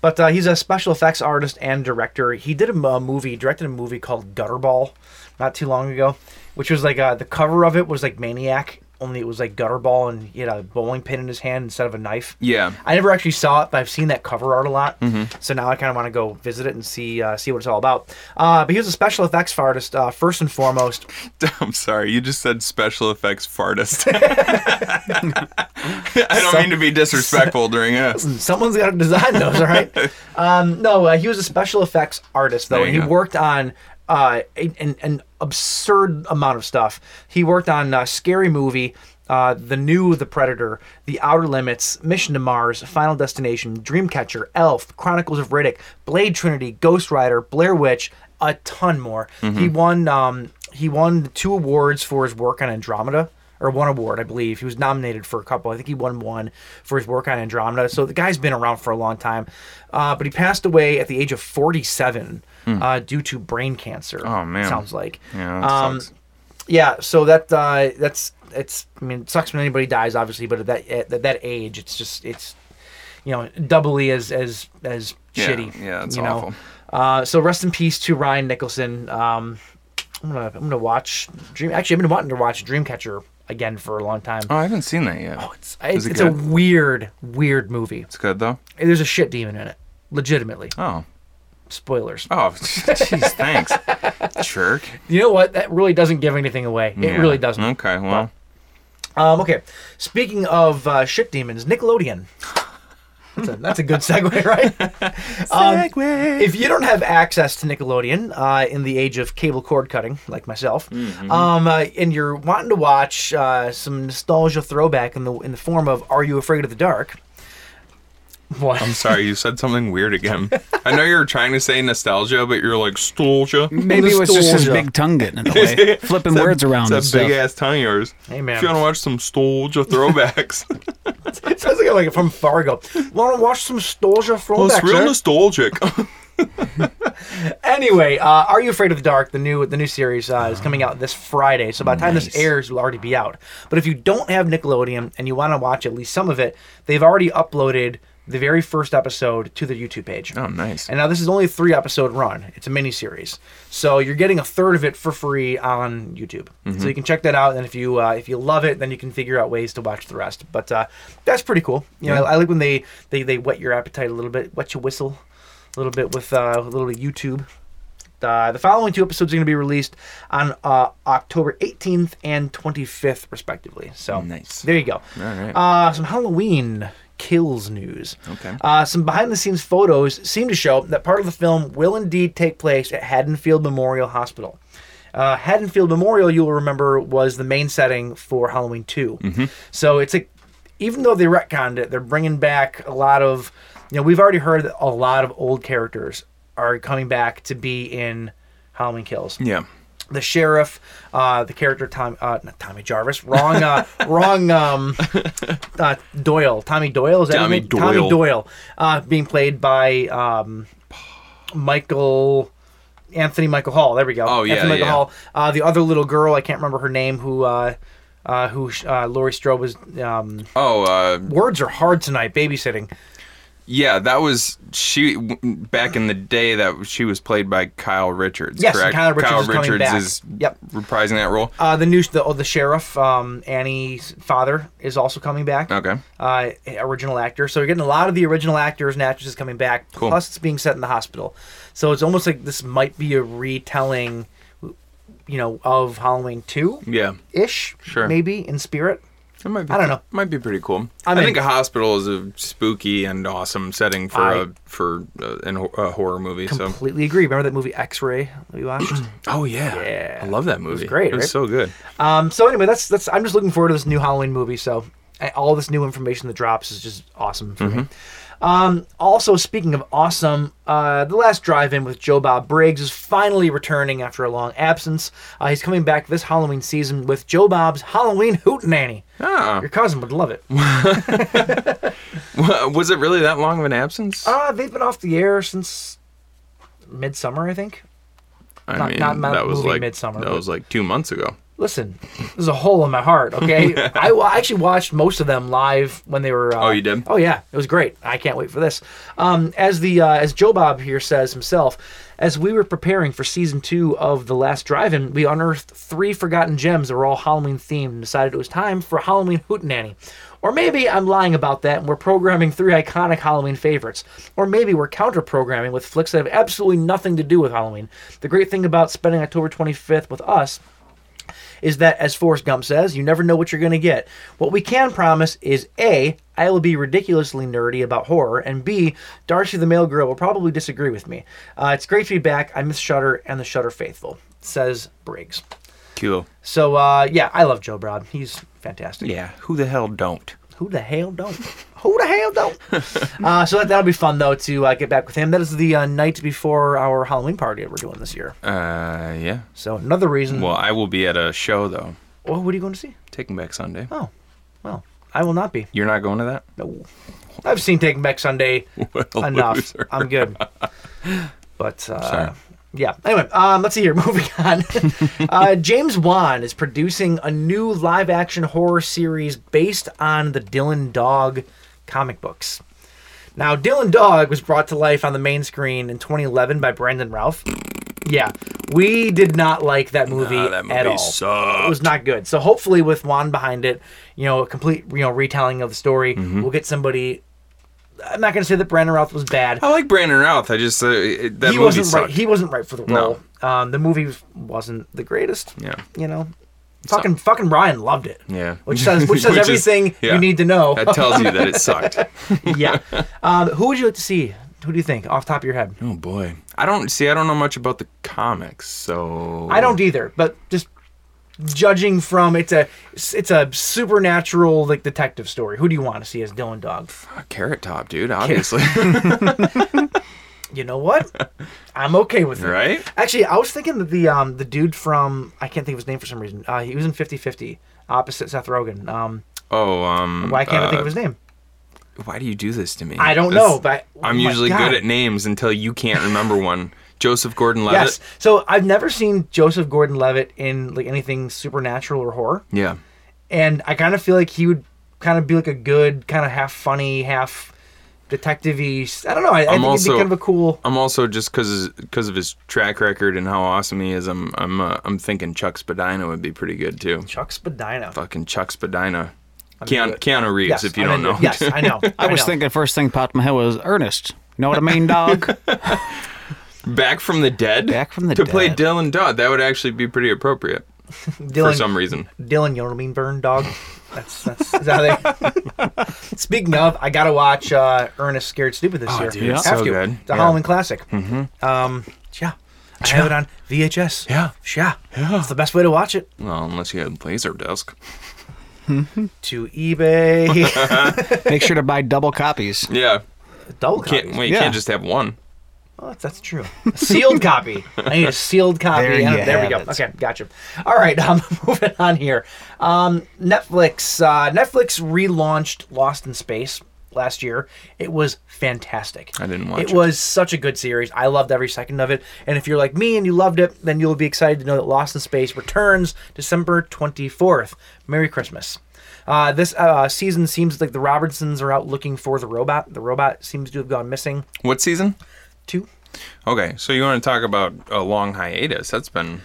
[SPEAKER 5] but uh, he's a special effects artist and director. He did a, m- a movie, directed a movie called Gutterball, not too long ago, which was like uh, the cover of it was like Maniac. Only it was like Gutterball, and he had a bowling pin in his hand instead of a knife.
[SPEAKER 6] Yeah.
[SPEAKER 5] I never actually saw it, but I've seen that cover art a lot. So now I kind of want to go visit it and see uh, see what it's all about. Uh, but he was a special effects artist uh, first and foremost.
[SPEAKER 6] *laughs* I'm sorry. You just said special effects *laughs* fartist. I don't mean to be disrespectful during us.
[SPEAKER 5] Someone's got to design those,
[SPEAKER 6] *laughs*
[SPEAKER 5] all right? um, no, uh, he was a special effects artist though,
[SPEAKER 6] There
[SPEAKER 5] and
[SPEAKER 6] you
[SPEAKER 5] he
[SPEAKER 6] go.
[SPEAKER 5] worked on uh, an, an- an absurd amount of stuff. He worked on uh, Scary Movie. Uh, the new The Predator, The Outer Limits, Mission to Mars, Final Destination, Dreamcatcher, Elf, Chronicles of Riddick, Blade Trinity, Ghost Rider, Blair Witch, a ton more.
[SPEAKER 6] Mm-hmm.
[SPEAKER 5] He won um, he won two awards for his work on Andromeda or one award, I believe. He was nominated for a couple. I think he won one for his work on Andromeda. So the guy's been around for a long time, uh, but he passed away at the age of 47 uh, due to brain cancer.
[SPEAKER 6] Hmm. Oh, man.
[SPEAKER 5] sounds like
[SPEAKER 6] *laughs*
[SPEAKER 5] Um,
[SPEAKER 6] Yeah, that sucks.
[SPEAKER 5] yeah. So that uh, that's it's. I mean, it sucks when anybody dies, obviously, but at that at that age, it's just it's you know doubly as as as
[SPEAKER 6] Yeah,
[SPEAKER 5] shitty.
[SPEAKER 6] yeah, it's
[SPEAKER 5] you know?
[SPEAKER 6] awful.
[SPEAKER 5] Uh, so rest in peace to Ryan Nicholson. Um, I'm gonna I'm gonna watch Dream. Actually, I've been wanting to watch Dreamcatcher again for a long time.
[SPEAKER 6] Oh, I haven't seen that yet. Oh,
[SPEAKER 5] It's,
[SPEAKER 6] Is
[SPEAKER 5] it's,
[SPEAKER 6] it
[SPEAKER 5] a
[SPEAKER 6] good?
[SPEAKER 5] weird weird movie.
[SPEAKER 6] it's good though.
[SPEAKER 5] There's a shit demon in it. Legitimately,
[SPEAKER 6] Oh.
[SPEAKER 5] spoilers.
[SPEAKER 6] Oh, *laughs* jeez, *laughs* thanks, jerk.
[SPEAKER 5] You know what? That really doesn't give anything away. It
[SPEAKER 6] Yeah.
[SPEAKER 5] really doesn't.
[SPEAKER 6] Okay, well,
[SPEAKER 5] Um, okay. Speaking of uh, shit demons, Nickelodeon. That's a, that's a good segue, *laughs* right? segue. if you don't have access to Nickelodeon uh, in the age of cable cord cutting, like myself,
[SPEAKER 6] Mm-hmm.
[SPEAKER 5] um, uh, and you're wanting to watch uh, some nostalgia throwback in the in the form of "Are You Afraid of the Dark"? What?
[SPEAKER 6] I'm sorry. You said something weird again. I know you were trying to say nostalgia, but you're like
[SPEAKER 5] *laughs*
[SPEAKER 6] nostalgia.
[SPEAKER 7] Maybe it was just his
[SPEAKER 5] Nostalgia.
[SPEAKER 7] big tongue
[SPEAKER 6] *laughs*
[SPEAKER 7] getting in the way, flipping words around. and
[SPEAKER 6] It's that
[SPEAKER 7] stuff.
[SPEAKER 6] big ass tongue of yours.
[SPEAKER 5] Hey, man.
[SPEAKER 6] If you want to watch some nostalgia
[SPEAKER 5] *laughs*
[SPEAKER 6] throwbacks,
[SPEAKER 5] *laughs* Sounds like I'm like from Fargo. Want to watch some nostalgia
[SPEAKER 6] well,
[SPEAKER 5] throwback?
[SPEAKER 6] it's real
[SPEAKER 5] sir?
[SPEAKER 6] nostalgic. *laughs*
[SPEAKER 5] anyway, uh, Are You Afraid of the Dark? The new the new series uh, is coming out this Friday, so by the time this airs, it'll already be out. But if you don't have Nickelodeon and you want to watch at least some of it, they've already uploaded the very first episode to their YouTube page.
[SPEAKER 6] oh, nice.
[SPEAKER 5] And now this is only a three episode run. It's a mini series, so you're getting a third of it for free on YouTube. So
[SPEAKER 6] Mm-hmm.
[SPEAKER 5] you can check that out, and if you uh, if you love it, then you can figure out ways to watch the rest. But uh, that's pretty cool. You know, I, I like when they, they they wet your appetite a little bit, wet your whistle a little bit with uh, a little YouTube. Uh, the following two episodes are going to be released on uh, October 18th and 25th, respectively. So
[SPEAKER 6] Nice.
[SPEAKER 5] there you go.
[SPEAKER 6] All right.
[SPEAKER 5] Uh, some Halloween kills news.
[SPEAKER 6] Okay.
[SPEAKER 5] Uh, some behind the scenes photos seem to show that part of the film will indeed take place at Haddonfield Memorial Hospital. Uh, Haddonfield Memorial, you will remember, was the main setting for Halloween 2.
[SPEAKER 6] Mm-hmm.
[SPEAKER 5] So it's like, even though they retconned it, they're bringing back a lot of, you know, we've already heard that a lot of old characters are coming back to be in Halloween Kills.
[SPEAKER 6] Yeah.
[SPEAKER 5] The sheriff, uh, the character Tom, uh, not Tommy Jarvis,
[SPEAKER 6] *laughs*
[SPEAKER 5] wrong, uh, wrong, um, uh, Doyle, Tommy Doyle is that his
[SPEAKER 6] Tommy
[SPEAKER 5] name? Tommy
[SPEAKER 6] Doyle.
[SPEAKER 5] Doyle, uh, being played by um, Michael. Anthony Michael Hall. There we go.
[SPEAKER 6] Oh, yeah,
[SPEAKER 5] Anthony Michael
[SPEAKER 6] yeah.
[SPEAKER 5] Hall. Uh, the other little girl, I can't remember her name, who uh, uh, who uh, Laurie Strode was. Um,
[SPEAKER 6] Oh, uh,
[SPEAKER 5] words are hard tonight. Babysitting.
[SPEAKER 6] yeah. That was she back in the day. That she was played by Kyle Richards.
[SPEAKER 5] Yes, and
[SPEAKER 6] correct?
[SPEAKER 5] Kyle Richards is coming back.
[SPEAKER 6] is
[SPEAKER 5] Yep.
[SPEAKER 6] reprising that role.
[SPEAKER 5] Uh, the new the, oh, the sheriff um, Annie's father is also coming back.
[SPEAKER 6] Okay.
[SPEAKER 5] Uh, original actor. So you're getting a lot of the original actors and actresses coming back.
[SPEAKER 6] Cool.
[SPEAKER 5] Plus, it's being set in the hospital, so it's almost like this might be a retelling, you know, of Halloween two
[SPEAKER 6] Yeah,
[SPEAKER 5] ish.
[SPEAKER 6] Sure.
[SPEAKER 5] Maybe in spirit.
[SPEAKER 6] it might be,
[SPEAKER 5] I don't know.
[SPEAKER 6] Might be pretty cool. i
[SPEAKER 5] I'm in.
[SPEAKER 6] think a hospital is a spooky and awesome setting for
[SPEAKER 5] I-
[SPEAKER 6] a for a, an, ho- a horror movie. So
[SPEAKER 5] Completely agree. Remember that movie X Ray that we watched?
[SPEAKER 6] *clears throat* oh yeah,
[SPEAKER 5] Yeah.
[SPEAKER 6] I love that movie. It was
[SPEAKER 5] great,
[SPEAKER 6] It was
[SPEAKER 5] right?
[SPEAKER 6] so good.
[SPEAKER 5] Um, so anyway, that's that's. I'm just looking forward to this new Halloween movie. So I- all this new information that drops is just awesome for me. Um, also, speaking of awesome, uh, the last drive-in with Joe Bob Briggs is finally returning after a long absence. Uh, he's coming back this Halloween season with Joe Bob's Halloween Hootenanny.
[SPEAKER 6] Ah.
[SPEAKER 5] *laughs* Your cousin would love it.
[SPEAKER 6] was it really that long of an absence?
[SPEAKER 5] Uh, they've been off the air since midsummer, I think.
[SPEAKER 6] I
[SPEAKER 5] not- not my
[SPEAKER 6] that was
[SPEAKER 5] movie
[SPEAKER 6] like
[SPEAKER 5] Midsummer,
[SPEAKER 6] That
[SPEAKER 5] but-
[SPEAKER 6] was like two months ago.
[SPEAKER 5] Listen, there's a hole in my
[SPEAKER 6] *laughs*
[SPEAKER 5] heart. Okay, I wa- I actually watched most of them live when they were. Uh,
[SPEAKER 6] Oh, you did?
[SPEAKER 5] Oh yeah, it was great. I can't wait for this. Um, as the uh, as Joe Bob here says himself, as we were preparing for season two of the Last Drive-In, we unearthed three forgotten gems that were all Halloween themed, and decided it was time for Halloween Hootenanny. Or maybe I'm lying about that and we're programming three iconic Halloween favorites. Or maybe we're counter programming with flicks that have absolutely nothing to do with Halloween. The great thing about spending October 25th with us is that, as Forrest Gump says, you never know what you're going to get. What we can promise is A, I will be ridiculously nerdy about horror, and B, Darcy the Male Girl will probably disagree with me. Uh, it's great to be back. I miss Shudder and the Shudder Faithful, says Briggs.
[SPEAKER 6] Cool.
[SPEAKER 5] So, uh, yeah, I love Joe Broad. He's fantastic.
[SPEAKER 6] Yeah. Who the hell don't?
[SPEAKER 5] Who the hell don't? Who the hell don't? uh, so that, that'll be fun, though, to uh, get back with him. That is the uh, night before our Halloween party that we're doing this year.
[SPEAKER 6] Uh, yeah.
[SPEAKER 5] So, another reason.
[SPEAKER 6] Well, I will be at a show though.
[SPEAKER 5] Oh, what are you going to see?
[SPEAKER 6] Taking Back Sunday.
[SPEAKER 5] Oh, well, I will not be.
[SPEAKER 6] You're not going to that?
[SPEAKER 5] No. I've seen Taking
[SPEAKER 6] *laughs*
[SPEAKER 5] Back Sunday
[SPEAKER 6] a
[SPEAKER 5] enough.
[SPEAKER 6] loser. *laughs*
[SPEAKER 5] I'm good. But uh,
[SPEAKER 6] Sorry.
[SPEAKER 5] yeah. Anyway, um, let's see here. *laughs* Moving
[SPEAKER 6] *laughs*
[SPEAKER 5] on. uh, James Wan is producing a new live-action horror series based on the Dylan Dog comic books. Now, Dylan Dog was brought to life on the main screen in 2011 by Brandon Routh. Yeah, we did not like that movie,
[SPEAKER 6] Nah, that
[SPEAKER 5] at
[SPEAKER 6] movie
[SPEAKER 5] all.
[SPEAKER 6] sucked.
[SPEAKER 5] It was not good. So hopefully, with Juan behind it, you know, a complete you know retelling of the story,
[SPEAKER 6] Mm-hmm.
[SPEAKER 5] we'll get somebody. I'm not going to say that Brandon Routh was bad.
[SPEAKER 6] I like Brandon Routh. I just uh, it- that
[SPEAKER 5] he
[SPEAKER 6] movie
[SPEAKER 5] wasn't
[SPEAKER 6] sucked.
[SPEAKER 5] right. He wasn't right for the role. Um, the movie was- wasn't the greatest.
[SPEAKER 6] Yeah.
[SPEAKER 5] You know, fucking fucking Ryan loved it.
[SPEAKER 6] Yeah.
[SPEAKER 5] Which
[SPEAKER 6] *laughs*
[SPEAKER 5] says which says
[SPEAKER 6] Which is-
[SPEAKER 5] everything
[SPEAKER 6] yeah.
[SPEAKER 5] you need to know.
[SPEAKER 6] that tells you
[SPEAKER 5] *laughs*
[SPEAKER 6] that it sucked. *laughs*
[SPEAKER 5] yeah. Um, who would you like to see? Who do you think, off the top of your head?
[SPEAKER 6] Oh boy. I don't see. I don't know much about the comics, so
[SPEAKER 5] I don't either, but just judging from it's a it's a supernatural like detective story. Who do you want to see as Dylan Dog?
[SPEAKER 6] Carrot Top, dude.
[SPEAKER 5] *laughs*
[SPEAKER 6] Obviously, *laughs*
[SPEAKER 5] You know what? I'm okay with it.
[SPEAKER 6] right?
[SPEAKER 5] Actually, I was thinking that the um the dude from I can't think of his name for some reason. Uh, he was in 50-50 opposite Seth Rogen. Um,
[SPEAKER 6] Oh, um.
[SPEAKER 5] why can't I think
[SPEAKER 6] uh,
[SPEAKER 5] of his name?
[SPEAKER 6] Why do you do this to me?
[SPEAKER 5] I don't
[SPEAKER 6] That's-
[SPEAKER 5] know, but
[SPEAKER 6] I'm
[SPEAKER 5] oh my
[SPEAKER 6] usually
[SPEAKER 5] God.
[SPEAKER 6] good at names until you can't remember
[SPEAKER 5] *laughs*
[SPEAKER 6] one. Joseph Gordon-Levitt.
[SPEAKER 5] Yes. So I've never seen Joseph Gordon-Levitt in like anything supernatural or horror,
[SPEAKER 6] Yeah.
[SPEAKER 5] and I kind of feel like he would kind of be like a good, kind of half funny, half detective-y. I don't know. I, I
[SPEAKER 6] I'm
[SPEAKER 5] think he'd
[SPEAKER 6] also-
[SPEAKER 5] be kind of a cool.
[SPEAKER 6] I'm also just because of his track record and how awesome he is. I'm I'm uh, I'm thinking Chuck Spadina would be pretty good too.
[SPEAKER 5] Chuck Spadina.
[SPEAKER 6] Fucking Chuck Spadina. Keanu, Keanu Reeves, if you
[SPEAKER 5] I'm
[SPEAKER 6] don't
[SPEAKER 5] into
[SPEAKER 6] know.
[SPEAKER 5] it. Yes, I know.
[SPEAKER 7] I was
[SPEAKER 5] know.
[SPEAKER 7] thinking first thing popped in my head was Ernest. You know what I
[SPEAKER 6] *laughs*
[SPEAKER 7] mean, dog?
[SPEAKER 6] *laughs* Back from the dead.
[SPEAKER 7] Back from the
[SPEAKER 6] To play
[SPEAKER 7] dead.
[SPEAKER 6] Dylan Dodd, that would actually be pretty appropriate
[SPEAKER 5] Dylan,
[SPEAKER 6] for some reason.
[SPEAKER 5] Dylan, you know what I mean, burn dog. That's that's is that how
[SPEAKER 6] *laughs*
[SPEAKER 5] they. Speaking of, I gotta watch uh, Ernest Scared Stupid this year.
[SPEAKER 6] Oh, dude, it's
[SPEAKER 5] Have
[SPEAKER 6] so
[SPEAKER 5] to.
[SPEAKER 6] good.
[SPEAKER 5] It's a
[SPEAKER 6] Yeah.
[SPEAKER 5] Halloween classic. Mm-hmm. Um, yeah, I have it on VHS.
[SPEAKER 6] Yeah.
[SPEAKER 5] yeah, yeah. It's the best way to watch it.
[SPEAKER 6] Well, unless you had Laserdisc. *laughs*
[SPEAKER 5] To eBay,
[SPEAKER 7] Make sure to buy double copies.
[SPEAKER 6] Yeah.
[SPEAKER 5] double
[SPEAKER 6] Can't,
[SPEAKER 5] copies.
[SPEAKER 6] well, you
[SPEAKER 7] Yeah.
[SPEAKER 6] can't just have one.
[SPEAKER 5] Oh, that's, that's true. A sealed copy. I need a sealed copy.
[SPEAKER 7] There
[SPEAKER 5] There,
[SPEAKER 7] you
[SPEAKER 5] there we go.
[SPEAKER 7] have it.
[SPEAKER 5] Okay, gotcha. All right, *laughs* um, moving on here. Um, Netflix. Uh, Netflix relaunched Lost in Space last year. It was fantastic.
[SPEAKER 6] I didn't watch it.
[SPEAKER 5] It was such a good series. I loved every second of it. And if you're like me and you loved it, then you'll be excited to know that Lost in Space returns December 24th. Merry Christmas. Uh, this uh, season seems like the Robertsons are out looking for the robot. The robot seems to have gone missing.
[SPEAKER 6] What season?
[SPEAKER 5] Two.
[SPEAKER 6] Okay, so you want to talk about a long hiatus? That's been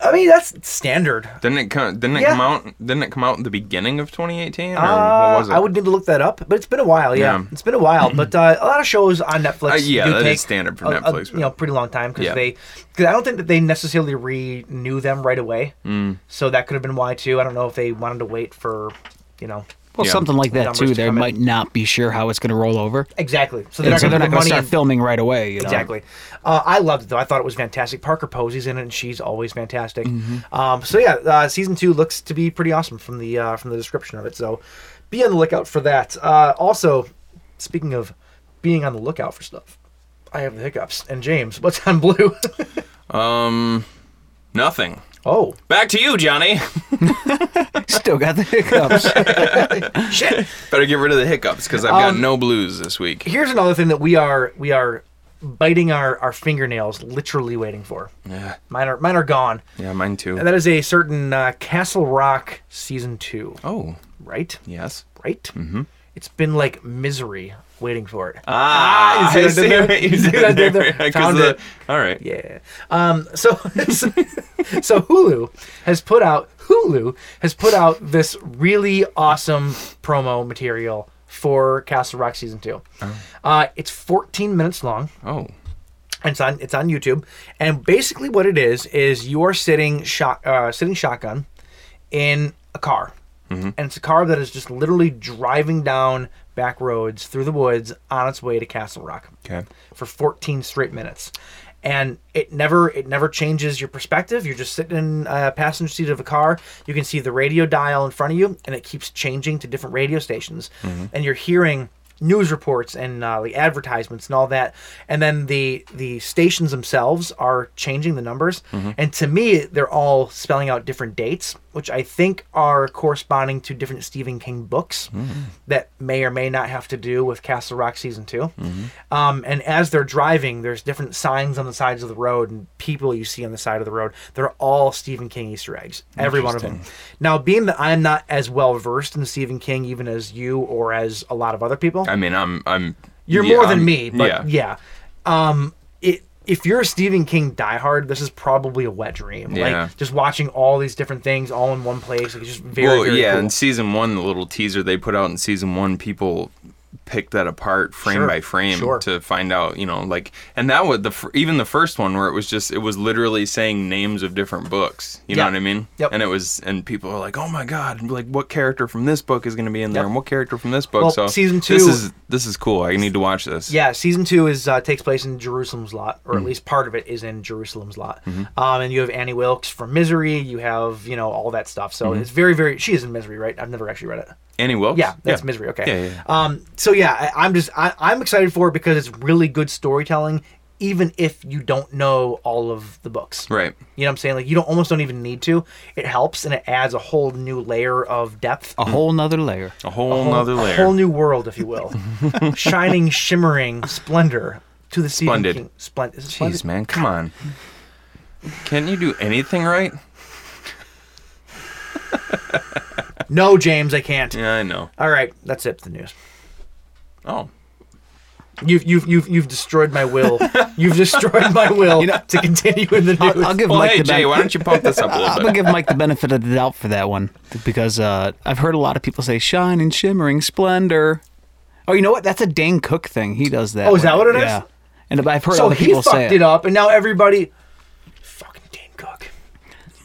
[SPEAKER 5] I mean, that's standard.
[SPEAKER 6] didn't it come didn't it
[SPEAKER 5] Yeah.
[SPEAKER 6] come out didn't it come out in the beginning of 2018 or
[SPEAKER 5] Uh,
[SPEAKER 6] what was it?
[SPEAKER 5] I would need to look that up, but it's been a while. Yeah,
[SPEAKER 6] Yeah.
[SPEAKER 5] it's been
[SPEAKER 6] *clears throat*
[SPEAKER 5] a while. But uh, a lot of shows on Netflix.
[SPEAKER 6] Uh, yeah,
[SPEAKER 5] do
[SPEAKER 6] that is
[SPEAKER 5] take
[SPEAKER 6] standard for
[SPEAKER 5] a- a,
[SPEAKER 6] Netflix,
[SPEAKER 5] you know,
[SPEAKER 6] but-
[SPEAKER 5] pretty long time because
[SPEAKER 6] Yeah.
[SPEAKER 5] they because I don't think that they necessarily renew them right away. Mm. So that could have been why too. I don't know if they wanted to wait for, you know,
[SPEAKER 7] Well,
[SPEAKER 6] Yeah.
[SPEAKER 7] something like that
[SPEAKER 5] Numbers
[SPEAKER 7] too.
[SPEAKER 5] to
[SPEAKER 7] They
[SPEAKER 5] come in.
[SPEAKER 7] might not be sure how it's going to roll over,
[SPEAKER 5] exactly. So they're
[SPEAKER 7] and
[SPEAKER 5] not
[SPEAKER 7] so they're
[SPEAKER 5] going to put
[SPEAKER 7] not going to
[SPEAKER 5] money
[SPEAKER 7] start
[SPEAKER 5] in.
[SPEAKER 7] filming right away. you know?
[SPEAKER 5] Exactly. Uh, I loved it though. I thought it was fantastic. Parker Posey's in it, and she's always fantastic. Um, so yeah, uh, season two looks to be pretty awesome from the uh, from the description of it. So be on the lookout for that. Uh, also, speaking of being on the lookout for stuff, I have the hiccups. And James, what's on blue? *laughs*
[SPEAKER 6] Nothing.
[SPEAKER 5] oh
[SPEAKER 6] Back to you, Johnny.
[SPEAKER 7] *laughs* Still got the hiccups.
[SPEAKER 5] shit!
[SPEAKER 6] *laughs* Better get rid of the hiccups because I've
[SPEAKER 5] Um,
[SPEAKER 6] got no blues this week.
[SPEAKER 5] Here's another thing that we are we are biting our, our fingernails, literally waiting for. Yeah. Mine are mine are gone.
[SPEAKER 6] Yeah, mine too.
[SPEAKER 5] And that is a certain uh, Castle Rock season two,
[SPEAKER 6] oh,
[SPEAKER 5] right?
[SPEAKER 6] yes.
[SPEAKER 5] right? Mm-hmm. It's been like misery waiting for it.
[SPEAKER 6] Ah,
[SPEAKER 5] you see what I did there? You see what I did
[SPEAKER 6] *laughs*
[SPEAKER 5] there? Found it.
[SPEAKER 6] All right.
[SPEAKER 5] yeah. Um, so, *laughs* so, so Hulu has put out Hulu has put out this really awesome promo material for Castle Rock season two. Uh, it's 14 minutes long.
[SPEAKER 6] Oh,
[SPEAKER 5] And It's on it's on YouTube, and basically what it is is you are sitting shot uh, sitting shotgun in a car, and it's a car that is just literally driving down back roads through the woods on its way to Castle Rock
[SPEAKER 6] okay.
[SPEAKER 5] for 14 straight minutes and it never it never changes your perspective you're just sitting in a passenger seat of a car you can see the radio dial in front of you and it keeps changing to different radio stations and you're hearing news reports and uh, like advertisements and all that and then the the stations themselves are changing the numbers and to me they're all spelling out different dates which i think are corresponding to different stephen king books that may or may not have to do with castle rock season 2
[SPEAKER 6] Mm-hmm.
[SPEAKER 5] um, and as they're driving, there's different signs on the sides of the road and people you see on the side of the road. They're all Stephen King Easter eggs, every one of them. Now, being that I'm not as well versed in Stephen King, even as you or as a lot of other people,
[SPEAKER 6] I mean, I'm I'm.
[SPEAKER 5] you're
[SPEAKER 6] yeah,
[SPEAKER 5] more than
[SPEAKER 6] I'm-
[SPEAKER 5] me, but
[SPEAKER 6] yeah.
[SPEAKER 5] yeah. Um, it, if you're a Stephen King diehard, this is probably a wet dream.
[SPEAKER 6] Yeah.
[SPEAKER 5] Like just watching all these different things all in one place, like it's just very,
[SPEAKER 6] Well,
[SPEAKER 5] very
[SPEAKER 6] yeah.
[SPEAKER 5] cool.
[SPEAKER 6] In season one, the little teaser they put out in season one, people picked that apart frame
[SPEAKER 5] Sure,
[SPEAKER 6] by frame
[SPEAKER 5] sure.
[SPEAKER 6] to find out, you know, like, and that was the fir- even the first one where it was just it was literally saying names of different books. You know
[SPEAKER 5] Yeah.
[SPEAKER 6] what I mean?
[SPEAKER 5] Yep.
[SPEAKER 6] And it was and people were like, oh my god, like what character from this book is going to be in there,
[SPEAKER 5] Yep.
[SPEAKER 6] and what character from this book.
[SPEAKER 5] Well,
[SPEAKER 6] so
[SPEAKER 5] season
[SPEAKER 6] This
[SPEAKER 5] two-
[SPEAKER 6] is this is cool. I need to watch this.
[SPEAKER 5] Yeah, season two is uh, takes place in Jerusalem's lot, or
[SPEAKER 6] Mm.
[SPEAKER 5] at least part of it is in Jerusalem's lot.
[SPEAKER 6] Mm-hmm.
[SPEAKER 5] Um, and you have Annie Wilkes from Misery. You have you know all that stuff. So it's very very. She is in Misery, right? I've never actually read it.
[SPEAKER 6] Annie Wilkes.
[SPEAKER 5] Yeah, that's Misery. Okay.
[SPEAKER 6] Mm-hmm. Yeah, yeah,
[SPEAKER 5] Um. So yeah, I, I'm just I, I'm excited for it because it's really good storytelling, even if you don't know all of the books.
[SPEAKER 6] Right.
[SPEAKER 5] You know what I'm saying? Like you don't almost don't even need to. It helps and it adds a whole new layer of depth.
[SPEAKER 7] A whole nother layer.
[SPEAKER 6] A whole, nother layer.
[SPEAKER 5] A whole new world, if you will. Shining, shimmering splendor to the Stephen
[SPEAKER 6] Splendid.
[SPEAKER 5] King. Splendid. Is it splendid?
[SPEAKER 6] Jeez, man, come on. Can't you do anything right?
[SPEAKER 5] No, James, I can't.
[SPEAKER 6] Yeah, I know.
[SPEAKER 5] All right, that's it for the news.
[SPEAKER 6] Oh.
[SPEAKER 5] You've you've you've, you've destroyed my will. you've destroyed my will to continue in the news.
[SPEAKER 7] I'll, I'll give
[SPEAKER 6] Well,
[SPEAKER 7] Mike
[SPEAKER 6] hey,
[SPEAKER 7] the
[SPEAKER 6] Jay,
[SPEAKER 7] benefit.
[SPEAKER 6] why don't you pump this up
[SPEAKER 7] *laughs*
[SPEAKER 6] a
[SPEAKER 7] I'm
[SPEAKER 6] little
[SPEAKER 7] gonna
[SPEAKER 6] bit?
[SPEAKER 7] give Mike the benefit of the doubt for that one because uh, I've heard a lot of people say "shine and shimmering splendor." Oh, you know what? That's a Dane Cook thing. He does that.
[SPEAKER 5] Oh, is that what it
[SPEAKER 7] it
[SPEAKER 5] is?
[SPEAKER 7] is? yeah. And I've heard
[SPEAKER 5] so
[SPEAKER 7] other
[SPEAKER 5] he
[SPEAKER 7] people
[SPEAKER 5] fucked
[SPEAKER 7] say
[SPEAKER 5] it.
[SPEAKER 7] it.
[SPEAKER 5] up, and now everybody. Fucking Dane Cook.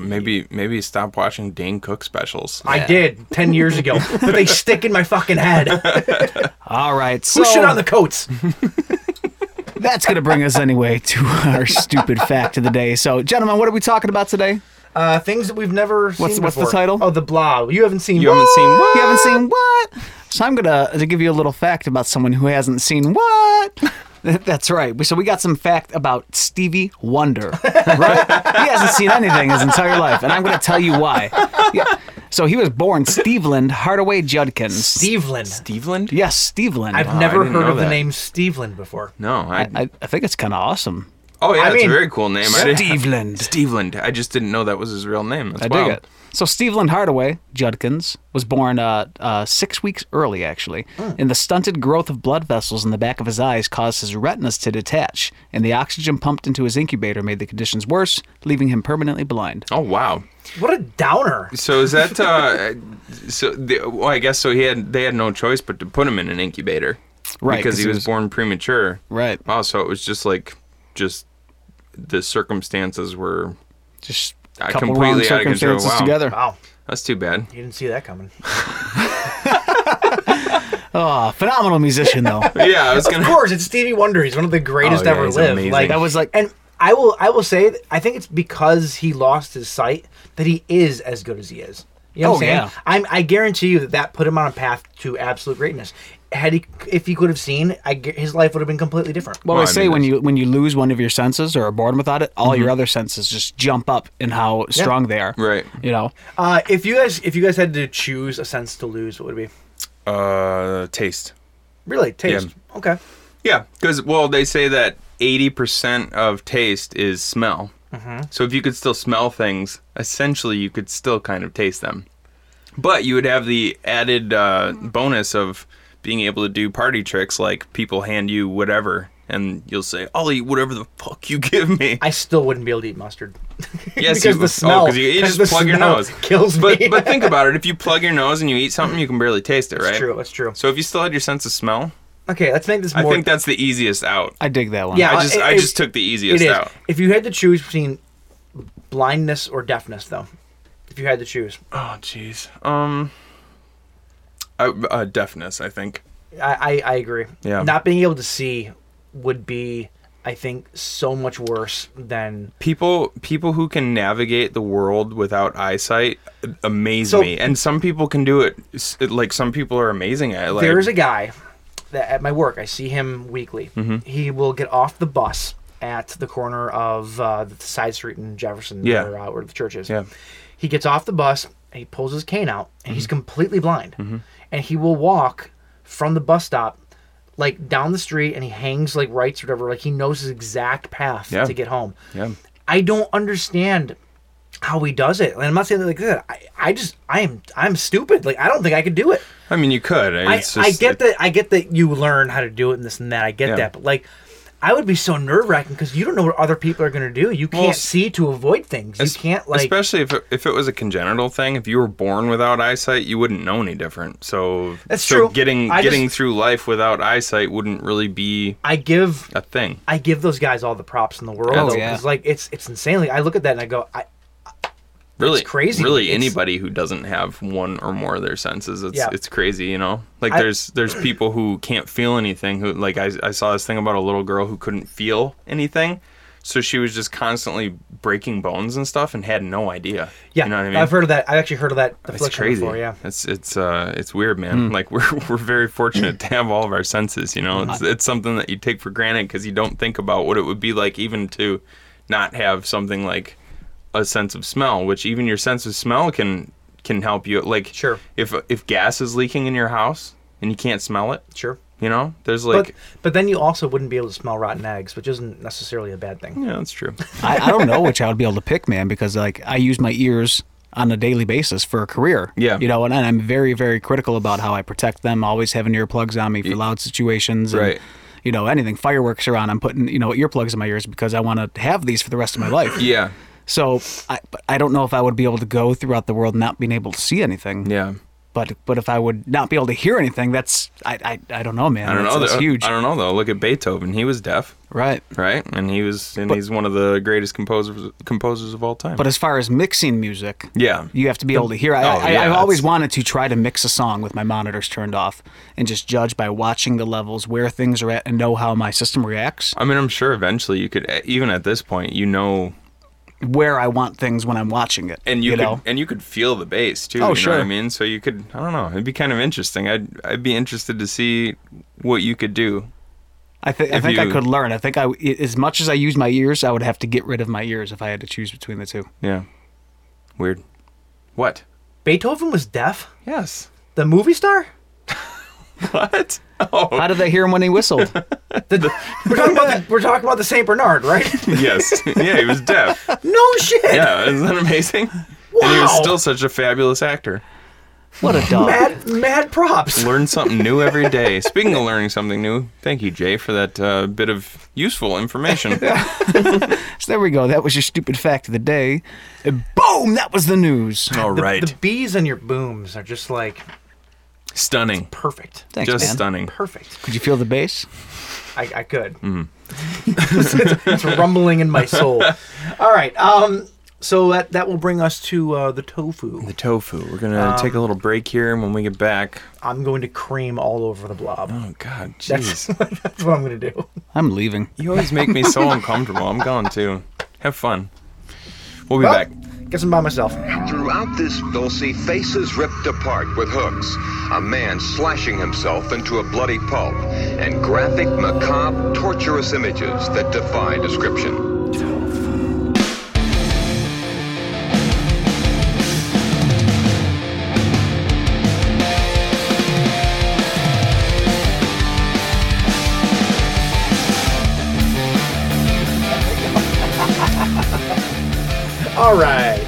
[SPEAKER 6] Maybe maybe stop watching Dane Cook specials.
[SPEAKER 5] I did ten years ago, but they stick in my fucking head.
[SPEAKER 7] All right, so
[SPEAKER 5] Who shit on the coats?
[SPEAKER 7] that's gonna bring us anyway to our stupid fact of the day. So, gentlemen, what are we talking about today?
[SPEAKER 5] Uh, things that we've never
[SPEAKER 7] What's-
[SPEAKER 5] seen
[SPEAKER 7] what's the
[SPEAKER 5] before.
[SPEAKER 7] title?
[SPEAKER 5] Oh, the Blob. You haven't seen.
[SPEAKER 6] You haven't seen what? uh,
[SPEAKER 7] You haven't seen what? So I'm gonna to give you a little fact about someone who hasn't seen what. *laughs* That's right. We- So we got some fact about Stevie
[SPEAKER 6] *laughs*
[SPEAKER 7] Wonder. Right? he hasn't seen anything his entire life, and I'm going to tell you why. Yeah. So he was born Steveland Hardaway Judkins.
[SPEAKER 5] Steveland.
[SPEAKER 6] Steveland?
[SPEAKER 7] yes, Steveland.
[SPEAKER 5] I've
[SPEAKER 6] Wow, I
[SPEAKER 5] never
[SPEAKER 6] didn't
[SPEAKER 5] heard
[SPEAKER 6] know
[SPEAKER 5] of the
[SPEAKER 6] that.
[SPEAKER 5] name Steveland before.
[SPEAKER 6] No, I,
[SPEAKER 7] I, I think it's kind of awesome.
[SPEAKER 6] Oh yeah,
[SPEAKER 5] I
[SPEAKER 6] that's
[SPEAKER 5] mean,
[SPEAKER 6] a very cool name. I didn't-
[SPEAKER 7] Steveland.
[SPEAKER 6] Steveland. I just didn't know that was his real name. That's
[SPEAKER 7] I dig
[SPEAKER 6] wild.
[SPEAKER 7] it. So Steveland Hardaway Judkins was born uh, uh, six weeks early, actually,
[SPEAKER 6] Hmm.
[SPEAKER 7] and the stunted growth of blood vessels in the back of his eyes caused his retinas to detach, and the oxygen pumped into his incubator made the conditions worse, leaving him permanently blind.
[SPEAKER 6] Oh wow.
[SPEAKER 5] What a
[SPEAKER 6] *laughs*
[SPEAKER 5] downer.
[SPEAKER 6] So is that? uh *laughs* So the, well, I guess so. He had they had no choice but to put him in an incubator,
[SPEAKER 7] Right,
[SPEAKER 6] Because
[SPEAKER 7] 'cause
[SPEAKER 6] he
[SPEAKER 7] he
[SPEAKER 6] was,
[SPEAKER 7] was-
[SPEAKER 6] born premature,
[SPEAKER 7] Right.
[SPEAKER 6] Wow. So it was just like, just the circumstances were.
[SPEAKER 7] Just
[SPEAKER 6] I
[SPEAKER 7] a couple wrong
[SPEAKER 6] completely out of control.
[SPEAKER 7] circumstances
[SPEAKER 6] Wow.
[SPEAKER 7] together.
[SPEAKER 5] Wow.
[SPEAKER 6] That's too bad.
[SPEAKER 5] You didn't see
[SPEAKER 6] *laughs*
[SPEAKER 5] that coming.
[SPEAKER 7] A phenomenal
[SPEAKER 6] *laughs*
[SPEAKER 7] musician, though.
[SPEAKER 6] Yeah, I was
[SPEAKER 5] of
[SPEAKER 6] gonna.
[SPEAKER 5] course, it's Stevie Wonder. He's one of the greatest
[SPEAKER 6] Oh, yeah,
[SPEAKER 5] ever
[SPEAKER 6] he's
[SPEAKER 5] lived.
[SPEAKER 6] amazing.
[SPEAKER 5] Like
[SPEAKER 7] That was like-
[SPEAKER 5] and I will, I will say, that I think it's because he lost his sight that he is as good as he is. You know what
[SPEAKER 7] Oh,
[SPEAKER 5] I'm saying?
[SPEAKER 7] yeah.
[SPEAKER 5] I'm, I guarantee you that that put him on a path to absolute greatness. Had he, if he could have seen, I, gu- his life would have been completely different.
[SPEAKER 7] Well,
[SPEAKER 6] Well, I
[SPEAKER 7] they say
[SPEAKER 6] mean,
[SPEAKER 7] when
[SPEAKER 6] that's-
[SPEAKER 7] you when you lose one of your senses or are born without it, all your other senses just jump up in how strong they are.
[SPEAKER 6] Right.
[SPEAKER 7] You know.
[SPEAKER 5] Uh, if you guys, if you guys had to choose a sense to lose, what would it be?
[SPEAKER 6] Uh, taste.
[SPEAKER 5] Really, taste. Okay.
[SPEAKER 6] Yeah, because well, they say that eighty percent of taste is smell.
[SPEAKER 5] Mm-hmm.
[SPEAKER 6] So if you could still smell things, essentially you could still kind of taste them, but you would have the added uh, bonus of being able to do party tricks, like people hand you whatever, and you'll say, "I'll eat whatever the fuck you give me."
[SPEAKER 5] I still wouldn't be able to eat mustard.
[SPEAKER 6] Yes,
[SPEAKER 5] *laughs* because
[SPEAKER 6] you
[SPEAKER 5] the
[SPEAKER 6] would.
[SPEAKER 5] smell.
[SPEAKER 6] Oh, 'cause you, you
[SPEAKER 5] 'cause
[SPEAKER 6] just
[SPEAKER 5] the
[SPEAKER 6] plug your
[SPEAKER 5] smell
[SPEAKER 6] nose.
[SPEAKER 5] *laughs* kills me.
[SPEAKER 6] But but
[SPEAKER 5] *laughs*
[SPEAKER 6] think about it. If you plug your nose and you eat something, you can barely taste it, right?
[SPEAKER 5] that's true. That's true.
[SPEAKER 6] So if you still had your sense of smell,
[SPEAKER 5] Okay, let's make this
[SPEAKER 6] I
[SPEAKER 5] more.
[SPEAKER 6] think that's the easiest out.
[SPEAKER 7] I dig that one.
[SPEAKER 5] Yeah.
[SPEAKER 6] I
[SPEAKER 5] uh,
[SPEAKER 6] just
[SPEAKER 5] it-
[SPEAKER 6] I
[SPEAKER 5] it-
[SPEAKER 6] just took the
[SPEAKER 5] It
[SPEAKER 6] easiest
[SPEAKER 5] is.
[SPEAKER 6] out.
[SPEAKER 5] If you had to choose between blindness or deafness, though, if you had to choose,
[SPEAKER 6] Oh jeez. Um. I, uh, deafness, I think.
[SPEAKER 5] I, I, I agree.
[SPEAKER 6] Yeah.
[SPEAKER 5] Not being able to see would be, I think, so much worse than.
[SPEAKER 6] People people who can navigate the world without eyesight amaze
[SPEAKER 5] So-
[SPEAKER 6] me, and some people can do it. s- Like some people are amazing at. it, Like,
[SPEAKER 5] There's a guy that at my work. I see him weekly.
[SPEAKER 6] Mm-hmm.
[SPEAKER 5] He will get off the bus at the corner of uh, the side street in Jefferson,
[SPEAKER 6] Yeah.
[SPEAKER 5] where, uh, where the church is.
[SPEAKER 6] Yeah.
[SPEAKER 5] He gets off the bus. And he pulls his cane out,
[SPEAKER 6] Mm-hmm.
[SPEAKER 5] and he's completely blind. And he will walk from the bus stop, like down the street, and he hangs like rights or whatever. Like he knows his exact path
[SPEAKER 6] Yeah.
[SPEAKER 5] to get home.
[SPEAKER 6] Yeah.
[SPEAKER 5] I don't understand how he does it. And I'm not saying that like that. I, I just I am I'm stupid. Like I don't think I could do it.
[SPEAKER 6] I mean, you could.
[SPEAKER 5] I,
[SPEAKER 6] It's
[SPEAKER 5] I
[SPEAKER 6] just-
[SPEAKER 5] get that I get that you learn how to do it and this and that. I get
[SPEAKER 6] Yeah.
[SPEAKER 5] that. But like I would be so nerve wracking because you don't know what other people are gonna do. You can't
[SPEAKER 6] s-
[SPEAKER 5] see to avoid things. You
[SPEAKER 6] es-
[SPEAKER 5] can't like
[SPEAKER 6] especially if it, if it was a congenital thing. If you were born without eyesight, you wouldn't know any different. So
[SPEAKER 5] That's
[SPEAKER 6] so
[SPEAKER 5] true.
[SPEAKER 6] Getting
[SPEAKER 5] I
[SPEAKER 6] getting
[SPEAKER 5] just-
[SPEAKER 6] through life without eyesight wouldn't really be
[SPEAKER 5] I give
[SPEAKER 6] a thing.
[SPEAKER 5] I give those guys all the props in the world
[SPEAKER 6] Oh,
[SPEAKER 5] though,
[SPEAKER 7] yeah.
[SPEAKER 5] 'cause, like it's it's insanely. I look at that and I go, I,
[SPEAKER 6] Really
[SPEAKER 5] crazy.
[SPEAKER 6] Really,
[SPEAKER 5] It's-
[SPEAKER 6] anybody who doesn't have one or more of their senses, it's
[SPEAKER 5] Yeah.
[SPEAKER 6] it's crazy. You know, like
[SPEAKER 5] I-
[SPEAKER 6] there's there's people who can't feel anything. Who like I I saw this thing about a little girl who couldn't feel anything. So she was just constantly breaking bones and stuff, and had no idea.
[SPEAKER 5] yeah,
[SPEAKER 6] you know what I mean.
[SPEAKER 5] have heard of that. I've actually heard of that
[SPEAKER 6] It's
[SPEAKER 5] affliction
[SPEAKER 6] crazy.
[SPEAKER 5] before, yeah.
[SPEAKER 6] It's it's uh it's weird,
[SPEAKER 7] Hmm.
[SPEAKER 6] man. Like *laughs* we're we're very fortunate to have all of our senses. You know,
[SPEAKER 7] Uh-huh.
[SPEAKER 6] it's it's something that you take for granted because you don't think about what it would be like even to not have something like a sense of smell, which even your sense of smell can can help you. Like
[SPEAKER 5] Sure.
[SPEAKER 6] if if gas is leaking in your house and you can't smell it,
[SPEAKER 5] Sure.
[SPEAKER 6] you know, there's
[SPEAKER 5] But
[SPEAKER 6] like
[SPEAKER 5] but then you also wouldn't be able to smell rotten eggs, which isn't necessarily a bad thing.
[SPEAKER 6] yeah, that's
[SPEAKER 7] *laughs*
[SPEAKER 6] true.
[SPEAKER 7] I, I don't know which I would be able to pick, man, because like I use my ears on a daily basis for a career.
[SPEAKER 6] Yeah.
[SPEAKER 7] You know, and, and I'm very, very critical about how I protect them, always having earplugs on me for loud situations. and,
[SPEAKER 6] Right.
[SPEAKER 7] You know, anything fireworks are on, I'm putting, you know, earplugs in my ears because I want to have these for the rest of my life.
[SPEAKER 6] yeah,
[SPEAKER 7] So I, but I don't know if I would be able to go throughout the world not being able to see anything.
[SPEAKER 6] yeah.
[SPEAKER 7] But but if I would not be able to hear anything, that's, I, I, I don't know, man.
[SPEAKER 6] I don't
[SPEAKER 7] that's,
[SPEAKER 6] know.
[SPEAKER 7] That's
[SPEAKER 6] though.
[SPEAKER 7] huge.
[SPEAKER 6] I don't know though. Look at Beethoven. He was deaf.
[SPEAKER 7] right.
[SPEAKER 6] right? And he was, and
[SPEAKER 7] But-
[SPEAKER 6] he's one of the greatest composers composers of all time.
[SPEAKER 7] But as far as mixing music,
[SPEAKER 6] yeah,
[SPEAKER 7] you have to be able to hear. I,
[SPEAKER 6] Oh,
[SPEAKER 7] I,
[SPEAKER 6] yeah,
[SPEAKER 7] I've
[SPEAKER 6] that's-
[SPEAKER 7] always wanted to try to mix a song with my monitors turned off and just judge by watching the levels where things are at and know how my system reacts,
[SPEAKER 6] I mean, I'm sure eventually you could, e, even at this point, you know,
[SPEAKER 7] where I want things when I'm watching it.
[SPEAKER 6] and you, could,
[SPEAKER 7] know,
[SPEAKER 6] and you could feel the bass too. you
[SPEAKER 7] Oh,
[SPEAKER 6] know
[SPEAKER 7] sure.
[SPEAKER 6] what I mean? So you could, I don't know, it'd be kind of interesting. I'd, I'd be interested to see what you could do
[SPEAKER 7] I think I
[SPEAKER 6] If
[SPEAKER 7] think I
[SPEAKER 6] you-
[SPEAKER 7] could learn. I think I as much as I use my ears, I would have to get rid of my ears if I had to choose between the two.
[SPEAKER 6] Yeah. Weird. What?
[SPEAKER 5] Beethoven was deaf?
[SPEAKER 6] Yes. *laughs*
[SPEAKER 5] The movie star?
[SPEAKER 6] What? Oh. *laughs*
[SPEAKER 7] How did they hear him when he whistled?
[SPEAKER 5] The- *laughs* we're, talking about the, we're talking about the St.
[SPEAKER 6] *laughs*
[SPEAKER 5] Bernard, right?
[SPEAKER 6] Yes. Yeah, he was deaf.
[SPEAKER 5] No shit.
[SPEAKER 6] Yeah, isn't that amazing? And he was
[SPEAKER 5] Wow.
[SPEAKER 6] still such a fabulous actor.
[SPEAKER 7] what a dog!
[SPEAKER 5] Mad, mad props.
[SPEAKER 6] Learn something new every
[SPEAKER 7] *laughs*
[SPEAKER 6] day. Speaking of learning something new, thank you, Jay, for that uh, bit of useful
[SPEAKER 7] *laughs*
[SPEAKER 6] information.
[SPEAKER 7] so there we go. That was your stupid fact of the day. And boom! That was the news.
[SPEAKER 6] All
[SPEAKER 5] The,
[SPEAKER 6] right.
[SPEAKER 5] the bees on your booms are just like
[SPEAKER 6] stunning.
[SPEAKER 5] perfect.
[SPEAKER 7] Thanks,
[SPEAKER 6] Just
[SPEAKER 7] man.
[SPEAKER 6] stunning.
[SPEAKER 5] Perfect.
[SPEAKER 7] Could you feel the bass?
[SPEAKER 5] I, I could.
[SPEAKER 6] Mm.
[SPEAKER 5] it's, *laughs* it's rumbling in my soul. All right. Um. So that that will bring us to uh, the tofu.
[SPEAKER 6] The tofu. We're going to take a little break here, and when we get back.
[SPEAKER 5] I'm going to cream all over the blob.
[SPEAKER 6] Oh, God,
[SPEAKER 5] That's,
[SPEAKER 6] jeez.
[SPEAKER 5] *laughs* that's what I'm going to do.
[SPEAKER 7] I'm leaving. *laughs*
[SPEAKER 6] You always make me so uncomfortable. I'm gone, too. Have fun. We'll be
[SPEAKER 5] Well,
[SPEAKER 6] back.
[SPEAKER 5] Guess I'm
[SPEAKER 6] *laughs*
[SPEAKER 5] by myself.
[SPEAKER 10] Throughout this, they'll see faces ripped apart with hooks, a man slashing himself into a bloody pulp, and graphic, macabre, torturous images that defy description.
[SPEAKER 5] All right.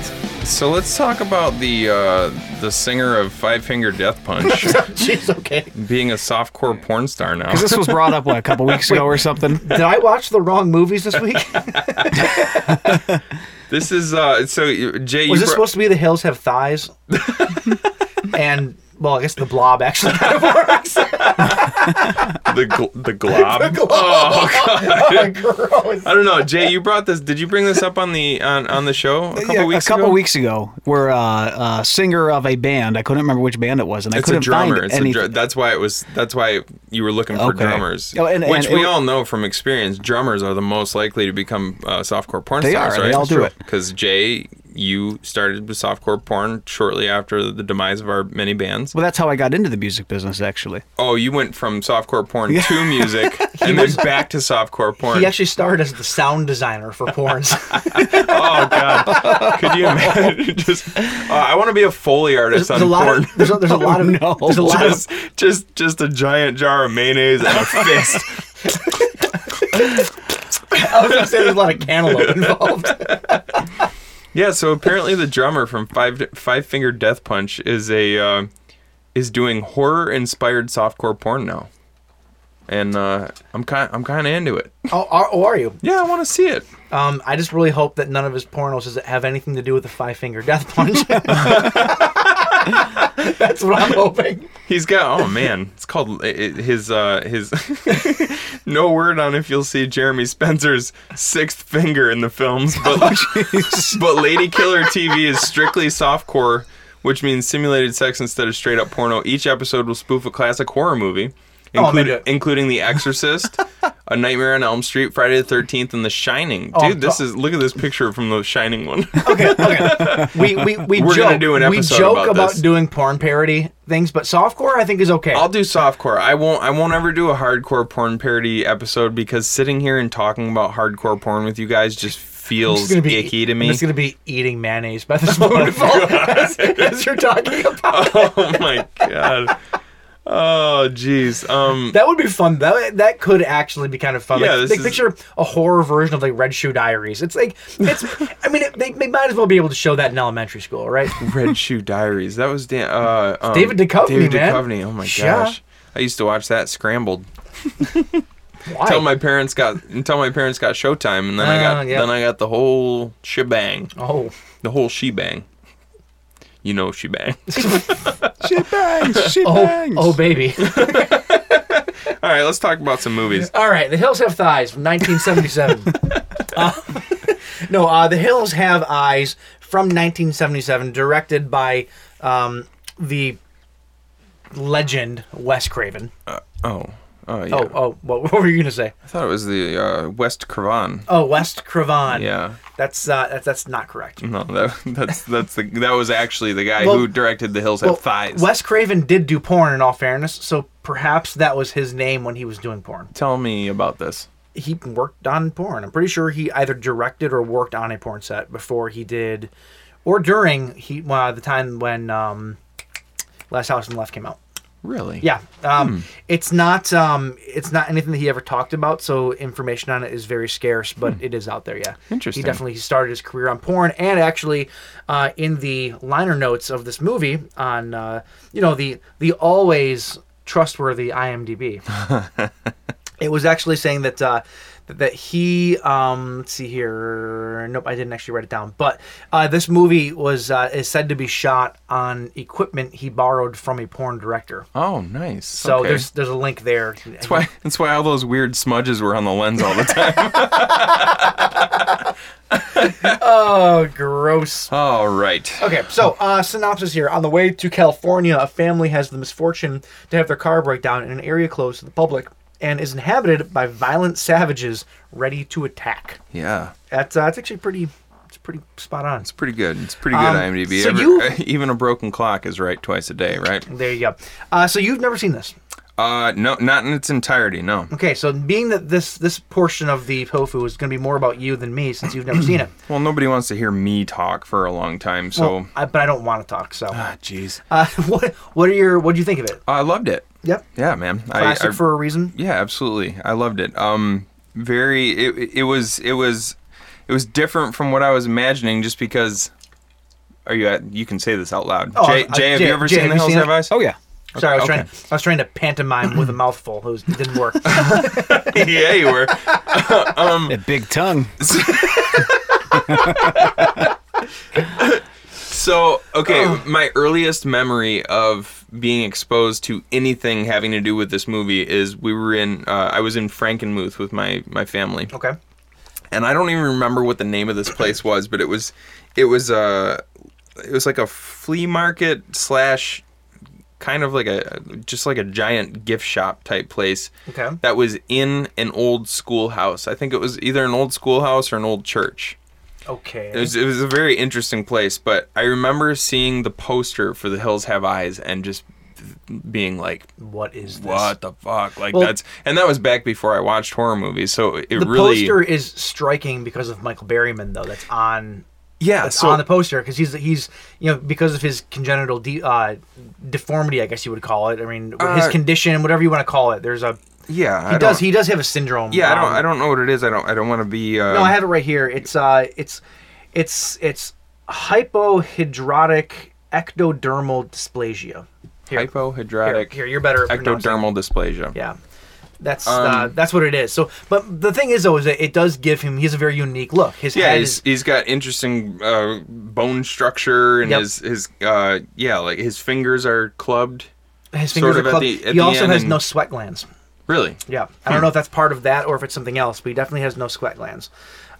[SPEAKER 6] So let's talk about the uh, the singer of Five Finger Death Punch
[SPEAKER 5] Jeez. Okay.
[SPEAKER 6] being a softcore porn star now.
[SPEAKER 7] Because this was brought up what
[SPEAKER 6] *laughs*
[SPEAKER 7] a couple weeks ago or something.
[SPEAKER 5] Did I watch the wrong movies this week?
[SPEAKER 6] This is uh, so uh, Jay. you
[SPEAKER 5] Was this
[SPEAKER 6] brought-
[SPEAKER 5] supposed to be the hills
[SPEAKER 6] *laughs*
[SPEAKER 5] have thighs? and well, I guess the blob actually *laughs* kind of works.
[SPEAKER 6] the gl- the glob?
[SPEAKER 5] Oh god, gross.
[SPEAKER 6] I don't know, Jay. You brought this. Did you bring this up on the on, on the show a couple
[SPEAKER 7] Yeah,
[SPEAKER 6] weeks
[SPEAKER 7] a couple
[SPEAKER 6] ago?
[SPEAKER 7] weeks ago, where uh, a singer of a band, I couldn't remember which band it was, and I
[SPEAKER 6] It's a
[SPEAKER 7] couldn't
[SPEAKER 6] drummer.
[SPEAKER 7] find
[SPEAKER 6] It's a
[SPEAKER 7] anything.
[SPEAKER 6] dr- that's why it was. That's why you were looking for
[SPEAKER 7] Okay.
[SPEAKER 6] drummers,
[SPEAKER 7] Oh, and-
[SPEAKER 6] which
[SPEAKER 7] and
[SPEAKER 6] we
[SPEAKER 7] it-
[SPEAKER 6] all know from experience. Drummers are the most likely to become uh, softcore porn
[SPEAKER 7] They
[SPEAKER 6] stars.
[SPEAKER 7] are. They
[SPEAKER 6] Right?
[SPEAKER 7] all do it.
[SPEAKER 6] Because Jay, you started with softcore porn shortly after the demise of our many bands.
[SPEAKER 7] well, that's how I got into the music business, actually.
[SPEAKER 6] Oh, you went from softcore porn to
[SPEAKER 7] *laughs*
[SPEAKER 6] music and then back to softcore porn.
[SPEAKER 5] He actually starred as the sound designer
[SPEAKER 6] *laughs*
[SPEAKER 5] for porns.
[SPEAKER 6] Oh God! Could you imagine? *laughs* Just, uh, I want to be a foley artist
[SPEAKER 5] There's, there's
[SPEAKER 6] on
[SPEAKER 5] a lot
[SPEAKER 6] porn. Oh,
[SPEAKER 5] of there's a,
[SPEAKER 6] *laughs*
[SPEAKER 5] there's a lot of there's a lot
[SPEAKER 6] just, just, just a giant jar of mayonnaise and
[SPEAKER 7] *laughs*
[SPEAKER 6] a fist.
[SPEAKER 5] of I was gonna say there's a lot of
[SPEAKER 6] *laughs*
[SPEAKER 5] cantaloupe involved.
[SPEAKER 6] yeah. So apparently, the drummer from Five Five Finger Death Punch is a uh, is doing horror-inspired softcore porn now, and uh, I'm kind I'm kind of into it.
[SPEAKER 5] Oh, are, oh, are you?
[SPEAKER 6] Yeah, I want to see it.
[SPEAKER 5] Um, I just really hope that none of his pornos is- have anything to do with the five finger death
[SPEAKER 6] *laughs*
[SPEAKER 5] punch. *laughs* That's what I'm hoping.
[SPEAKER 6] He's got oh man, it's called it, it- his uh his *laughs* no word on if you'll see Jeremy Spencer's sixth finger in the films, but
[SPEAKER 5] Oh,
[SPEAKER 6] *laughs* but Lady Killer TV is strictly softcore, which means simulated sex instead of straight up porno. Each episode will spoof a classic horror movie,
[SPEAKER 5] Oh, I'm
[SPEAKER 6] include-
[SPEAKER 5] into it.
[SPEAKER 6] including The Exorcist, A Nightmare on Elm Street, Friday the Thirteenth, and The Shining.
[SPEAKER 5] Oh,
[SPEAKER 6] Dude, this
[SPEAKER 5] oh.
[SPEAKER 6] is look at this picture from The Shining
[SPEAKER 5] *laughs*
[SPEAKER 6] one.
[SPEAKER 5] Okay, okay. We we we
[SPEAKER 6] We're
[SPEAKER 5] joke,
[SPEAKER 6] gonna do an episode
[SPEAKER 5] we joke
[SPEAKER 6] about
[SPEAKER 5] about,
[SPEAKER 6] this.
[SPEAKER 5] doing porn parody things, but softcore I think is okay.
[SPEAKER 6] I'll do softcore. I won't. I won't ever do a hardcore porn parody episode because sitting here and talking about hardcore porn with you guys just
[SPEAKER 5] It's
[SPEAKER 6] feels
[SPEAKER 5] gonna be
[SPEAKER 6] icky to me.
[SPEAKER 5] It's gonna be eating mayonnaise by the spoonful as, *laughs* as you're talking about.
[SPEAKER 6] *laughs* oh my god. Oh jeez.
[SPEAKER 5] *laughs*
[SPEAKER 6] Um.
[SPEAKER 5] That would be fun. That that could actually be kind of fun.
[SPEAKER 6] Yeah,
[SPEAKER 5] like,
[SPEAKER 6] this
[SPEAKER 5] like
[SPEAKER 6] is-
[SPEAKER 5] picture a horror version of like Red Shoe Diaries. It's like
[SPEAKER 6] *laughs*
[SPEAKER 5] it's. I mean, it, they, they might as well be able to show that in elementary school,
[SPEAKER 6] *laughs*
[SPEAKER 5] right?
[SPEAKER 6] Red Shoe Diaries. That was Dan. Uh, um,
[SPEAKER 5] David Duchovny,
[SPEAKER 6] David
[SPEAKER 5] man.
[SPEAKER 6] Duchovny. Oh my
[SPEAKER 5] Yeah.
[SPEAKER 6] gosh. I used to watch that scrambled
[SPEAKER 5] Why?
[SPEAKER 6] until my parents got until my parents got Showtime, and then I
[SPEAKER 5] Ah,
[SPEAKER 6] got
[SPEAKER 5] yeah.
[SPEAKER 6] then I got the whole shebang,
[SPEAKER 5] oh,
[SPEAKER 6] the whole shebang. You know shebang. *laughs*
[SPEAKER 7] Shit bangs, shit
[SPEAKER 5] oh,
[SPEAKER 7] bangs.
[SPEAKER 6] *laughs*
[SPEAKER 5] oh, baby.
[SPEAKER 6] All right, let's talk about some movies.
[SPEAKER 5] All right, The Hills Have Thighs
[SPEAKER 6] *laughs*
[SPEAKER 5] from 1977. uh, *laughs* no, uh, The Hills Have Eyes from 1977, directed by um, the legend Wes Craven.
[SPEAKER 6] Oh, Oh yeah.
[SPEAKER 5] Oh, oh, what, *laughs* what were you gonna say?
[SPEAKER 6] I thought it was the uh, West Cravan.
[SPEAKER 5] Oh, West Cravan.
[SPEAKER 6] Yeah.
[SPEAKER 5] That's uh, that's that's not correct.
[SPEAKER 6] No, that, *laughs* that's that's the that was actually the guy
[SPEAKER 5] Well-
[SPEAKER 6] who directed The Hills Have Thighs.
[SPEAKER 5] Wes Craven did do porn. In all fairness, so perhaps that was his name when he was doing porn.
[SPEAKER 6] Tell me about this.
[SPEAKER 5] He worked on porn. I'm pretty sure he either directed or worked on a porn set before he did, or during he well, the time when um, Last House on the Left came out.
[SPEAKER 6] Really? Hmm.
[SPEAKER 5] Yeah, um, it's not um, it's not anything that he ever talked about, so information on it is very scarce, but it is out there. Yeah,
[SPEAKER 6] Hmm. Interesting.
[SPEAKER 5] He definitely started his career on porn, and actually, uh, in the liner notes of this movie, on uh, you know the the always
[SPEAKER 6] *laughs*
[SPEAKER 5] trustworthy IMDb, it was actually saying that uh, that- that he um, let's see here. Nope, I didn't actually write it down. But uh, this movie was uh, is said to be shot on equipment he borrowed from a porn director.
[SPEAKER 6] Oh, nice.
[SPEAKER 5] So
[SPEAKER 6] Okay.
[SPEAKER 5] there's there's a link there.
[SPEAKER 6] that's why that's why all those weird smudges were on the lens
[SPEAKER 5] *laughs*
[SPEAKER 6] all the time.
[SPEAKER 5] Oh, gross.
[SPEAKER 6] all right.
[SPEAKER 5] Okay, so uh, synopsis here. On the way to California, a family has the misfortune to have their car break down in an area closed to the public and is inhabited by violent savages ready to attack.
[SPEAKER 6] Yeah.
[SPEAKER 5] That's uh, that's actually pretty. It's pretty spot on.
[SPEAKER 6] It's pretty good. It's pretty good
[SPEAKER 5] Um,
[SPEAKER 6] IMDb.
[SPEAKER 5] so
[SPEAKER 6] Every- uh,
[SPEAKER 5] you-
[SPEAKER 6] even a broken clock is right twice a day, right?
[SPEAKER 5] There you go. Uh, so you've never seen this.
[SPEAKER 6] Uh no, not in its entirety, no.
[SPEAKER 5] Okay, so being that this this portion of the tofu is going to be more about you than me since you've never seen it.
[SPEAKER 6] Well, nobody wants to hear me talk for a long time, *clears throat* so
[SPEAKER 5] Well, I, but I don't want to talk. So,
[SPEAKER 6] Ah, jeez.
[SPEAKER 5] uh, *laughs* what what are your what do you think of it?
[SPEAKER 6] I loved it.
[SPEAKER 5] Yep,
[SPEAKER 6] Yeah, man. I- I,
[SPEAKER 5] classic for a reason.
[SPEAKER 6] Yeah, absolutely. I loved it. Um, very. It, it was. It was. It was different from what I was imagining, just because. Are you? At, you can say this out loud.
[SPEAKER 5] Oh,
[SPEAKER 6] Jay,
[SPEAKER 5] I-
[SPEAKER 6] Jay, have
[SPEAKER 5] Jay-
[SPEAKER 6] you ever
[SPEAKER 5] Jay,
[SPEAKER 6] seen
[SPEAKER 5] have
[SPEAKER 6] The
[SPEAKER 5] you
[SPEAKER 6] Hills
[SPEAKER 5] seen
[SPEAKER 6] Have
[SPEAKER 5] it?
[SPEAKER 6] Eyes?
[SPEAKER 7] Oh yeah.
[SPEAKER 5] Sorry, I was
[SPEAKER 6] okay.
[SPEAKER 5] trying. I was trying to pantomime
[SPEAKER 6] *clears throat*
[SPEAKER 5] with a mouthful. It, was, it
[SPEAKER 6] *laughs*
[SPEAKER 5] didn't work.
[SPEAKER 6] yeah, you
[SPEAKER 5] *laughs*
[SPEAKER 6] were.
[SPEAKER 7] That big tongue.
[SPEAKER 6] So okay,
[SPEAKER 5] Oh.
[SPEAKER 6] my earliest memory of being exposed to anything having to do with this movie is we were in. Uh, I was in Frankenmuth with my my family.
[SPEAKER 5] okay.
[SPEAKER 6] and I don't even remember what the name of this
[SPEAKER 5] *coughs*
[SPEAKER 6] place was, but it was it was a it was like a flea market slash kind of like a just like a giant gift shop type place.
[SPEAKER 5] Okay.
[SPEAKER 6] That was in an old schoolhouse. I think it was either an old schoolhouse or an old church.
[SPEAKER 5] Okay.
[SPEAKER 6] It was, it was a very interesting place, but I remember seeing the poster for The Hills Have Eyes and just being like,
[SPEAKER 5] what is this?
[SPEAKER 6] "What the fuck?" Like
[SPEAKER 5] Well-
[SPEAKER 6] that's and that was back before I watched horror movies, so it
[SPEAKER 5] The
[SPEAKER 6] really
[SPEAKER 5] poster is striking because of Michael Berryman, though. That's on
[SPEAKER 6] yeah.
[SPEAKER 5] that's
[SPEAKER 6] so
[SPEAKER 5] on the poster because he's he's you know because of his congenital de- uh, deformity, I guess you would call it. I mean, his
[SPEAKER 6] Uh,
[SPEAKER 5] condition, whatever you want to call it. There's a
[SPEAKER 6] yeah,
[SPEAKER 5] he
[SPEAKER 6] I
[SPEAKER 5] does
[SPEAKER 6] don't-
[SPEAKER 5] he does have a syndrome.
[SPEAKER 6] Yeah, I
[SPEAKER 5] um,
[SPEAKER 6] don't. I don't know what it is. I don't. I don't want to be. Uh,
[SPEAKER 5] No, I have it right here. It's uh, it's, it's it's hypohydrotic ectodermal dysplasia. Here, here,
[SPEAKER 6] hypohydrotic
[SPEAKER 5] here, you're better. at pronouncing-
[SPEAKER 6] ectodermal dysplasia.
[SPEAKER 5] Yeah, that's uh,
[SPEAKER 6] Um,
[SPEAKER 5] that's what it is. So, but the thing is though, is that it does give him. He has a very unique look. His
[SPEAKER 6] Yeah,
[SPEAKER 5] head
[SPEAKER 6] he's,
[SPEAKER 5] is.
[SPEAKER 6] he's got interesting uh, bone structure and
[SPEAKER 5] Yep.
[SPEAKER 6] his his uh, yeah like his fingers are clubbed.
[SPEAKER 5] His
[SPEAKER 6] sort
[SPEAKER 5] fingers
[SPEAKER 6] of
[SPEAKER 5] are
[SPEAKER 6] at
[SPEAKER 5] clubbed.
[SPEAKER 6] the- at
[SPEAKER 5] he
[SPEAKER 6] the
[SPEAKER 5] also
[SPEAKER 6] end
[SPEAKER 5] has
[SPEAKER 6] and- Hmm.
[SPEAKER 5] no sweat glands.
[SPEAKER 6] Really,
[SPEAKER 5] Yeah, I don't know if that's part of that or if it's something else, but he definitely has no sweat glands.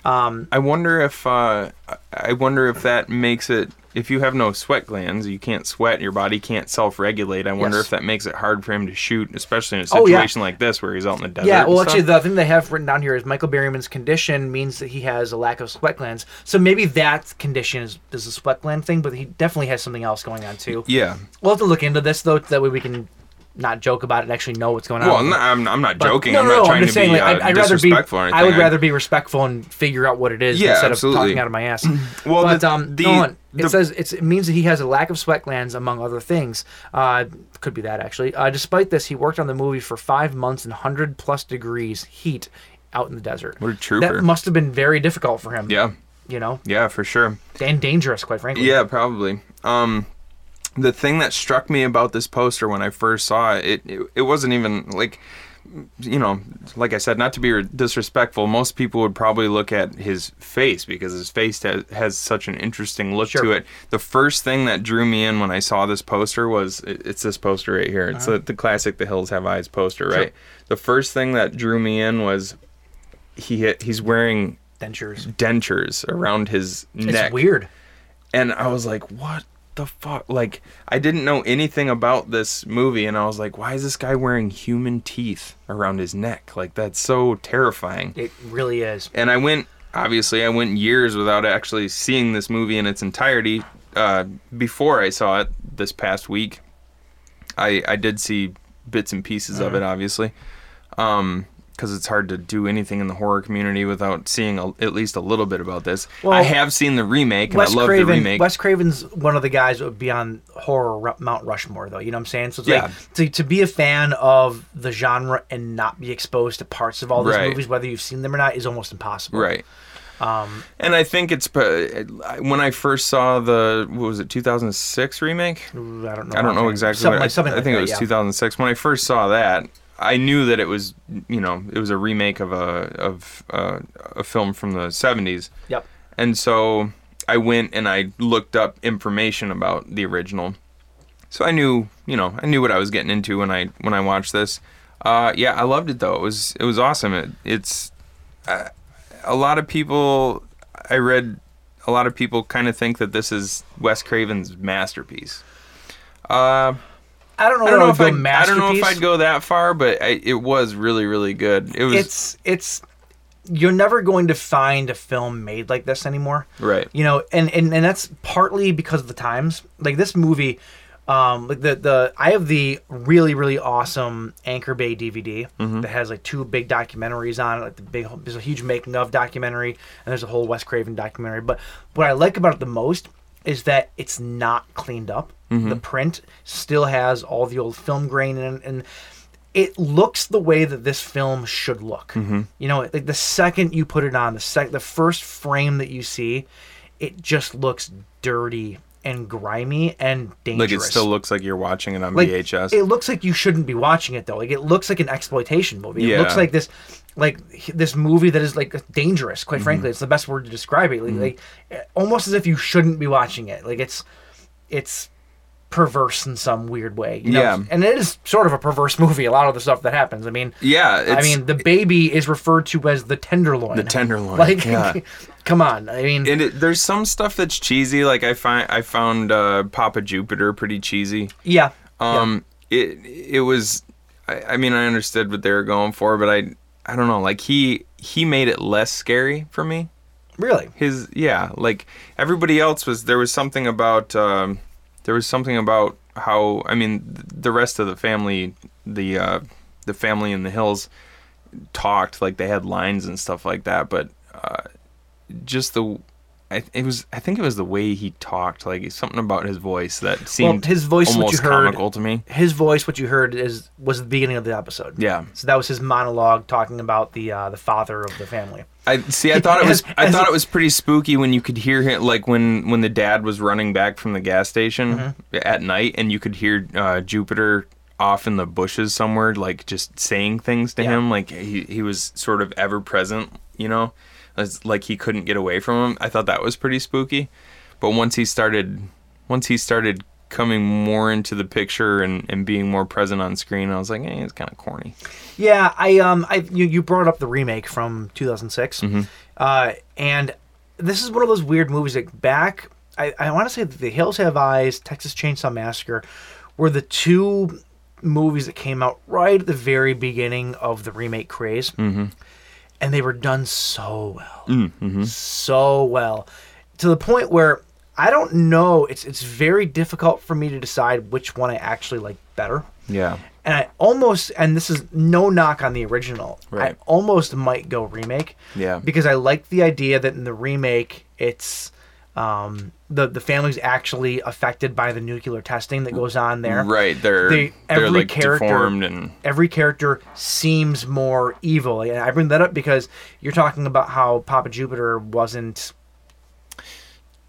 [SPEAKER 6] I wonder if uh, I- I wonder if that makes it. If you have no sweat glands, you can't sweat. Your body can't self-regulate. I wonder
[SPEAKER 5] Yes.
[SPEAKER 6] if that makes it hard for him to shoot, especially in a
[SPEAKER 5] Oh, yeah.
[SPEAKER 6] situation like this where he's out in the desert.
[SPEAKER 5] Yeah,
[SPEAKER 6] and
[SPEAKER 5] well,
[SPEAKER 6] stuff.
[SPEAKER 5] actually, the thing they have written down here is Michael Berryman's condition means that he has a lack of sweat glands. So maybe that condition is, is a sweat gland thing, but he definitely has something else going on too.
[SPEAKER 6] yeah.
[SPEAKER 5] We'll have to look into this though, that way we can not joke about it and actually know what's going on.
[SPEAKER 6] Well, I'm not, I'm, I'm not
[SPEAKER 5] But-
[SPEAKER 6] joking.
[SPEAKER 5] No,
[SPEAKER 6] I'm
[SPEAKER 5] no,
[SPEAKER 6] not
[SPEAKER 5] no,
[SPEAKER 6] trying
[SPEAKER 5] I'm just
[SPEAKER 6] to
[SPEAKER 5] saying,
[SPEAKER 6] be
[SPEAKER 5] like,
[SPEAKER 6] uh,
[SPEAKER 5] I'd, I'd rather be.
[SPEAKER 6] disrespectful or anything.
[SPEAKER 5] I would rather be respectful and figure out what it is
[SPEAKER 6] Yeah,
[SPEAKER 5] instead
[SPEAKER 6] absolutely.
[SPEAKER 5] of talking out of my ass.
[SPEAKER 6] *laughs* Well,
[SPEAKER 5] but
[SPEAKER 6] the-
[SPEAKER 5] um,
[SPEAKER 6] the-
[SPEAKER 5] Nolan, it
[SPEAKER 6] the-
[SPEAKER 5] says it's, it means that he has a lack of sweat glands, among other things. Uh, could be that actually. Uh, despite this, he worked on the movie for five months in hundred plus degrees heat out in the desert.
[SPEAKER 6] What a trooper.
[SPEAKER 5] That must have been very difficult for him.
[SPEAKER 6] Yeah.
[SPEAKER 5] You know,
[SPEAKER 6] Yeah, for sure.
[SPEAKER 5] and dangerous, quite frankly.
[SPEAKER 6] Yeah, probably. Um, the thing that struck me about this poster when I first saw it, it, it, it wasn't even like, you know, like I said, not to be re- disrespectful, most people would probably look at his face because his face has, has such an interesting look to
[SPEAKER 5] Sure.
[SPEAKER 6] it. The first thing that drew me in when I saw this poster was it, it's this poster right here.
[SPEAKER 5] Uh-huh.
[SPEAKER 6] It's the, the classic The Hills Have Eyes poster, right? The first thing that drew me in was he he's wearing
[SPEAKER 5] dentures.
[SPEAKER 6] dentures around his neck
[SPEAKER 5] It's weird.
[SPEAKER 6] and I was like, "What the fuck? Like, I didn't know anything about this movie, and I was like, why is this guy wearing human teeth around his neck? Like, that's so terrifying.
[SPEAKER 5] It really is.
[SPEAKER 6] And I went, obviously, I went years without actually seeing this movie in its entirety. Uh, before I saw it this past week, I I did see bits and pieces of
[SPEAKER 5] Mm-hmm.
[SPEAKER 6] it, obviously, because it's hard to do anything in the horror community without seeing a, at least a little bit about this. I
[SPEAKER 5] Well,
[SPEAKER 6] have seen the remake, and
[SPEAKER 5] Wes
[SPEAKER 6] I love
[SPEAKER 5] Craven.
[SPEAKER 6] the remake.
[SPEAKER 5] Wes Craven's one of the guys that would be on horror Ru- Mount Rushmore, though. You know what I'm saying? So it's
[SPEAKER 6] Yeah.
[SPEAKER 5] like to, to be a fan of the genre and not be exposed to parts of all these
[SPEAKER 6] Right.
[SPEAKER 5] movies, whether you've seen them or not, is almost impossible.
[SPEAKER 6] Right.
[SPEAKER 5] Um,
[SPEAKER 6] and I think it's pa- when I first saw the what was it 2006 remake.
[SPEAKER 5] Ooh, I don't know.
[SPEAKER 6] I don't know exactly.
[SPEAKER 5] Something
[SPEAKER 6] what- I,
[SPEAKER 5] like something.
[SPEAKER 6] I
[SPEAKER 5] like
[SPEAKER 6] think
[SPEAKER 5] that,
[SPEAKER 6] it was
[SPEAKER 5] yeah.
[SPEAKER 6] 2006 when I first saw that. I knew that it was you know it was a remake of a of uh, a film from the 70s.
[SPEAKER 5] Yep.
[SPEAKER 6] And so I went and I looked up information about the original. So I knew, you know, I knew what I was getting into when I when I watched this. Uh, yeah, I loved it though. It was it was awesome. It, it's uh, a lot of people. I read a lot of people kind of think that this is Wes Craven's masterpiece.
[SPEAKER 5] I don't know.
[SPEAKER 6] I don't know if
[SPEAKER 5] if I,
[SPEAKER 6] I,
[SPEAKER 5] would go
[SPEAKER 6] I don't know if
[SPEAKER 5] Oh, masterpiece.
[SPEAKER 6] I'd go that far, but I, it was really really good. It was
[SPEAKER 5] it's it's you're never going to find a film made like this anymore
[SPEAKER 6] Right.
[SPEAKER 5] you know and and, and that's partly because of the times like this movie um like the the i have the really really awesome anchor bay dvd
[SPEAKER 6] Mm-hmm.
[SPEAKER 5] that has like two big documentaries on it like the big there's a huge making of documentary and there's a whole wes craven documentary but what i like about it the most is that it's not cleaned up
[SPEAKER 6] Mm-hmm.
[SPEAKER 5] the print still has all the old film grain in it and it looks the way that this film should look.
[SPEAKER 6] Mm-hmm.
[SPEAKER 5] You know, like the second you put it on, the sec- the first frame that you see, it just looks dirty and grimy and
[SPEAKER 6] like
[SPEAKER 5] dangerous.
[SPEAKER 6] it still looks like you're watching it on
[SPEAKER 5] like,
[SPEAKER 6] VHS.
[SPEAKER 5] It looks like you shouldn't be watching it though. Like it looks like an exploitation movie. It looks
[SPEAKER 6] Yeah.
[SPEAKER 5] like this, like h- this movie that is like dangerous.
[SPEAKER 6] Mm-hmm.
[SPEAKER 5] Quite frankly, it's the best word to describe it. Like, like, eh, almost as if you shouldn't be watching it. Like it's, it's perverse in some weird way. You know?
[SPEAKER 6] Yeah.
[SPEAKER 5] and it is sort of a perverse movie. A lot of the stuff that happens. I mean,
[SPEAKER 6] yeah, it's,
[SPEAKER 5] I mean, the baby is referred to as the tenderloin.
[SPEAKER 6] The tenderloin,
[SPEAKER 5] *laughs* Like,
[SPEAKER 6] yeah.
[SPEAKER 5] come on. I mean,
[SPEAKER 6] and it, there's some stuff that's cheesy. Like I find I found uh, Papa Jupiter pretty cheesy.
[SPEAKER 5] yeah.
[SPEAKER 6] Um, it it was. I, I mean, I understood what they were going for, but I I don't know. Like he he made it less scary for me.
[SPEAKER 5] Really?
[SPEAKER 6] His yeah, like everybody else was. There was something about um, there was something about how I mean th- the rest of the family, the uh, the family in the hills, talked like they had lines and stuff like that, but uh, just the. I, it was. I think it was the way he talked, like something about his voice that seemed
[SPEAKER 5] his voice is what
[SPEAKER 6] almost
[SPEAKER 5] you heard.
[SPEAKER 6] comical to me.
[SPEAKER 5] His voice, what you heard, is was the beginning of the episode.
[SPEAKER 6] Yeah.
[SPEAKER 5] So that was his monologue talking about the uh, the father of the family.
[SPEAKER 6] I see. I
[SPEAKER 5] *laughs*
[SPEAKER 6] thought it was.
[SPEAKER 5] As-
[SPEAKER 6] I
[SPEAKER 5] as
[SPEAKER 6] thought
[SPEAKER 5] a-
[SPEAKER 6] it was pretty spooky when you could hear him, like when when the dad was running back from the gas station
[SPEAKER 5] Mm-hmm.
[SPEAKER 6] at night, and you could hear uh, Jupiter off in the bushes somewhere, like just saying things to him, like he he was sort of ever present, you know, it's like he couldn't get away from him. I thought that was pretty spooky, but once he started, once he started coming more into the picture and, and being more present on screen, I was like, eh, it's kind of corny.
[SPEAKER 5] Yeah, I um, I you, you brought up the remake from 2006, uh, and this is one of those weird movies that back. I, I want to say that The Hills Have Eyes, Texas Chainsaw Massacre, were the two movies that came out right at the very beginning of the remake craze, and they were done so well, so well, to the point where I don't know. It's it's very difficult for me to decide which one I actually like better
[SPEAKER 6] Yeah.
[SPEAKER 5] and I almost and this is no knock on the original.
[SPEAKER 6] Right.
[SPEAKER 5] I almost might go remake.
[SPEAKER 6] Yeah.
[SPEAKER 5] Because I like the idea that in the remake it's um the the family's actually affected by the nuclear testing that goes on there.
[SPEAKER 6] Right, they're
[SPEAKER 5] They-
[SPEAKER 6] they're
[SPEAKER 5] every
[SPEAKER 6] like
[SPEAKER 5] character-
[SPEAKER 6] deformed and
[SPEAKER 5] Every character seems more evil. And I bring that up because you're talking about how Papa Jupiter wasn't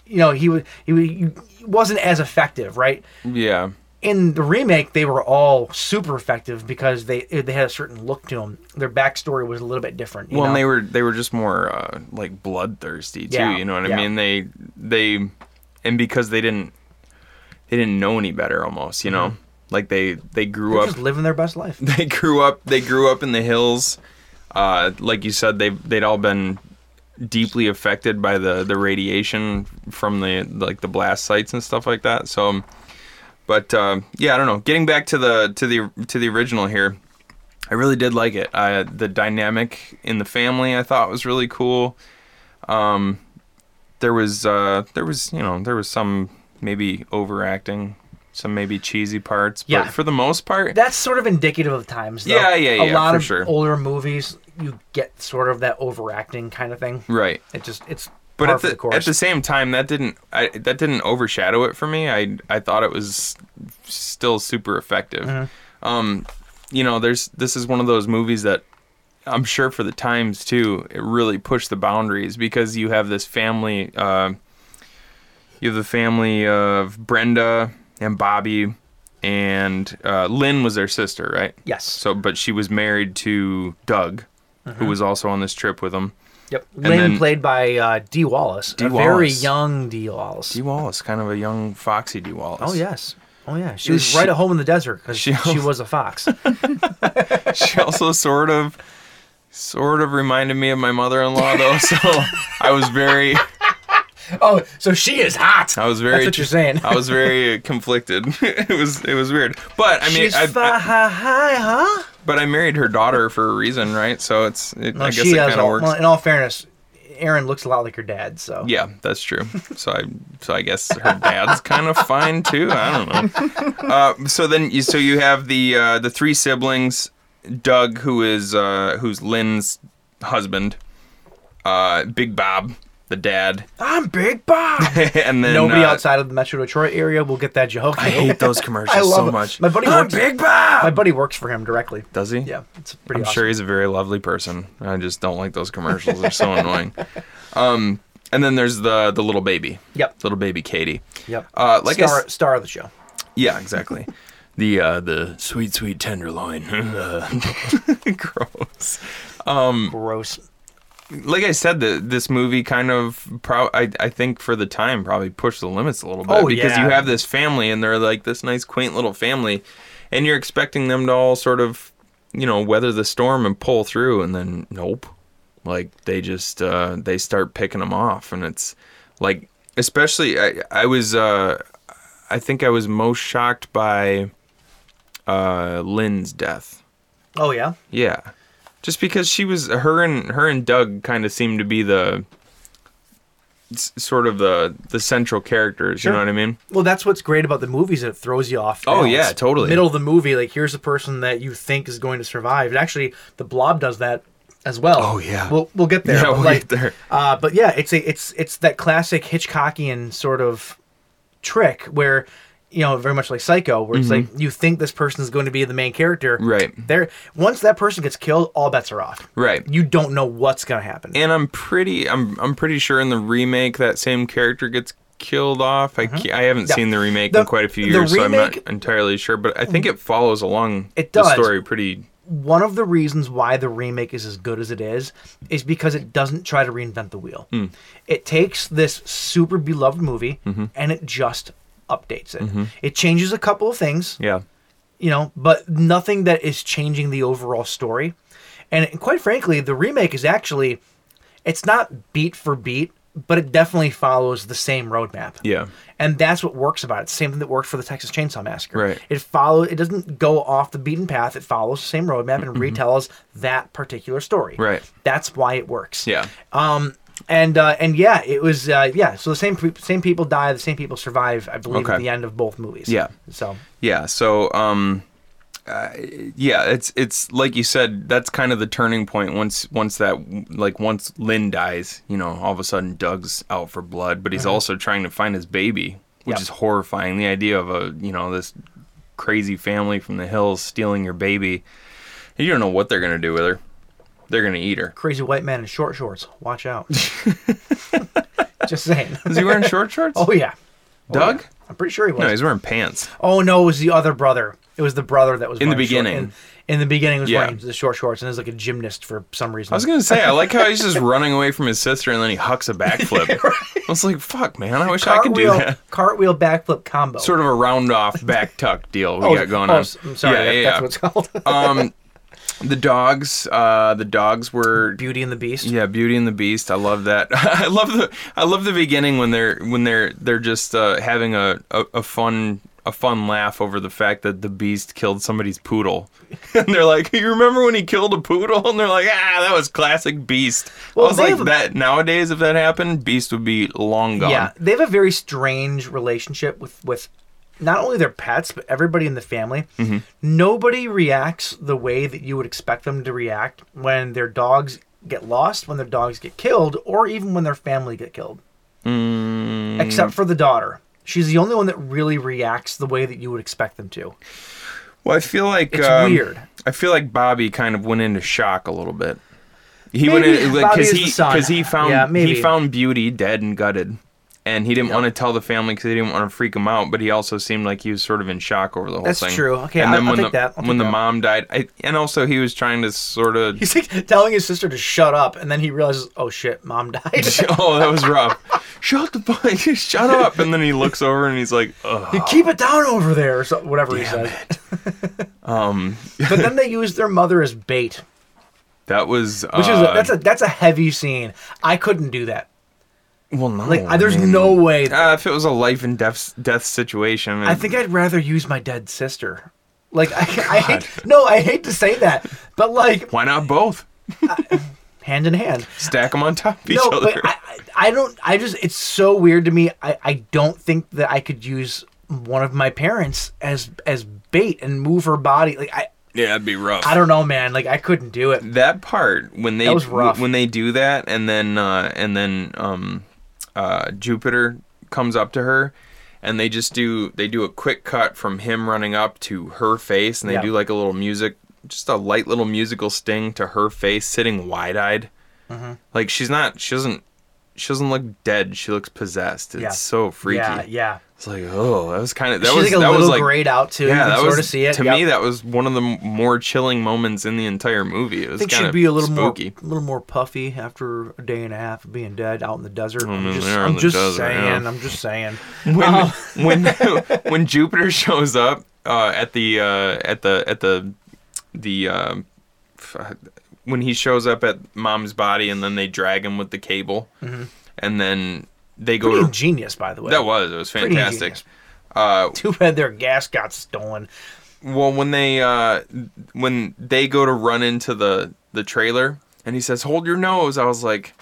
[SPEAKER 5] you know, he was he, wa- he wasn't as effective, right?
[SPEAKER 6] yeah.
[SPEAKER 5] in the remake, they were all super effective because they they had a certain look to them. Their backstory was a little bit different. You
[SPEAKER 6] well,
[SPEAKER 5] know?
[SPEAKER 6] and they were they were just more uh, like bloodthirsty too.
[SPEAKER 5] Yeah,
[SPEAKER 6] You know what I
[SPEAKER 5] yeah.
[SPEAKER 6] mean? They they and because they didn't they didn't know any better almost. You know,
[SPEAKER 5] Mm-hmm.
[SPEAKER 6] like they they grew
[SPEAKER 5] They're
[SPEAKER 6] up
[SPEAKER 5] just living their
[SPEAKER 6] *laughs*
[SPEAKER 5] best life.
[SPEAKER 6] they grew up they grew up in the hills. Uh, like you said, they they'd all been deeply affected by the the radiation from the like the blast sites and stuff like that. So, but uh, yeah, I don't know. Getting back to the to the to the original here, I really did like it. I, the dynamic in the family I thought was really cool. Um, there was uh, there was you know there was some maybe overacting, some maybe cheesy parts.
[SPEAKER 5] Yeah.
[SPEAKER 6] But for the most part,
[SPEAKER 5] That's sort of indicative of times, though.
[SPEAKER 6] Yeah, yeah,
[SPEAKER 5] A
[SPEAKER 6] yeah,
[SPEAKER 5] lot
[SPEAKER 6] for
[SPEAKER 5] of
[SPEAKER 6] sure.
[SPEAKER 5] older movies, you get sort of that overacting kind of thing.
[SPEAKER 6] right.
[SPEAKER 5] It just it's
[SPEAKER 6] but
[SPEAKER 5] par
[SPEAKER 6] at
[SPEAKER 5] for
[SPEAKER 6] the,
[SPEAKER 5] the course.
[SPEAKER 6] at the same time that didn't I, that didn't overshadow it for me i i thought it was still super effective
[SPEAKER 5] Mm-hmm.
[SPEAKER 6] um you know there's this is one of those movies that i'm sure for the times too it really pushed the boundaries because you have this family uh you have the family of brenda and bobby and uh, lynn was their sister right
[SPEAKER 5] Yes.
[SPEAKER 6] so but she was married to doug
[SPEAKER 5] Mm-hmm.
[SPEAKER 6] who was also on this trip with them
[SPEAKER 5] yep. Lynn
[SPEAKER 6] then-
[SPEAKER 5] played by uh, D. Wallace,
[SPEAKER 6] Dee
[SPEAKER 5] a very
[SPEAKER 6] Wallace.
[SPEAKER 5] young D. Wallace.
[SPEAKER 6] D. Wallace, kind of a young foxy D. Wallace.
[SPEAKER 5] Oh yes. Oh yeah, she
[SPEAKER 6] Yeah,
[SPEAKER 5] was
[SPEAKER 6] she-
[SPEAKER 5] right at home in the desert
[SPEAKER 6] *laughs*
[SPEAKER 5] because
[SPEAKER 6] she-
[SPEAKER 5] she, was
[SPEAKER 6] *laughs*
[SPEAKER 5] a fox.
[SPEAKER 6] *laughs* She also sort of, sort of reminded me of my mother-in-law
[SPEAKER 5] *laughs*
[SPEAKER 6] though, so I was very,
[SPEAKER 5] oh, so she is hot.
[SPEAKER 6] I was very.
[SPEAKER 5] That's what you're saying.
[SPEAKER 6] I was very conflicted. *laughs* it was it was weird, but I mean,
[SPEAKER 5] She's
[SPEAKER 6] I,
[SPEAKER 5] fi- hi, huh?
[SPEAKER 6] but I married her daughter for a reason, right? So it's it,
[SPEAKER 5] No,
[SPEAKER 6] I guess
[SPEAKER 5] she
[SPEAKER 6] it
[SPEAKER 5] has.
[SPEAKER 6] kind of
[SPEAKER 5] All,
[SPEAKER 6] works.
[SPEAKER 5] well, in all fairness, Aaron looks a lot like her dad. So
[SPEAKER 6] yeah, that's true. So I so I guess her dad's kind of fine too. I don't know. Uh, so then you so you have the uh, the three siblings, Doug who is uh, who's Lynn's husband, uh, Big Bob the dad,
[SPEAKER 5] I'm Big Bob.
[SPEAKER 6] *laughs* and then
[SPEAKER 5] Nobody
[SPEAKER 6] uh,
[SPEAKER 5] outside of the Metro Detroit area will get that joke.
[SPEAKER 6] I
[SPEAKER 5] *laughs*
[SPEAKER 6] hate those commercials
[SPEAKER 5] I love
[SPEAKER 6] so
[SPEAKER 5] it.
[SPEAKER 6] much.
[SPEAKER 5] My buddy
[SPEAKER 6] I'm
[SPEAKER 5] works-
[SPEAKER 6] Big Bob.
[SPEAKER 5] My buddy works for him directly.
[SPEAKER 6] Does he?
[SPEAKER 5] Yeah, it's pretty.
[SPEAKER 6] I'm
[SPEAKER 5] awesome.
[SPEAKER 6] sure he's a very lovely person. I just don't like those commercials. They're so annoying. Um, and then there's the the little baby.
[SPEAKER 5] Yep.
[SPEAKER 6] Little baby Katie.
[SPEAKER 5] Yep.
[SPEAKER 6] Uh, like I
[SPEAKER 5] star,
[SPEAKER 6] s-
[SPEAKER 5] star of the show.
[SPEAKER 6] Yeah, exactly. the uh, the sweet sweet tenderloin. *laughs* Uh, Gross. Hmm.
[SPEAKER 5] Gross.
[SPEAKER 6] Like I said, the, this movie kind of pro- I I think for the time probably pushed the limits a little bit
[SPEAKER 5] Oh,
[SPEAKER 6] because
[SPEAKER 5] yeah.
[SPEAKER 6] you have this family and they're like this nice quaint little family, and you're expecting them to all sort of you know weather the storm and pull through, and then nope, like they just uh, they start picking them off, and it's like especially I I was uh, I think I was most shocked by uh, Lynn's death.
[SPEAKER 5] Oh yeah.
[SPEAKER 6] Yeah, just because she was her and her and Doug kind of seemed to be the s- sort of the the central characters.
[SPEAKER 5] Sure.
[SPEAKER 6] You know what I mean?
[SPEAKER 5] Well, that's what's great about the movies. It throws you off.
[SPEAKER 6] Oh,
[SPEAKER 5] balance.
[SPEAKER 6] yeah, totally.
[SPEAKER 5] Middle of the movie, like here's the person that you think is going to survive, and actually, the Blob does that as well.
[SPEAKER 6] Oh, yeah.
[SPEAKER 5] We'll we'll get there.
[SPEAKER 6] Yeah,
[SPEAKER 5] but,
[SPEAKER 6] we'll
[SPEAKER 5] like,
[SPEAKER 6] get there.
[SPEAKER 5] Uh, but yeah, it's a it's it's that classic Hitchcockian sort of trick where. You know, very much like Psycho, where it's like you think this person is going to be the main character.
[SPEAKER 6] Mm-hmm. Right.
[SPEAKER 5] There, once that person gets killed, all bets are off.
[SPEAKER 6] Right.
[SPEAKER 5] You don't know what's going to happen.
[SPEAKER 6] And I'm pretty I'm I'm pretty sure in the remake that same character gets killed off. I ca- I haven't
[SPEAKER 5] Yeah.
[SPEAKER 6] seen the remake
[SPEAKER 5] Mm-hmm. The-
[SPEAKER 6] in quite a few
[SPEAKER 5] the
[SPEAKER 6] years, so I'm not
[SPEAKER 5] remake- Mm.
[SPEAKER 6] entirely sure. But I think it follows along
[SPEAKER 5] It
[SPEAKER 6] the
[SPEAKER 5] does.
[SPEAKER 6] story pretty.
[SPEAKER 5] one of the reasons why the remake is as good as it is is because it doesn't try to reinvent the wheel. It takes this super beloved movie and it just updates it. It changes a couple of things,
[SPEAKER 6] Yeah.
[SPEAKER 5] you know, but nothing that is changing the overall story. And quite frankly, the remake is actually it's not beat for beat, but it definitely follows the same roadmap.
[SPEAKER 6] Yeah.
[SPEAKER 5] And that's what works about it. Same thing that worked for the Texas Chainsaw Massacre.
[SPEAKER 6] Right.
[SPEAKER 5] It follows. It doesn't go off the beaten path. It follows the same roadmap and retells that particular story.
[SPEAKER 6] Mm-hmm. Right.
[SPEAKER 5] That's why it works.
[SPEAKER 6] Yeah.
[SPEAKER 5] Um. And uh, and yeah, it was uh, yeah. So the same pe- same people die. The same people survive. I believe at
[SPEAKER 6] Okay.
[SPEAKER 5] the end of both movies.
[SPEAKER 6] Yeah.
[SPEAKER 5] So
[SPEAKER 6] Yeah. So, um, uh, yeah, it's it's like you said. That's kind of the turning point. Once once that like once Lynn dies, you know, all of a sudden Doug's out for blood, but he's also trying to find his baby, which
[SPEAKER 5] Mm-hmm. Yeah.
[SPEAKER 6] is horrifying. The idea of a you know this crazy family from the hills stealing your baby. You don't know what they're gonna do with her. They're gonna eat her.
[SPEAKER 5] crazy white man in short shorts.
[SPEAKER 6] *laughs*
[SPEAKER 5] Watch out. Just saying.
[SPEAKER 6] Is he wearing short shorts?
[SPEAKER 5] *laughs* oh yeah.
[SPEAKER 6] Doug?
[SPEAKER 5] I'm pretty sure he was.
[SPEAKER 6] No, he's wearing pants.
[SPEAKER 5] Oh no, it was the other brother. It was the brother that was
[SPEAKER 6] In the
[SPEAKER 5] wearing short-
[SPEAKER 6] beginning.
[SPEAKER 5] in, in the beginning, was
[SPEAKER 6] Yeah.
[SPEAKER 5] wearing the short shorts and is like a gymnast for some reason.
[SPEAKER 6] I was gonna say, I like how he's just running away from his sister and then he hucks a
[SPEAKER 5] *laughs*
[SPEAKER 6] backflip. I was like, fuck, man, I wish I could do
[SPEAKER 5] Cartwheel-
[SPEAKER 6] that.
[SPEAKER 5] Cartwheel backflip combo.
[SPEAKER 6] Sort of a round off back tuck deal we got going
[SPEAKER 5] oh,
[SPEAKER 6] on.
[SPEAKER 5] s- I'm sorry, that- that's what it's called.
[SPEAKER 6] um, The dogs, uh, the dogs were
[SPEAKER 5] *laughs* Beauty and the Beast.
[SPEAKER 6] Yeah, Beauty and the Beast. I love that. *laughs* I love the I love the beginning when they're when they're they're just uh, having a, a, a fun a fun laugh over the fact that the beast killed somebody's poodle. *laughs* and they're like, "You remember when he killed a poodle?" *laughs* And they're like, "Ah, that was classic beast."
[SPEAKER 5] Well,
[SPEAKER 6] I was
[SPEAKER 5] they
[SPEAKER 6] like
[SPEAKER 5] have-
[SPEAKER 6] that nowadays if that happened, beast would be long gone.
[SPEAKER 5] Yeah, they have a very strange relationship with with not only their pets but everybody in the family. Nobody reacts the way that you would expect them to react when their dogs get lost, when their dogs get killed, or even when their family get killed. Except for the daughter. She's the only one that really reacts the way that you would expect them to.
[SPEAKER 6] Well, I feel like
[SPEAKER 5] It's
[SPEAKER 6] um,
[SPEAKER 5] weird. *laughs*
[SPEAKER 6] I feel like Bobby kind of went into shock a little bit. He
[SPEAKER 5] Maybe
[SPEAKER 6] went in like,
[SPEAKER 5] Bobby
[SPEAKER 6] because
[SPEAKER 5] is
[SPEAKER 6] he
[SPEAKER 5] the son.
[SPEAKER 6] because he found
[SPEAKER 5] Yeah, maybe.
[SPEAKER 6] he found Beauty dead and gutted, and he didn't want to tell the family because he didn't want to freak him out. But he also seemed like he was sort of in shock over the whole
[SPEAKER 5] That's
[SPEAKER 6] thing.
[SPEAKER 5] true. Okay,
[SPEAKER 6] and
[SPEAKER 5] I-
[SPEAKER 6] then
[SPEAKER 5] I'll
[SPEAKER 6] when
[SPEAKER 5] take
[SPEAKER 6] the
[SPEAKER 5] that. I'll take
[SPEAKER 6] when the
[SPEAKER 5] that.
[SPEAKER 6] mom died, I, and also he was trying to sort of.
[SPEAKER 5] *laughs* He's like telling his sister to shut up, and then he realizes, oh shit, mom died.
[SPEAKER 6] *laughs* *laughs* oh, that was rough. Shut the fuck! *laughs* Shut up! And then he looks over and he's like, "Ugh."
[SPEAKER 5] Keep it down over there, or so, whatever he says. *laughs* um, but then they use their mother as bait,
[SPEAKER 6] "That was."
[SPEAKER 5] which is
[SPEAKER 6] uh,
[SPEAKER 5] a, that's a that's a heavy scene. I couldn't do that.
[SPEAKER 6] well, no.
[SPEAKER 5] Like, I,
[SPEAKER 6] I
[SPEAKER 5] there's
[SPEAKER 6] mean,
[SPEAKER 5] no way.
[SPEAKER 6] Oh, Uh, if it was a life and death death situation,
[SPEAKER 5] I think I'd rather use my dead sister. Like I, I hate, no, I hate to say that, but like
[SPEAKER 6] Why not both?
[SPEAKER 5] hand in hand.
[SPEAKER 6] Stack them on top of *laughs* each
[SPEAKER 5] No,
[SPEAKER 6] other.
[SPEAKER 5] but I, I I don't. I just it's so weird to me. I I don't think that I could use one of my parents as as bait and move her body. Like I
[SPEAKER 6] yeah, that'd be rough.
[SPEAKER 5] I don't know, man. Like I couldn't do it.
[SPEAKER 6] that part when they
[SPEAKER 5] That was rough.
[SPEAKER 6] when they do that and then uh, and then um, uh, Jupiter comes up to her and they just do they do a quick cut from him running up to her face and they
[SPEAKER 5] Yeah.
[SPEAKER 6] do like a little music just a light little musical sting to her face sitting wide eyed
[SPEAKER 5] Mm-hmm.
[SPEAKER 6] like she's not she doesn't she doesn't look dead she looks possessed it's
[SPEAKER 5] Yeah.
[SPEAKER 6] so freaky
[SPEAKER 5] Yeah, yeah.
[SPEAKER 6] it's like oh that was kind of that
[SPEAKER 5] She's
[SPEAKER 6] was
[SPEAKER 5] like a
[SPEAKER 6] that
[SPEAKER 5] little
[SPEAKER 6] was like
[SPEAKER 5] grayed out too. you
[SPEAKER 6] Yeah,
[SPEAKER 5] can
[SPEAKER 6] that
[SPEAKER 5] sort
[SPEAKER 6] was
[SPEAKER 5] of see it.
[SPEAKER 6] to
[SPEAKER 5] Yep.
[SPEAKER 6] me. That was one of the m- more chilling moments in the entire movie. It was
[SPEAKER 5] I think
[SPEAKER 6] kind
[SPEAKER 5] she'd
[SPEAKER 6] of
[SPEAKER 5] be a little
[SPEAKER 6] spooky.
[SPEAKER 5] more, a little more puffy after a day and a half of being dead out in the desert.
[SPEAKER 6] mean,
[SPEAKER 5] I'm just,
[SPEAKER 6] they are in
[SPEAKER 5] I'm
[SPEAKER 6] the
[SPEAKER 5] just
[SPEAKER 6] desert, yeah.
[SPEAKER 5] saying. I'm just
[SPEAKER 6] *laughs*
[SPEAKER 5] saying.
[SPEAKER 6] When when
[SPEAKER 5] *laughs*
[SPEAKER 6] when Jupiter shows up uh, at the uh, at the at the the um, f- when he shows up at Mom's body, and then they drag him with the cable, and then they go.
[SPEAKER 5] Mm-hmm. Pretty
[SPEAKER 6] to-
[SPEAKER 5] ingenious, by the way.
[SPEAKER 6] that was it was
[SPEAKER 5] Pretty
[SPEAKER 6] fantastic. Uh,
[SPEAKER 5] ingenious. Too bad their gas got stolen.
[SPEAKER 6] Well, when they uh, when they go to run into the the trailer, and he says, "Hold your nose," I was like,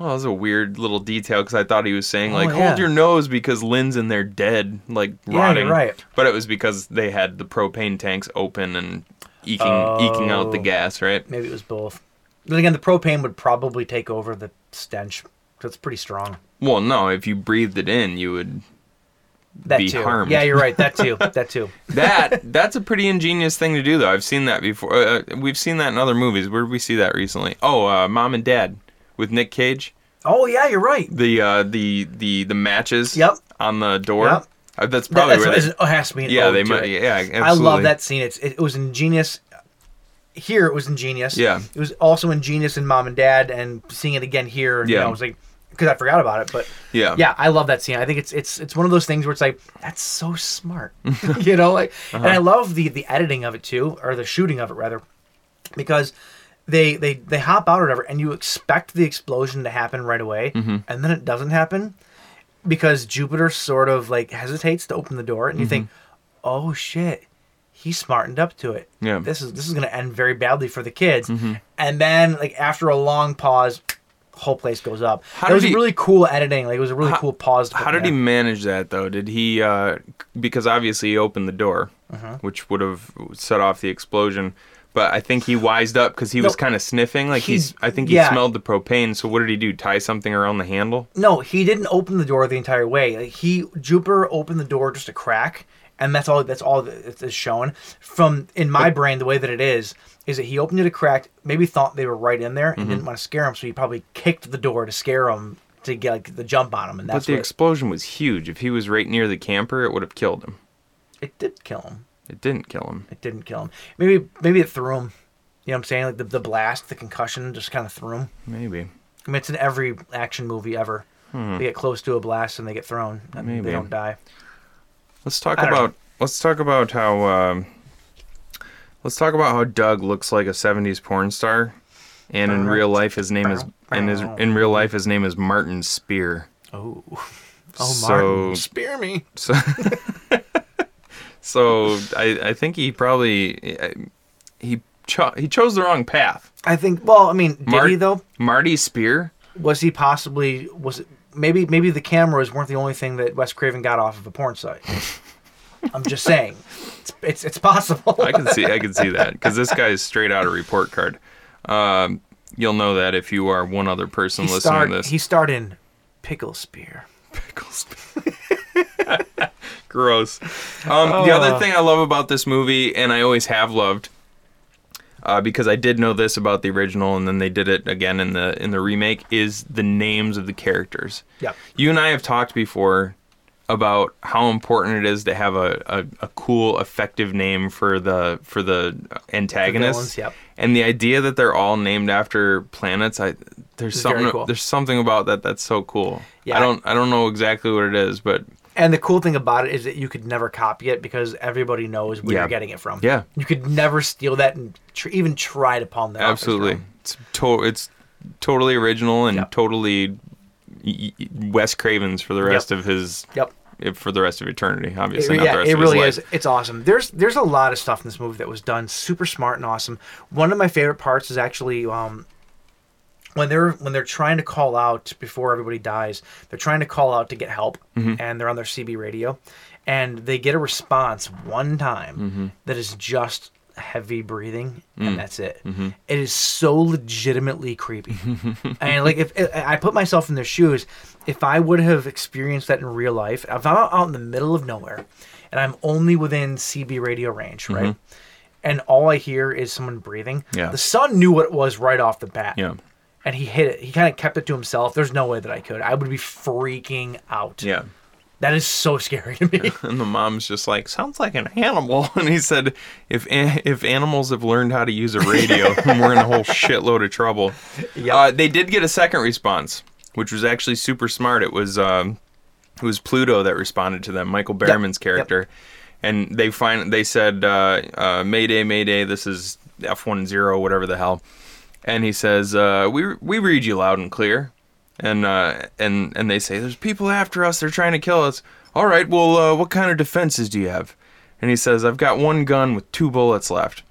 [SPEAKER 6] "Oh, that was a weird little detail," because I thought he was saying like,
[SPEAKER 5] Oh, yeah.
[SPEAKER 6] "Hold your nose," because Lynn's in there dead, like
[SPEAKER 5] you're
[SPEAKER 6] rotting.
[SPEAKER 5] right.
[SPEAKER 6] But it was because they had the propane tanks open and eking eking out
[SPEAKER 5] Oh.
[SPEAKER 6] the gas, right?
[SPEAKER 5] Maybe it was both. Then again, the propane would probably take over the stench. 'cause It's pretty strong.
[SPEAKER 6] Well, no, if you breathed it in, you would.
[SPEAKER 5] That
[SPEAKER 6] Be
[SPEAKER 5] too.
[SPEAKER 6] harmed.
[SPEAKER 5] Yeah, you're right. That too.
[SPEAKER 6] *laughs*
[SPEAKER 5] That too.
[SPEAKER 6] That
[SPEAKER 5] *laughs*
[SPEAKER 6] that's a pretty ingenious thing to do, though. I've seen that before. Uh, we've seen that in other movies. Where did we see that recently? Oh, uh, Mom and Dad with Nick Cage.
[SPEAKER 5] Oh yeah, you're right.
[SPEAKER 6] the uh, the the the matches
[SPEAKER 5] Yep.
[SPEAKER 6] on the door.
[SPEAKER 5] Yep.
[SPEAKER 6] Uh, that's
[SPEAKER 5] That,
[SPEAKER 6] probably
[SPEAKER 5] that's,
[SPEAKER 6] where they,
[SPEAKER 5] that's- oh, it has to be. an
[SPEAKER 6] yeah
[SPEAKER 5] ode
[SPEAKER 6] they
[SPEAKER 5] to
[SPEAKER 6] might
[SPEAKER 5] it.
[SPEAKER 6] yeah absolutely.
[SPEAKER 5] I love that scene. It's it, it was ingenious. Here it was ingenious.
[SPEAKER 6] Yeah.
[SPEAKER 5] It was also ingenious in Mom and Dad, and seeing it again here, you
[SPEAKER 6] Yeah.
[SPEAKER 5] know, I was like, because I forgot about it. But
[SPEAKER 6] Yeah.
[SPEAKER 5] yeah, I love that scene. I think it's it's it's one of those things where it's like that's so smart, *laughs* you know, like, and
[SPEAKER 6] Uh-huh.
[SPEAKER 5] I love the the editing of it too, or the shooting of it rather, because. They, they they hop out or whatever, and you expect the explosion to happen right away,
[SPEAKER 6] Mm-hmm.
[SPEAKER 5] and then it doesn't happen because Jupiter sort of like hesitates to open the door, and you think, "Oh shit, he smartened up to it.
[SPEAKER 6] Mm-hmm. Yeah. Mm-hmm.
[SPEAKER 5] This is this is gonna end very badly for the kids." And then like after a long pause, whole place goes up.
[SPEAKER 6] How
[SPEAKER 5] it
[SPEAKER 6] did
[SPEAKER 5] was
[SPEAKER 6] he-
[SPEAKER 5] really cool editing. Like it was a really cool pause. to put
[SPEAKER 6] How did
[SPEAKER 5] in
[SPEAKER 6] he
[SPEAKER 5] there.
[SPEAKER 6] manage that though? Did he uh, c- because obviously he opened the door,
[SPEAKER 5] Uh-huh.
[SPEAKER 6] which would have set off the explosion. But I think he wised up because he was
[SPEAKER 5] No.
[SPEAKER 6] kind of sniffing. Like
[SPEAKER 5] He-
[SPEAKER 6] he's, I think he
[SPEAKER 5] yeah.
[SPEAKER 6] smelled the propane. So what did he do? Tie something around the handle?
[SPEAKER 5] No, he didn't open the door the entire way. Like, He Jupiter opened the door just a crack, and that's all. That's all that is shown. From in my brain, the way that it is is that he opened it a crack. Maybe thought they were right in there and
[SPEAKER 6] Mm-hmm.
[SPEAKER 5] didn't want to scare him, so he probably kicked the door to scare him to get like, the jump on him, and
[SPEAKER 6] But
[SPEAKER 5] that's
[SPEAKER 6] the
[SPEAKER 5] what
[SPEAKER 6] explosion was huge. If he was right near the camper, it would have killed him.
[SPEAKER 5] it did kill him.
[SPEAKER 6] It didn't kill him.
[SPEAKER 5] It didn't kill him. Maybe maybe it threw him. You know what I'm saying? Like the, the blast, the concussion just kind of threw him.
[SPEAKER 6] Maybe.
[SPEAKER 5] I mean, it's in every action movie ever. They get close to a blast and they get thrown. and
[SPEAKER 6] Hmm. Maybe.
[SPEAKER 5] They don't die.
[SPEAKER 6] Let's talk
[SPEAKER 5] I don't know.
[SPEAKER 6] about let's talk about how um, Let's talk about how Doug looks like a 70s porn star. And in real life his name is and his in real life his name is Martin Spear.
[SPEAKER 5] Oh. *laughs* Oh,
[SPEAKER 6] So-
[SPEAKER 5] Martin, spear me.
[SPEAKER 6] So, so I, I think he probably I- he cho- he chose the wrong path.
[SPEAKER 5] I think. Well, I mean, did
[SPEAKER 6] Mar-
[SPEAKER 5] he though?
[SPEAKER 6] Marty Spear.
[SPEAKER 5] Was he possibly? Was it, maybe maybe the cameras weren't the only thing that Wes Craven got off of a
[SPEAKER 6] *laughs*
[SPEAKER 5] porn site. I'm just saying, it's it's, it's possible.
[SPEAKER 6] I can see I can see that because this guy is straight out of report card. Um, you'll know that if you are one other person
[SPEAKER 5] *laughs* he
[SPEAKER 6] listening
[SPEAKER 5] starred,
[SPEAKER 6] to this.
[SPEAKER 5] He starred in Pickle Spear.
[SPEAKER 6] Pickles. *laughs* Gross. Um, The other thing I love about this movie, and I always have loved, uh, because I did know this about the original, and then they did it again in the in the remake, is the names of the characters.
[SPEAKER 5] Yep.
[SPEAKER 6] You and I have talked before about how important it is to have a, a, a cool, effective name for the for the antagonists.
[SPEAKER 5] villains, yep.
[SPEAKER 6] And the idea that they're all named after planets, I there's
[SPEAKER 5] It's very
[SPEAKER 6] something
[SPEAKER 5] cool.
[SPEAKER 6] there's something about that that's so cool.
[SPEAKER 5] Yeah.
[SPEAKER 6] I don't I don't know exactly what it is, but
[SPEAKER 5] And the cool thing about it is that you could never copy it because everybody knows where
[SPEAKER 6] Yeah.
[SPEAKER 5] you're getting it from.
[SPEAKER 6] Yeah.
[SPEAKER 5] You could never steal that and tr- even try to palm that. off as your
[SPEAKER 6] absolutely,
[SPEAKER 5] own.
[SPEAKER 6] it's to- it's totally original and
[SPEAKER 5] Yep.
[SPEAKER 6] totally y- y- Wes Craven's for the rest of his
[SPEAKER 5] Yep.
[SPEAKER 6] if- for the rest of eternity.
[SPEAKER 5] It-
[SPEAKER 6] Obviously, not the
[SPEAKER 5] yeah,
[SPEAKER 6] rest
[SPEAKER 5] it
[SPEAKER 6] of his
[SPEAKER 5] really
[SPEAKER 6] life.
[SPEAKER 5] is. It's awesome. There's there's a lot of stuff in this movie that was done super smart and awesome. One of my favorite parts is actually um, when they're when they're trying to call out before everybody dies. They're trying to call out to get help,
[SPEAKER 6] Mm-hmm.
[SPEAKER 5] and they're on their CB radio, and they get a response one time
[SPEAKER 6] Mm-hmm.
[SPEAKER 5] that is just heavy breathing
[SPEAKER 6] Mm.
[SPEAKER 5] and that's it.
[SPEAKER 6] Mm-hmm.
[SPEAKER 5] It is so legitimately creepy and like if I I put myself in their shoes, if I would have experienced that in real life, if I'm out in the middle of nowhere, and I'm only within CB radio range, right, and all I hear is someone breathing.
[SPEAKER 6] Mm-hmm. Yeah.
[SPEAKER 5] The son knew what it was right off the bat.
[SPEAKER 6] Yeah.
[SPEAKER 5] And he hit it. He kind of kept it to himself. There's no way that I could. I would be freaking out.
[SPEAKER 6] Yeah.
[SPEAKER 5] That is so scary to
[SPEAKER 6] *laughs*
[SPEAKER 5] me.
[SPEAKER 6] And the mom's just like, sounds like an animal. *laughs* And he said, if a- if animals have learned how to use a radio, then we're in a whole shitload of trouble.
[SPEAKER 5] Yeah.
[SPEAKER 6] Uh, they did get a second response, which was actually super smart. It was um, it was Pluto that responded to them, Michael Berryman's character. And they find they said, uh, uh, "Mayday, Mayday! This is F one zero, whatever the hell." And he says, uh, "We we read you loud and clear." and uh, and and they say there's people after us. They're trying to kill us. All right, well, uh, what kind of defenses do you have? And he says, I've got one gun with two bullets left.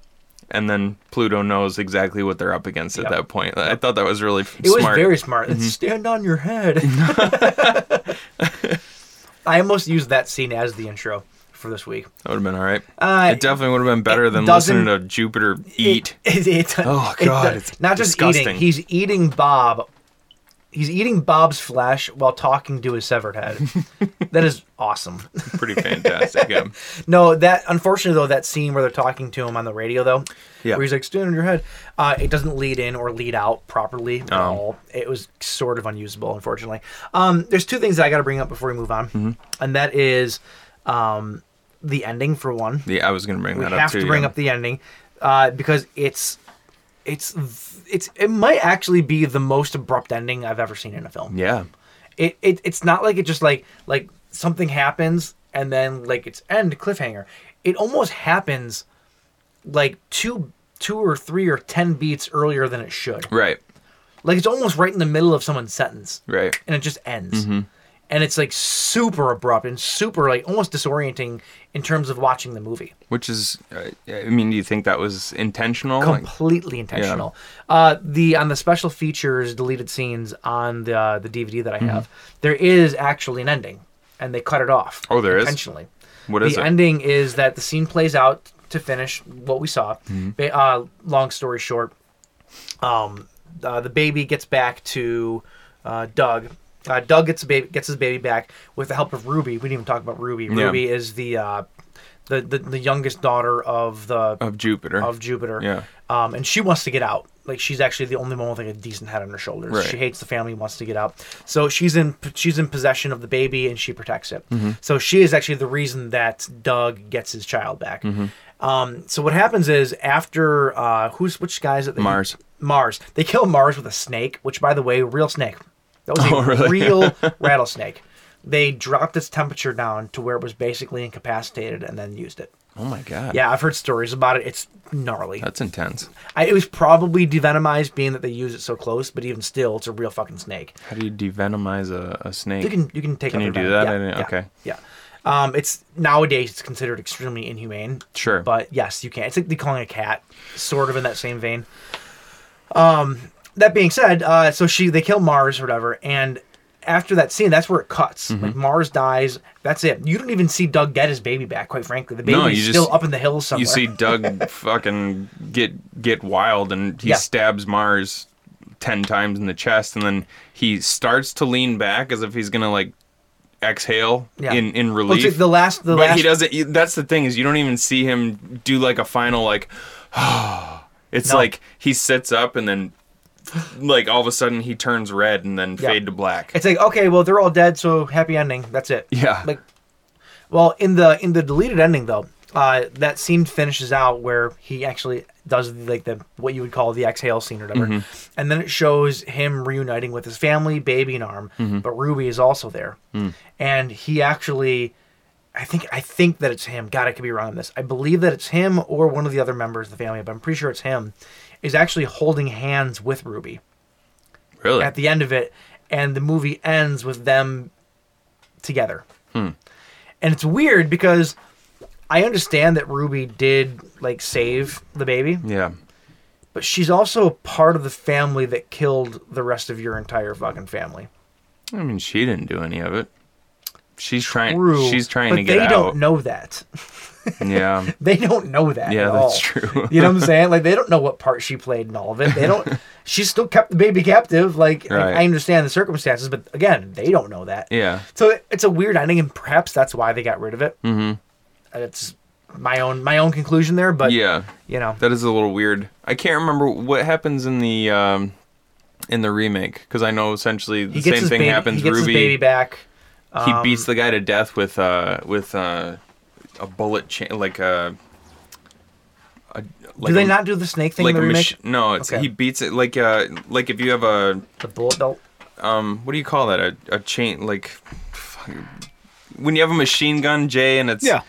[SPEAKER 6] And then Pluto knows exactly what they're up against at
[SPEAKER 5] Yep.
[SPEAKER 6] that point. I thought that was really f-
[SPEAKER 5] It was
[SPEAKER 6] smart. Mm-hmm.
[SPEAKER 5] very smart. It's Stand on your
[SPEAKER 6] *laughs*
[SPEAKER 5] head. *laughs* I almost used that scene as the intro for this week.
[SPEAKER 6] that would have been all right.
[SPEAKER 5] Uh,
[SPEAKER 6] it definitely would have been better
[SPEAKER 5] it
[SPEAKER 6] than
[SPEAKER 5] doesn't-
[SPEAKER 6] listening to Jupiter eat.
[SPEAKER 5] *laughs* It, it,
[SPEAKER 6] Oh,
[SPEAKER 5] it-
[SPEAKER 6] God, it's
[SPEAKER 5] not just
[SPEAKER 6] disgusting.
[SPEAKER 5] eating. He's eating Bob. He's eating Bob's flesh while talking to his
[SPEAKER 6] *laughs*
[SPEAKER 5] severed head. that is awesome. *laughs*
[SPEAKER 6] Pretty fantastic. Yeah.
[SPEAKER 5] No, that unfortunately though that scene where they're talking to him on the radio though,
[SPEAKER 6] Yeah.
[SPEAKER 5] where he's like stand on your head, uh, it doesn't lead in or lead out properly
[SPEAKER 6] Oh.
[SPEAKER 5] at all. It was sort of unusable, unfortunately. Um, there's two things that I got to bring up before we move on,
[SPEAKER 6] Mm-hmm.
[SPEAKER 5] and that is um, the ending for one.
[SPEAKER 6] yeah, I was going to bring
[SPEAKER 5] We
[SPEAKER 6] that up
[SPEAKER 5] have
[SPEAKER 6] too.
[SPEAKER 5] to bring
[SPEAKER 6] yeah.
[SPEAKER 5] up the ending uh, because it's it's v- it's it might actually be the most abrupt ending I've ever seen in a film.
[SPEAKER 6] Yeah.
[SPEAKER 5] It, it it's not like it just like like something happens and then like it's end cliffhanger. It almost happens like two two or three or ten beats earlier than it should.
[SPEAKER 6] Right.
[SPEAKER 5] Like it's almost right in the middle of someone's sentence.
[SPEAKER 6] Right. Mm-hmm.
[SPEAKER 5] And it just ends. And it's like super abrupt and super like almost disorienting in terms of watching the movie.
[SPEAKER 6] Which is, uh, I mean, do you think that was intentional? Like-
[SPEAKER 5] completely intentional. Uh, the on the special features deleted scenes on the uh, the DVD
[SPEAKER 6] Mm-hmm.
[SPEAKER 5] that I have, there is actually an ending, and they cut it off.
[SPEAKER 6] Oh, there is?
[SPEAKER 5] intentionally.
[SPEAKER 6] What
[SPEAKER 5] the
[SPEAKER 6] is it?
[SPEAKER 5] ending is that the scene plays out to finish what we saw.
[SPEAKER 6] Mm-hmm.
[SPEAKER 5] Ba- Uh, long story short, um, uh, the baby gets back to uh, Doug. Uh, Doug gets a baby gets his baby back with the help of Ruby. We didn't even talk about Ruby.
[SPEAKER 6] Yeah.
[SPEAKER 5] Ruby is the, uh, the the the youngest daughter of the
[SPEAKER 6] of Jupiter.
[SPEAKER 5] of Jupiter.
[SPEAKER 6] Yeah.
[SPEAKER 5] Um, and she wants to get out. Like she's actually the only one with like a decent head on her shoulders.
[SPEAKER 6] Right.
[SPEAKER 5] She hates the family, wants to get out. So she's in she's in possession of the baby and she protects it.
[SPEAKER 6] Mm-hmm.
[SPEAKER 5] So she is actually the reason that Doug gets his child back.
[SPEAKER 6] Mm-hmm.
[SPEAKER 5] Um, so what happens is after uh, who's which guys at the
[SPEAKER 6] Mars.
[SPEAKER 5] Mars. They kill Mars with a snake, which by the way, real snake. That was
[SPEAKER 6] *laughs*
[SPEAKER 5] a
[SPEAKER 6] Oh, really?
[SPEAKER 5] real rattlesnake. They dropped its temperature down to where it was basically incapacitated and then used it.
[SPEAKER 6] Oh my god.
[SPEAKER 5] Yeah, I've heard stories about it. It's gnarly.
[SPEAKER 6] That's intense.
[SPEAKER 5] I, it was probably devenomized, being that they use it so close. But even still, it's a real fucking snake.
[SPEAKER 6] How do you devenomize a, a snake?
[SPEAKER 5] You can you can take.
[SPEAKER 6] Can
[SPEAKER 5] out
[SPEAKER 6] you
[SPEAKER 5] their
[SPEAKER 6] do
[SPEAKER 5] venom.
[SPEAKER 6] that? I
[SPEAKER 5] Yeah,
[SPEAKER 6] didn't-
[SPEAKER 5] yeah,
[SPEAKER 6] okay.
[SPEAKER 5] Yeah. Um, it's nowadays it's considered extremely inhumane.
[SPEAKER 6] Sure.
[SPEAKER 5] But yes, you can. It's like they calling a cat, sort of in that same vein. Um, that being said, uh, so she they kill Mars or whatever, and after that scene, that's where it cuts.
[SPEAKER 6] Mm-hmm.
[SPEAKER 5] Like Mars dies. That's it. You don't even see Doug get his baby back. Quite frankly, the baby's
[SPEAKER 6] No, you just-
[SPEAKER 5] still up in the hills somewhere.
[SPEAKER 6] You see
[SPEAKER 5] *laughs*
[SPEAKER 6] Doug fucking get get wild and he
[SPEAKER 5] Yeah.
[SPEAKER 6] stabs Mars ten times in the chest and then he starts to lean back as if he's gonna like exhale
[SPEAKER 5] Yeah.
[SPEAKER 6] in, in
[SPEAKER 5] Well, it's
[SPEAKER 6] relief.
[SPEAKER 5] like the last, the
[SPEAKER 6] but
[SPEAKER 5] last.
[SPEAKER 6] he doesn't you- that's the thing is you don't even see him do like a final like *sighs* it's
[SPEAKER 5] No.
[SPEAKER 6] like he sits up and then like all of a sudden he turns red and then
[SPEAKER 5] Yeah.
[SPEAKER 6] fade to black.
[SPEAKER 5] It's like okay, well they're all dead, so happy ending. That's it.
[SPEAKER 6] Yeah.
[SPEAKER 5] Like, well, in the in the deleted ending though, uh, that scene finishes out where he actually does like the what you would call the exhale scene or whatever, and then it shows him reuniting with his family, baby in arm, but Ruby is also there, and he actually. I think I think that it's him. God, I could be wrong on this. I believe that it's him or one of the other members of the family, but I'm pretty sure it's him. Is actually holding hands with Ruby
[SPEAKER 6] really?
[SPEAKER 5] at the end of it, and the movie ends with them together.
[SPEAKER 6] Hmm.
[SPEAKER 5] And it's weird because I understand that Ruby did like save the baby,
[SPEAKER 6] yeah.
[SPEAKER 5] but she's also part of the family that killed the rest of your entire fucking family.
[SPEAKER 6] I mean she didn't do any of it. She's trying
[SPEAKER 5] True,
[SPEAKER 6] she's trying
[SPEAKER 5] but
[SPEAKER 6] to get
[SPEAKER 5] they
[SPEAKER 6] out.
[SPEAKER 5] don't know that. *laughs*
[SPEAKER 6] Yeah.
[SPEAKER 5] They don't know that.
[SPEAKER 6] Yeah,
[SPEAKER 5] at
[SPEAKER 6] that's
[SPEAKER 5] all.
[SPEAKER 6] true.
[SPEAKER 5] you know
[SPEAKER 6] *laughs*
[SPEAKER 5] what I'm saying? Like they don't know what part she played in all of it. They don't. she still kept the baby captive. Like I-
[SPEAKER 6] Right.
[SPEAKER 5] I understand the circumstances, but again, they don't know that.
[SPEAKER 6] Yeah.
[SPEAKER 5] So it- it's a weird ending, and perhaps that's why they got rid of it. Mm-hmm. It's my own my own conclusion there, but
[SPEAKER 6] Yeah.
[SPEAKER 5] you know,
[SPEAKER 6] That is a little weird. I can't remember what happens in the um in the remake because I know essentially the
[SPEAKER 5] he gets
[SPEAKER 6] same
[SPEAKER 5] his
[SPEAKER 6] thing
[SPEAKER 5] baby,
[SPEAKER 6] happens.
[SPEAKER 5] He gets
[SPEAKER 6] Ruby
[SPEAKER 5] his baby back. Um,
[SPEAKER 6] he beats the guy to death with uh with uh a bullet chain like a, a like
[SPEAKER 5] do they
[SPEAKER 6] a-
[SPEAKER 5] not do the snake thing
[SPEAKER 6] like
[SPEAKER 5] in the
[SPEAKER 6] a
[SPEAKER 5] remake?
[SPEAKER 6] mach- no it's
[SPEAKER 5] Okay.
[SPEAKER 6] he beats it like uh like if you have a
[SPEAKER 5] the bullet
[SPEAKER 6] Oh,
[SPEAKER 5] belt.
[SPEAKER 6] what do you call that a, a chain like when you have a machine gun Jay and it's
[SPEAKER 7] Yeah.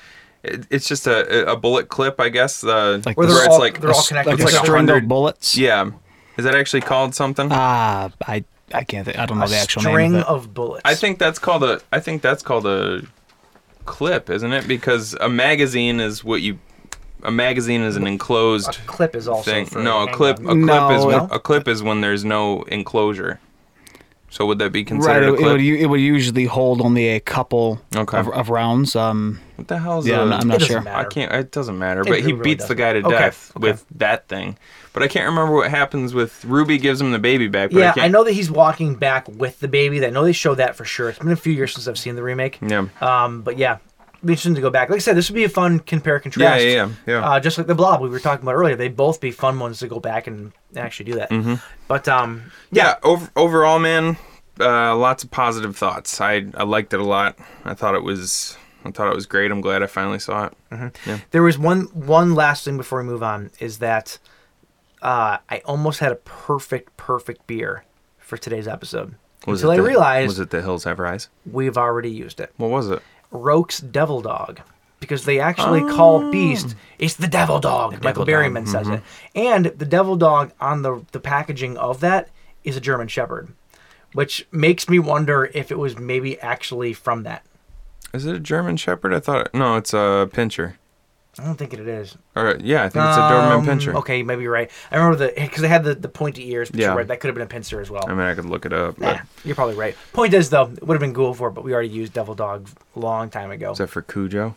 [SPEAKER 6] it, it's just a a bullet clip I guess uh,
[SPEAKER 7] Like
[SPEAKER 5] Where
[SPEAKER 7] Where
[SPEAKER 5] they're
[SPEAKER 7] it's
[SPEAKER 5] all
[SPEAKER 6] like
[SPEAKER 5] they're
[SPEAKER 6] a
[SPEAKER 5] all
[SPEAKER 6] s-
[SPEAKER 5] connected.
[SPEAKER 7] Like
[SPEAKER 5] to
[SPEAKER 7] a
[SPEAKER 6] like
[SPEAKER 5] something.
[SPEAKER 7] string
[SPEAKER 6] 100
[SPEAKER 7] of bullets.
[SPEAKER 6] yeah is that actually called something
[SPEAKER 7] Ah, I I can't think. I don't know the actual
[SPEAKER 5] string
[SPEAKER 7] name. Of it.
[SPEAKER 5] of bullets.
[SPEAKER 6] I think that's called a. I think that's called a clip, isn't it? Because a magazine is what you. A magazine is an
[SPEAKER 5] a
[SPEAKER 6] enclosed
[SPEAKER 5] clip is also
[SPEAKER 6] thing.
[SPEAKER 5] for
[SPEAKER 6] No, a
[SPEAKER 5] handgun.
[SPEAKER 6] clip. A clip
[SPEAKER 7] No,
[SPEAKER 6] is when,
[SPEAKER 7] it-
[SPEAKER 6] a clip is when there's no enclosure. So would that be
[SPEAKER 7] Right,
[SPEAKER 6] considered
[SPEAKER 7] it,
[SPEAKER 6] a
[SPEAKER 7] it
[SPEAKER 6] clip?
[SPEAKER 7] would, u- it would usually hold only a couple
[SPEAKER 6] Okay.
[SPEAKER 7] of, of rounds. Um,
[SPEAKER 6] what the hell's
[SPEAKER 7] yeah,
[SPEAKER 6] a-
[SPEAKER 7] I'm not, I'm
[SPEAKER 5] It
[SPEAKER 7] not
[SPEAKER 5] doesn't
[SPEAKER 7] sure.
[SPEAKER 5] matter.
[SPEAKER 6] I can't. It doesn't matter. but he
[SPEAKER 5] really
[SPEAKER 6] beats the
[SPEAKER 5] doesn't.
[SPEAKER 6] guy to
[SPEAKER 5] Okay,
[SPEAKER 6] death
[SPEAKER 5] okay.
[SPEAKER 6] with that thing. But I can't remember what happens with Ruby. Gives him the baby back. But
[SPEAKER 5] Yeah,
[SPEAKER 6] can't,
[SPEAKER 5] I know that he's walking back with the baby. I know they show that for sure. It's been a few years since I've seen the remake.
[SPEAKER 6] Yeah.
[SPEAKER 5] Um, but yeah, be interesting to go back. Like I said, this would be a fun compare contrast.
[SPEAKER 6] Yeah, yeah, yeah, yeah.
[SPEAKER 5] Uh, just like the Blob we were talking about earlier, they'd both be fun ones to go back and actually do that.
[SPEAKER 6] Mm-hmm.
[SPEAKER 5] But um,
[SPEAKER 6] yeah, ov- overall, man, uh, lots of positive thoughts. I, I liked it a lot. I thought it was I thought it was great. I'm glad I finally saw it.
[SPEAKER 5] there was one one last thing before we move on is that uh, I almost had a perfect perfect beer for today's episode
[SPEAKER 6] Was
[SPEAKER 5] until
[SPEAKER 6] it
[SPEAKER 5] I
[SPEAKER 6] the,
[SPEAKER 5] realized
[SPEAKER 6] was it the Hills Have Eyes?
[SPEAKER 5] we've already used it.
[SPEAKER 6] What was it?
[SPEAKER 5] Roke's Devil Dog because they actually
[SPEAKER 6] Oh.
[SPEAKER 5] call Beast it's the Devil Dog. Michael Berryman says
[SPEAKER 6] Mm-hmm.
[SPEAKER 5] it, and the Devil Dog on the the packaging of that is a German Shepherd, which makes me wonder if it was maybe actually from that.
[SPEAKER 6] Is it a German Shepherd? I thought no, it's a pincher.
[SPEAKER 5] I don't think it is.
[SPEAKER 6] Or yeah, I think it's a Doberman
[SPEAKER 5] Um,
[SPEAKER 6] pincher.
[SPEAKER 5] Okay, you might be right. I remember the because they had the, the pointy ears. But yeah,
[SPEAKER 6] Yeah.
[SPEAKER 5] right. That could have been a pincer as well.
[SPEAKER 6] I mean, I could look it up. But
[SPEAKER 5] Nah, you're probably right. Point is though, it would have been cool for, it, but we already used Devil Dog a long time ago.
[SPEAKER 6] Is that for Cujo?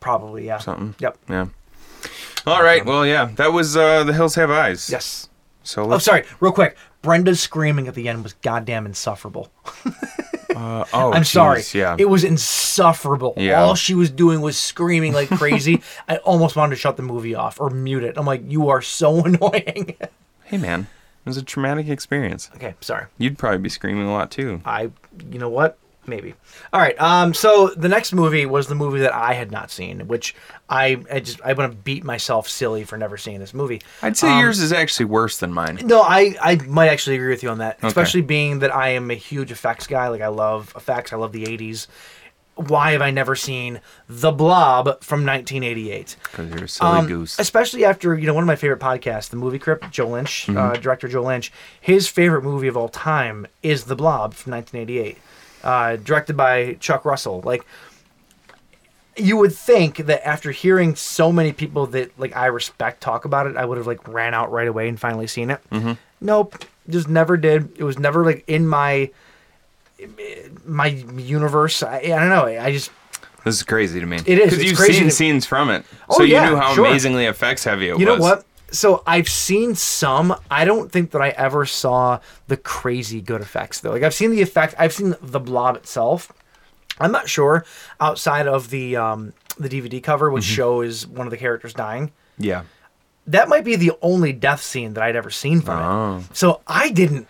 [SPEAKER 5] probably yeah.
[SPEAKER 6] something?
[SPEAKER 5] Yep.
[SPEAKER 6] Yeah. All right. Well, yeah, that was uh, the Hills Have Eyes.
[SPEAKER 5] Yes.
[SPEAKER 6] So
[SPEAKER 5] Oh,
[SPEAKER 6] let's.
[SPEAKER 5] sorry. Real quick, Brenda's screaming at the end was goddamn insufferable. *laughs*
[SPEAKER 6] oh,
[SPEAKER 5] I'm sorry.
[SPEAKER 6] jeez, Yeah.
[SPEAKER 5] It was insufferable.
[SPEAKER 6] Yeah.
[SPEAKER 5] All she was doing was screaming like crazy. *laughs* I almost wanted to shut the movie off or mute it. I'm like, you are so *laughs* annoying.
[SPEAKER 6] hey, man, it was a traumatic experience.
[SPEAKER 5] okay, sorry.
[SPEAKER 6] You'd probably be screaming a lot too.
[SPEAKER 5] I, you know what? Maybe. All right. Um. So the next movie was the movie that I had not seen, which I, I just I want to beat myself silly for never seeing this movie.
[SPEAKER 6] I'd say yours is actually worse than mine.
[SPEAKER 5] No, I, I might actually agree with you on that, especially being that I am a huge effects guy. Like I love effects. I love the '80s, why have I never seen The Blob from 1988?
[SPEAKER 6] Because you're a silly
[SPEAKER 5] Um,
[SPEAKER 6] goose.
[SPEAKER 5] Especially after you know one of my favorite podcasts, the Movie Crypt, Joe Lynch, uh, director Joe Lynch. His favorite movie of all time is The Blob from 1988, uh, directed by Chuck Russell. Like you would think that after hearing so many people that like I respect talk about it, I would have like ran out right away and finally seen it. Nope, just never did. It was never like in my my universe. I, I don't know. I just
[SPEAKER 6] This is crazy to me.
[SPEAKER 5] It is,
[SPEAKER 6] Because
[SPEAKER 5] it's
[SPEAKER 6] you've
[SPEAKER 5] crazy
[SPEAKER 6] seen
[SPEAKER 5] to-
[SPEAKER 6] scenes from it.
[SPEAKER 5] Oh,
[SPEAKER 6] so you
[SPEAKER 5] yeah,
[SPEAKER 6] knew how
[SPEAKER 5] sure.
[SPEAKER 6] amazingly effects heavy it
[SPEAKER 5] You
[SPEAKER 6] was.
[SPEAKER 5] know what? So I've seen some. I don't think that I ever saw the crazy good effects though. Like I've seen the effect. I've seen the blob itself. I'm not sure outside of the um, the DVD cover, which
[SPEAKER 6] Mm-hmm.
[SPEAKER 5] shows one of the characters dying.
[SPEAKER 6] Yeah.
[SPEAKER 5] That might be the only death scene that I'd ever seen from
[SPEAKER 6] Oh.
[SPEAKER 5] it. So I didn't.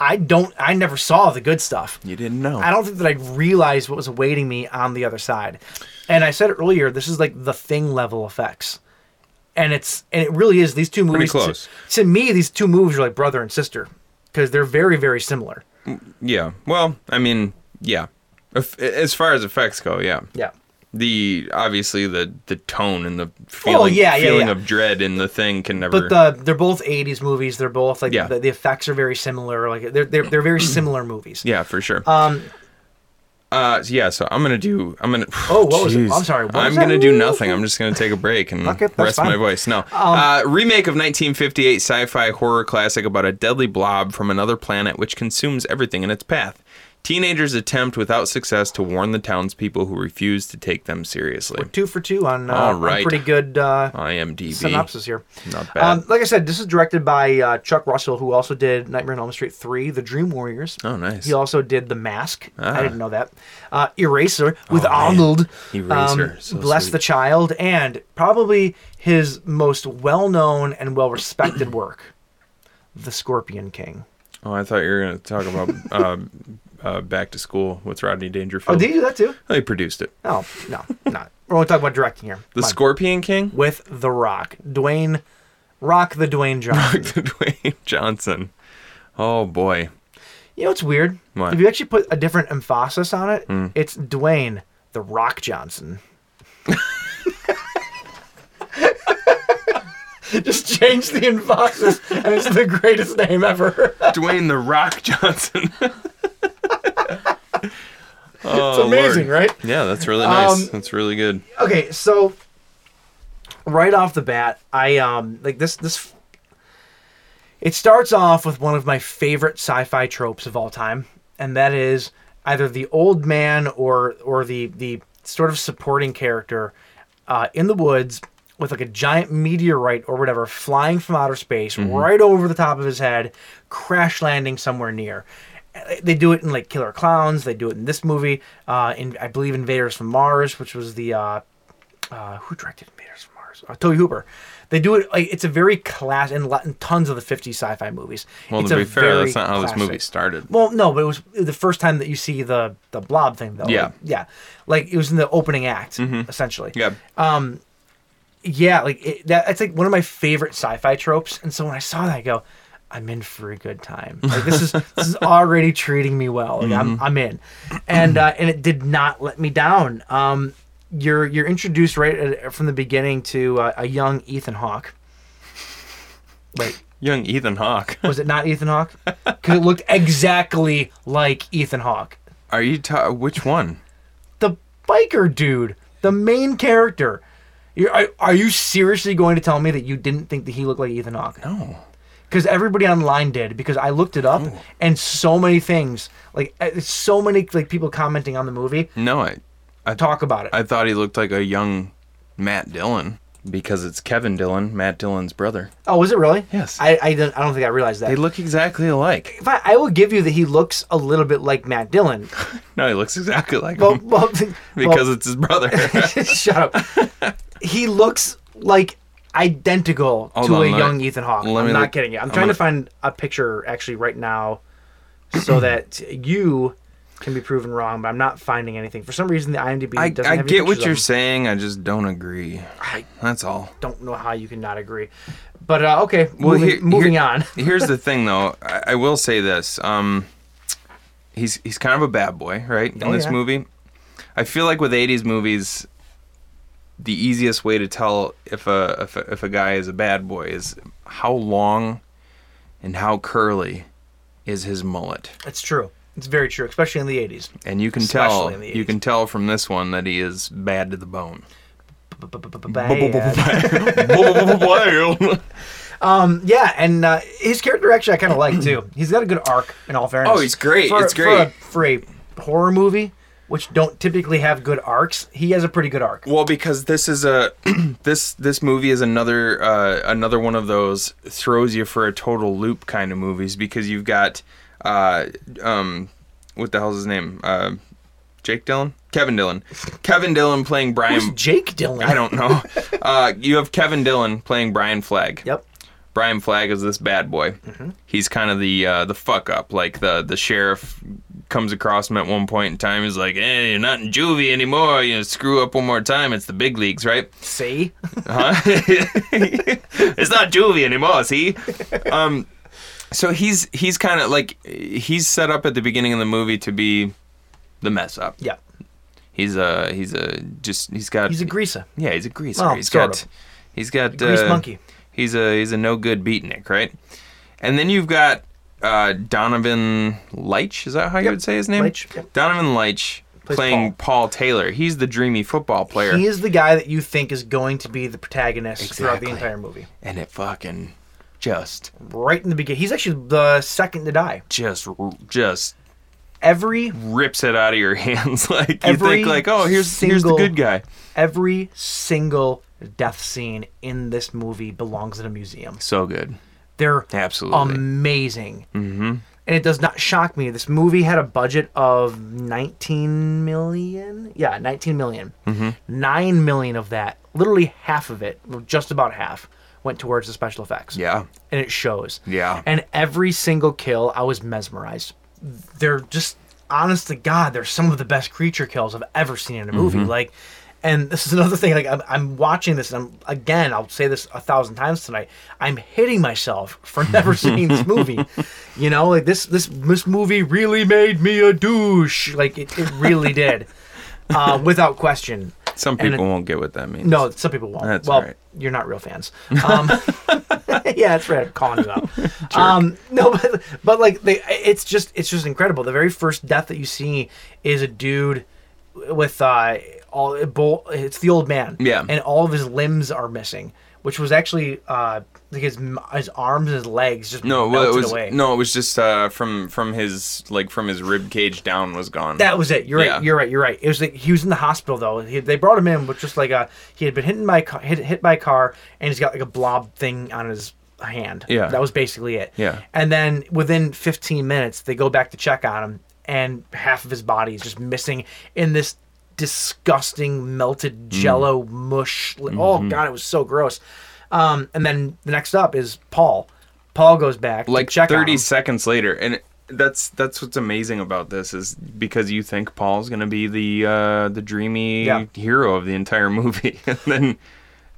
[SPEAKER 5] I don't. I never saw the good stuff.
[SPEAKER 6] You didn't know.
[SPEAKER 5] I don't think that I realized what was awaiting me on the other side. And I said it earlier, this is like the thing level effects. And it's and it really is these two movies. to-
[SPEAKER 6] close.
[SPEAKER 5] To, me, these two movies are like brother and sister because they're very very similar.
[SPEAKER 6] Yeah. Well, I mean, yeah. If, as far as effects go, yeah.
[SPEAKER 5] Yeah.
[SPEAKER 6] The obviously the the tone and the feeling
[SPEAKER 5] Oh, yeah, yeah,
[SPEAKER 6] feeling
[SPEAKER 5] yeah.
[SPEAKER 6] of dread in the thing can never.
[SPEAKER 5] But the they're both 80s movies. They're both like
[SPEAKER 6] Yeah.
[SPEAKER 5] the, the effects are very similar. Like they're they're, they're
[SPEAKER 6] *clears throat*
[SPEAKER 5] very similar movies.
[SPEAKER 6] yeah, for sure. Um. Uh. Yeah. So I'm gonna do. I'm gonna.
[SPEAKER 5] Oh, what was it?
[SPEAKER 6] Jeez.
[SPEAKER 5] I'm sorry. What
[SPEAKER 6] I'm
[SPEAKER 5] was that?
[SPEAKER 6] gonna do nothing. I'm just gonna take a break and
[SPEAKER 5] Okay, that's
[SPEAKER 6] rest my
[SPEAKER 5] fine. Um,
[SPEAKER 6] voice. No. uh, remake of 1958 sci-fi horror classic about a deadly blob from another planet which consumes everything in its path. Teenagers attempt without success to warn the townspeople who refuse to take them seriously.
[SPEAKER 5] Two for two on, uh,
[SPEAKER 6] All
[SPEAKER 5] on
[SPEAKER 6] right.
[SPEAKER 5] pretty good uh,
[SPEAKER 6] IMDb.
[SPEAKER 5] synopsis here.
[SPEAKER 6] Not bad.
[SPEAKER 5] Um, like I said, this is directed by uh, Chuck Russell, who also did Nightmare on Elm Street 3, The Dream Warriors.
[SPEAKER 6] Oh, nice.
[SPEAKER 5] He also did The Mask.
[SPEAKER 6] Ah.
[SPEAKER 5] I didn't know that. Uh, Eraser with
[SPEAKER 6] Oh, man.
[SPEAKER 5] Arnold. Um,
[SPEAKER 6] Eraser, so
[SPEAKER 5] Bless
[SPEAKER 6] sweet.
[SPEAKER 5] the Child. And probably his most well known and well respected *clears throat* work, The Scorpion King.
[SPEAKER 6] oh, I thought you were going to talk about *laughs* uh, uh, Back to School with Rodney
[SPEAKER 5] Oh,
[SPEAKER 6] Dangerfield.
[SPEAKER 5] did he do that too?
[SPEAKER 6] Oh, he produced it.
[SPEAKER 5] No, no, not. We're only talking about directing here.
[SPEAKER 6] The
[SPEAKER 5] Come on.
[SPEAKER 6] Scorpion King?
[SPEAKER 5] With The Rock. Dwayne. Rock the Dwayne
[SPEAKER 6] *laughs*
[SPEAKER 5] Johnson.
[SPEAKER 6] Dwayne Johnson. Oh, boy.
[SPEAKER 5] You know what's weird?
[SPEAKER 6] What?
[SPEAKER 5] If you actually put a different emphasis on it, it's Dwayne the Rock Johnson. Just change the emphasis, and it's the greatest name ever.
[SPEAKER 6] Dwayne The Rock Johnson. *laughs*
[SPEAKER 5] it's amazing, right?
[SPEAKER 6] Oh, Yeah, that's really nice.
[SPEAKER 5] Um,
[SPEAKER 6] that's really good.
[SPEAKER 5] Okay, so right off the bat, I um like this this. It starts off with one of my favorite sci-fi tropes of all time, and that is either the old man or or the the sort of supporting character uh, in the woods with like a giant meteorite or whatever flying from outer space right over the top of his head, crash landing somewhere near. They do it in like Killer Clowns. They do it in this movie, uh, in I believe Invaders from Mars, which was the uh, uh, who directed Invaders from Mars? Uh, Toby Hooper. They do it. Like, it's a very class in, lo- in tons of the 50 sci-fi movies.
[SPEAKER 6] Well,
[SPEAKER 5] it's
[SPEAKER 6] to
[SPEAKER 5] a
[SPEAKER 6] be fair,
[SPEAKER 5] very
[SPEAKER 6] that's not how
[SPEAKER 5] classic-
[SPEAKER 6] this movie started.
[SPEAKER 5] Well, no, but it was the first time that you see the the blob thing, though.
[SPEAKER 6] Yeah. Mm-hmm.
[SPEAKER 5] Like, yeah. Like it was in the opening act, essentially.
[SPEAKER 6] Yeah.
[SPEAKER 5] Yeah, like it, that, that's like one of my favorite sci-fi tropes. And so when I saw that, I go, I'm in for a good time. Like this is this is already treating me well. Like, I'm I'm in, and uh, and it did not let me down. Um, you're you're introduced right at, from the beginning to uh, a young Ethan Hawke. Wait,
[SPEAKER 6] Young Ethan Hawke. *laughs*
[SPEAKER 5] was it not Ethan Hawke? Because it looked exactly like Ethan Hawke,
[SPEAKER 6] Are you ta- which one?
[SPEAKER 5] the biker dude, the main character. You're, are, are you seriously going to tell me that you didn't think that he looked like Ethan Hawke?
[SPEAKER 6] No. Oh.
[SPEAKER 5] because everybody online did because I looked it up and so many things like uh, so many like people commenting on the movie
[SPEAKER 6] No, I
[SPEAKER 5] talk about it.
[SPEAKER 6] I thought he looked like a young Matt Dillon because it's Kevin Dillon, Matt Dillon's brother.
[SPEAKER 5] oh, was it really?
[SPEAKER 6] Yes.
[SPEAKER 5] I I don't, I don't think I realized that.
[SPEAKER 6] They look exactly alike.
[SPEAKER 5] If I, I will give you that he looks a little bit like Matt Dillon.
[SPEAKER 6] No, he looks exactly like
[SPEAKER 5] Well, *laughs*
[SPEAKER 6] him *laughs*
[SPEAKER 5] well
[SPEAKER 6] because it's his brother.
[SPEAKER 5] *laughs* it's shut up. he looks like identical
[SPEAKER 6] Hold
[SPEAKER 5] to
[SPEAKER 6] on,
[SPEAKER 5] a
[SPEAKER 6] let me-
[SPEAKER 5] young Ethan Hawke.
[SPEAKER 6] let me
[SPEAKER 5] I'm not
[SPEAKER 6] look-
[SPEAKER 5] kidding you. I'm,
[SPEAKER 6] I'm
[SPEAKER 5] trying
[SPEAKER 6] gonna-
[SPEAKER 5] to find a picture actually right now so that you can be proven wrong, but I'm not finding anything. For some reason, the IMDb
[SPEAKER 6] I,
[SPEAKER 5] doesn't.
[SPEAKER 6] I
[SPEAKER 5] have any
[SPEAKER 6] get what
[SPEAKER 5] pictures of
[SPEAKER 6] you're
[SPEAKER 5] him.
[SPEAKER 6] saying. I just don't agree.
[SPEAKER 5] I-
[SPEAKER 6] That's all.
[SPEAKER 5] don't know how you can not agree. But uh, okay,
[SPEAKER 6] Well,
[SPEAKER 5] moving,
[SPEAKER 6] here-
[SPEAKER 5] moving
[SPEAKER 6] here-
[SPEAKER 5] on.
[SPEAKER 6] here's the thing, though. I, I will say this. Um, he's he's kind of a bad boy, right? In
[SPEAKER 5] Oh,
[SPEAKER 6] this
[SPEAKER 5] yeah.
[SPEAKER 6] movie, I feel like with 80s movies, the easiest way to tell if a, if a if a guy is a bad boy is how long and how curly is his mullet.
[SPEAKER 5] It's true. It's very true, especially in the 80s.
[SPEAKER 6] And you can
[SPEAKER 5] Especially in
[SPEAKER 6] tell
[SPEAKER 5] the
[SPEAKER 6] you can tell from this one that he is bad to the bone.
[SPEAKER 5] Bad.
[SPEAKER 6] oh,
[SPEAKER 5] Yeah, and uh, his character actually I kind of
[SPEAKER 6] *clears throat*
[SPEAKER 5] like too. He's got a good arc in all fairness.
[SPEAKER 6] Oh, he's great.
[SPEAKER 5] For,
[SPEAKER 6] It's
[SPEAKER 5] for
[SPEAKER 6] great.
[SPEAKER 5] a- for a, horror movie, which don't typically have good arcs. He has a pretty good arc.
[SPEAKER 6] well, because this is a *clears throat* this this movie is another uh, another one of those throws you for a total loop kind of movies because you've got uh, um what the hell's his name uh, Jake Dillon Kevin Dillon Kevin Dillon playing
[SPEAKER 5] Who's
[SPEAKER 6] Brian
[SPEAKER 5] Jake Dillon?
[SPEAKER 6] Mm. I don't know uh, you have Kevin Dillon playing Brian Flagg
[SPEAKER 5] Yep.
[SPEAKER 6] Brian Flagg is this bad boy.
[SPEAKER 5] Mm-hmm.
[SPEAKER 6] He's kind of the uh, the fuck up. Like the the sheriff comes across him at one point in time. He's like, "Hey, you're not in juvie anymore. You screw up one more time, it's the big leagues, right?"
[SPEAKER 5] See,
[SPEAKER 6] Huh?
[SPEAKER 5] Uh-huh.
[SPEAKER 6] *laughs* it's not juvie anymore. See, um, so he's he's kind of like he's set up at the beginning of the movie to be the mess up.
[SPEAKER 5] *laughs* yeah,
[SPEAKER 6] He's a he's a just he's got
[SPEAKER 5] he's a greaser.
[SPEAKER 6] yeah, he's a greaser.
[SPEAKER 5] Well,
[SPEAKER 6] he's
[SPEAKER 5] sort
[SPEAKER 6] got
[SPEAKER 5] of.
[SPEAKER 6] he's got uh,
[SPEAKER 5] grease monkey.
[SPEAKER 6] He's a he's a no good beatnik, right? And then you've got uh, Donovan Leitch. Is that how you would say his name?
[SPEAKER 5] Leitch, yep.
[SPEAKER 6] Donovan Leitch
[SPEAKER 5] Plays
[SPEAKER 6] playing Paul. Taylor. He's the dreamy football player,
[SPEAKER 5] He is the guy that you think is going to be the protagonist throughout the
[SPEAKER 6] Exactly.
[SPEAKER 5] entire movie.
[SPEAKER 6] and it fucking just
[SPEAKER 5] Right in the beginning, he's actually the second to die.
[SPEAKER 6] just r- just
[SPEAKER 5] Every
[SPEAKER 6] rips it out of your *laughs* hands. like you
[SPEAKER 5] Every
[SPEAKER 6] think like, oh, here's here's the
[SPEAKER 5] single-
[SPEAKER 6] good guy.
[SPEAKER 5] every single death scene in this movie belongs in a museum.
[SPEAKER 6] So good.
[SPEAKER 5] They're
[SPEAKER 6] Absolutely.
[SPEAKER 5] amazing. Mm-hmm. And it does not shock me. This movie had a budget of 19 million. Yeah, 19 million.
[SPEAKER 6] Mm-hmm.
[SPEAKER 5] 9 million of that, literally half of it, well, just about half, went towards the special effects.
[SPEAKER 6] Yeah.
[SPEAKER 5] And it shows.
[SPEAKER 6] Yeah.
[SPEAKER 5] And every single kill, I was mesmerized. They're just, honest to God, they're some of the best creature kills I've ever seen in a movie. Like, and this is another thing. Like, I'm, I'm watching this, and I'm again, I'll say this a thousand times tonight. I'm hitting myself for *laughs* never seeing this movie. You know, like this, this, this movie really made me a douche. Like, it, it really did, uh, without question.
[SPEAKER 6] Some
[SPEAKER 5] And
[SPEAKER 6] people
[SPEAKER 5] it-
[SPEAKER 6] won't get what that means.
[SPEAKER 5] No, some people won't.
[SPEAKER 6] That's
[SPEAKER 5] well,
[SPEAKER 6] all right.
[SPEAKER 5] you're not
[SPEAKER 6] *laughs*
[SPEAKER 5] real fans. Um, *laughs* yeah, that's right. I'm calling you out. um, no, but, but like they, it's just it's just incredible. The very first death that you see is a dude with uh, all a bull. It's the old man.
[SPEAKER 6] Yeah.
[SPEAKER 5] and all of his limbs are missing, which was actually uh, like his m- his arms, and his legs just
[SPEAKER 6] No, well, it
[SPEAKER 5] melted
[SPEAKER 6] was
[SPEAKER 5] away.
[SPEAKER 6] no, it was just uh, from from his like from his rib cage down was gone.
[SPEAKER 5] That was it. You're
[SPEAKER 6] Yeah.
[SPEAKER 5] right. You're right. You're right. It was like he was in the hospital though. He, they brought him in with just like a he had been hit by a ca- hit hit by a car and he's got like a blob thing on his hand.
[SPEAKER 6] Yeah.
[SPEAKER 5] that was basically it.
[SPEAKER 6] Yeah.
[SPEAKER 5] and then within 15 minutes they go back to check on him and half of his body is just missing in this disgusting
[SPEAKER 6] Mm.
[SPEAKER 5] melted jello mush. Oh
[SPEAKER 6] Mm-hmm.
[SPEAKER 5] god, it was so gross. Um, and then the next up is Paul. Paul goes back
[SPEAKER 6] like
[SPEAKER 5] to check on
[SPEAKER 6] 30
[SPEAKER 5] him.
[SPEAKER 6] seconds later and that's that's what's amazing about this is because you think Paul's gonna be the uh, the dreamy
[SPEAKER 5] Yeah.
[SPEAKER 6] hero of the entire *laughs* movie and then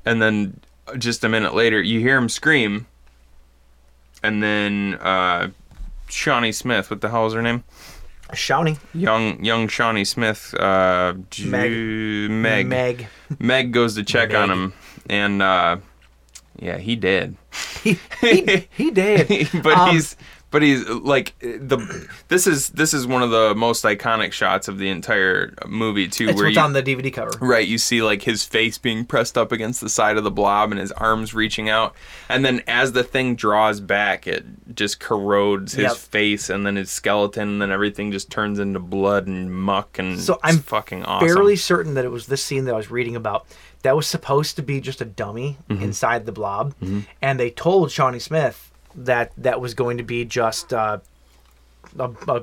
[SPEAKER 6] and then just a minute later you hear him scream and then uh, Shawnee Smith what the hell is her name
[SPEAKER 5] Shawnee
[SPEAKER 6] young young Shawnee Smith uh, Ju- Meg
[SPEAKER 5] Meg. *laughs*
[SPEAKER 6] Meg goes to check on him and uh, yeah he did
[SPEAKER 5] He, he, he
[SPEAKER 6] *laughs*
[SPEAKER 5] did.
[SPEAKER 6] but
[SPEAKER 5] Um,
[SPEAKER 6] he's but he's like the this is this is one of the most iconic shots of the entire movie too
[SPEAKER 5] It's
[SPEAKER 6] where
[SPEAKER 5] what's
[SPEAKER 6] you,
[SPEAKER 5] on the DVD cover.
[SPEAKER 6] right you see like his face being pressed up against the side of the blob and his arms reaching out and then as the thing draws back it just corrodes his
[SPEAKER 5] Yep.
[SPEAKER 6] face and then his skeleton and then everything just turns into blood and muck and
[SPEAKER 5] So
[SPEAKER 6] it's
[SPEAKER 5] I'm
[SPEAKER 6] fucking awesome
[SPEAKER 5] Fairly certain that it was this scene that I was reading about that was supposed to be just a dummy
[SPEAKER 6] Mm-hmm.
[SPEAKER 5] inside the blob, and they told Shawnee Smith that that was going to be just uh, a, a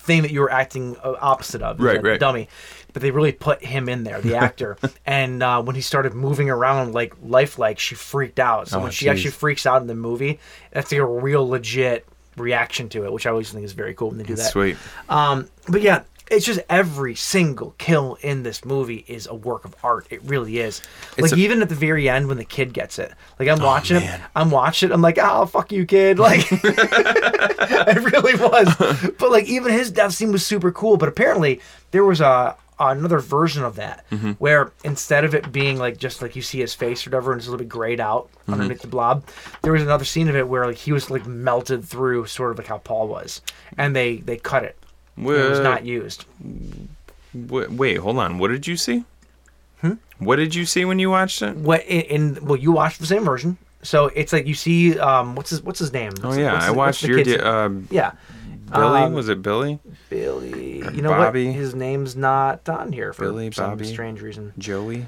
[SPEAKER 5] thing that you were acting uh, opposite of,
[SPEAKER 6] Right,
[SPEAKER 5] a
[SPEAKER 6] right.
[SPEAKER 5] dummy. But they really put him in there, the
[SPEAKER 6] *laughs*
[SPEAKER 5] actor. and uh, when he started moving around like lifelike, she freaked out. So
[SPEAKER 6] Oh,
[SPEAKER 5] when she
[SPEAKER 6] jeez.
[SPEAKER 5] actually freaks out in the movie, that's like a real legit reaction to it, which I always think is very cool when they do that.
[SPEAKER 6] sweet
[SPEAKER 5] Um, but yeah, it's just every single kill in this movie is a work of art. It really is.
[SPEAKER 6] It's
[SPEAKER 5] Like
[SPEAKER 6] a- Oh,
[SPEAKER 5] even at the very end when the kid gets it, like I'm watching it,
[SPEAKER 6] man.
[SPEAKER 5] I'm watching, it, I'm like, oh fuck you,
[SPEAKER 6] *laughs*
[SPEAKER 5] kid. *laughs* Like I really was. But like even his death scene was super cool. But apparently there was a another version of that
[SPEAKER 6] Mm-hmm.
[SPEAKER 5] where instead of it being like just like you see his face or whatever and it's a little bit grayed out
[SPEAKER 6] Mm-hmm.
[SPEAKER 5] underneath the blob, there was another scene of it where like he was like melted through, sort of like how Paul was, and they they cut it. and It was
[SPEAKER 6] Wha-
[SPEAKER 5] not used.
[SPEAKER 6] Wait, wait, hold on. What did you see?
[SPEAKER 5] Hmm?
[SPEAKER 6] What did you see when you watched it?
[SPEAKER 5] What in, in well, you watched the same version, so it's like you see um what's his what's his name?
[SPEAKER 6] Oh yeah, I watched your di- um,
[SPEAKER 5] yeah.
[SPEAKER 6] Billy.
[SPEAKER 5] Um,
[SPEAKER 6] was it Billy?
[SPEAKER 5] Billy. You know
[SPEAKER 6] Bobby.
[SPEAKER 5] what? His name's not on here for
[SPEAKER 6] Billy,
[SPEAKER 5] some
[SPEAKER 6] Bobby.
[SPEAKER 5] strange reason.
[SPEAKER 6] Joey.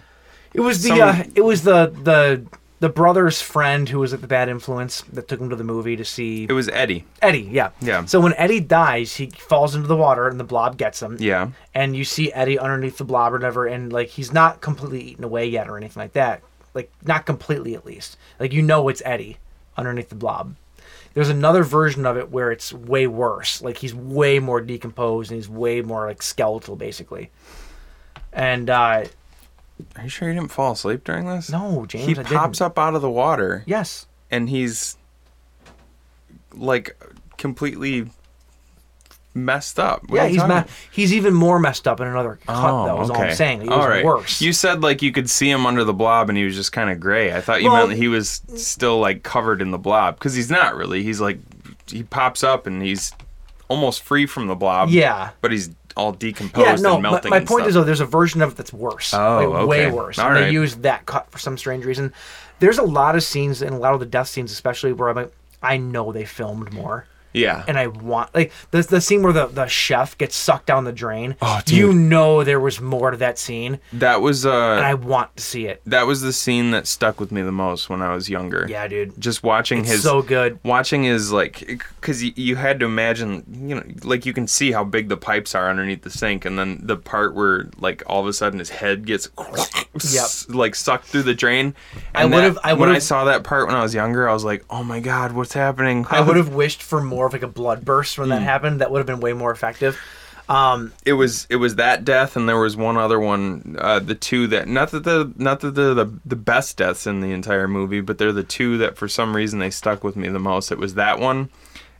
[SPEAKER 5] It was the
[SPEAKER 6] Some-
[SPEAKER 5] uh, it was the the the brother's friend who was like the bad influence that took him to the movie to see
[SPEAKER 6] It was Eddie.
[SPEAKER 5] Eddie. Yeah.
[SPEAKER 6] Yeah.
[SPEAKER 5] So when Eddie dies, he falls into the water and the blob gets him.
[SPEAKER 6] Yeah.
[SPEAKER 5] And you see Eddie underneath the blob or whatever, and like he's not completely eaten away yet or anything like that. Like not completely at least. Like you know it's Eddie underneath the blob. There's another version of it where it's way worse. Like he's way more decomposed and he's way more like skeletal basically. And uh
[SPEAKER 6] Are you sure you didn't fall asleep during this?
[SPEAKER 5] no, James,
[SPEAKER 6] He
[SPEAKER 5] I
[SPEAKER 6] pops
[SPEAKER 5] didn't.
[SPEAKER 6] up out of the water
[SPEAKER 5] Yes.
[SPEAKER 6] and he's like completely messed up. What are
[SPEAKER 5] yeah,
[SPEAKER 6] you
[SPEAKER 5] he's
[SPEAKER 6] talking
[SPEAKER 5] ma-
[SPEAKER 6] about?
[SPEAKER 5] he's even more messed up in another cut.
[SPEAKER 6] Oh,
[SPEAKER 5] though, is all I'm
[SPEAKER 6] okay.
[SPEAKER 5] saying. It was
[SPEAKER 6] All right.
[SPEAKER 5] worse.
[SPEAKER 6] You said like you could see him under the blob and he was just kind of gray. I thought you
[SPEAKER 5] Well-
[SPEAKER 6] meant he was still like covered in the blob because he's not really. He's like he pops up and he's almost free from the blob.
[SPEAKER 5] Yeah.
[SPEAKER 6] but he's all decomposed
[SPEAKER 5] yeah, no,
[SPEAKER 6] and melting.
[SPEAKER 5] My, my
[SPEAKER 6] and
[SPEAKER 5] point
[SPEAKER 6] stuff.
[SPEAKER 5] is though, there's a version of it that's worse.
[SPEAKER 6] Oh,
[SPEAKER 5] like, way
[SPEAKER 6] okay.
[SPEAKER 5] worse.
[SPEAKER 6] All
[SPEAKER 5] and They
[SPEAKER 6] right.
[SPEAKER 5] used that cut for some strange reason. There's a lot of scenes and a lot of the death scenes, especially where I'm like, I know they filmed more.
[SPEAKER 6] yeah,
[SPEAKER 5] And I want like the the scene where the, the chef gets sucked down the drain.
[SPEAKER 6] Oh,
[SPEAKER 5] You
[SPEAKER 6] dude.
[SPEAKER 5] know there was more to that scene,
[SPEAKER 6] that was
[SPEAKER 5] and I
[SPEAKER 6] uh
[SPEAKER 5] want to see it.
[SPEAKER 6] that was the scene that stuck with me the most when I was younger.
[SPEAKER 5] Yeah, dude.
[SPEAKER 6] just watching
[SPEAKER 5] It's
[SPEAKER 6] his
[SPEAKER 5] so good.
[SPEAKER 6] watching his like because you, you had to imagine you know like you can see how big the pipes are underneath the sink and then the part where like all of a sudden his head gets *laughs* like sucked through the drain
[SPEAKER 5] I
[SPEAKER 6] And that-
[SPEAKER 5] would've- I
[SPEAKER 6] when i
[SPEAKER 5] would've-
[SPEAKER 6] saw that part when i was younger i was like oh my god what's happening
[SPEAKER 5] I would have wished for more of like a blood burst when
[SPEAKER 6] Mm.
[SPEAKER 5] that happened. That would have been way more effective. Um,
[SPEAKER 6] it was it was that death and there was one other one uh, the two that not that the not that they're the the best deaths in the entire movie but they're the two that for some reason they stuck with me the most it was that one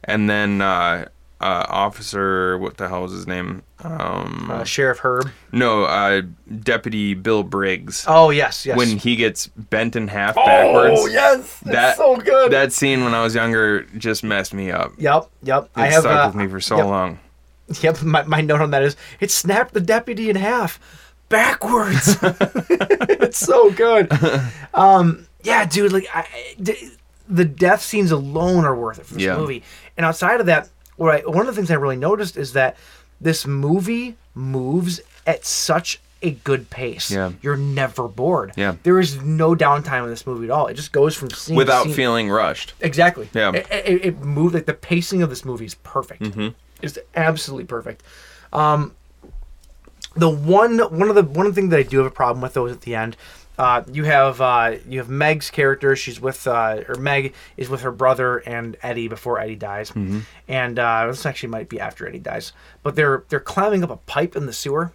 [SPEAKER 6] and then uh, uh, officer what the hell is his name um,
[SPEAKER 5] uh, Sheriff Herb.
[SPEAKER 6] no uh, deputy Bill Briggs
[SPEAKER 5] Oh yes, yes.
[SPEAKER 6] when he gets bent in half backwards
[SPEAKER 5] Oh, yes,
[SPEAKER 6] that
[SPEAKER 5] so good.
[SPEAKER 6] that scene when I was younger just messed me up it
[SPEAKER 5] Yep, yep. I have
[SPEAKER 6] stuck
[SPEAKER 5] uh,
[SPEAKER 6] with me for so
[SPEAKER 5] yep,
[SPEAKER 6] long
[SPEAKER 5] Yep, my, my note on that is it snapped the deputy in half
[SPEAKER 6] *laughs*
[SPEAKER 5] backwards. *laughs* it's so good. Um, yeah, dude, like I, I- d- the death scenes alone are worth it for this
[SPEAKER 6] Yeah.
[SPEAKER 5] movie. And outside of that, what I, one of the things I really noticed is that this movie moves at such a good pace.
[SPEAKER 6] Yeah.
[SPEAKER 5] You're never bored.
[SPEAKER 6] Yeah.
[SPEAKER 5] There is no downtime in this movie at all. It just goes from scene to
[SPEAKER 6] without
[SPEAKER 5] scene.
[SPEAKER 6] feeling rushed
[SPEAKER 5] Exactly.
[SPEAKER 6] Yeah.
[SPEAKER 5] It, it, it moved like the pacing of this movie is perfect. It's absolutely perfect. Um, the one one of the one thing that I do have a problem with though is at the end. Uh, you have uh, you have Meg's character. She's with uh, or Meg is with her brother and Eddie before Eddie dies, and uh, this actually might be after Eddie dies. But they're they're climbing up a pipe in the sewer.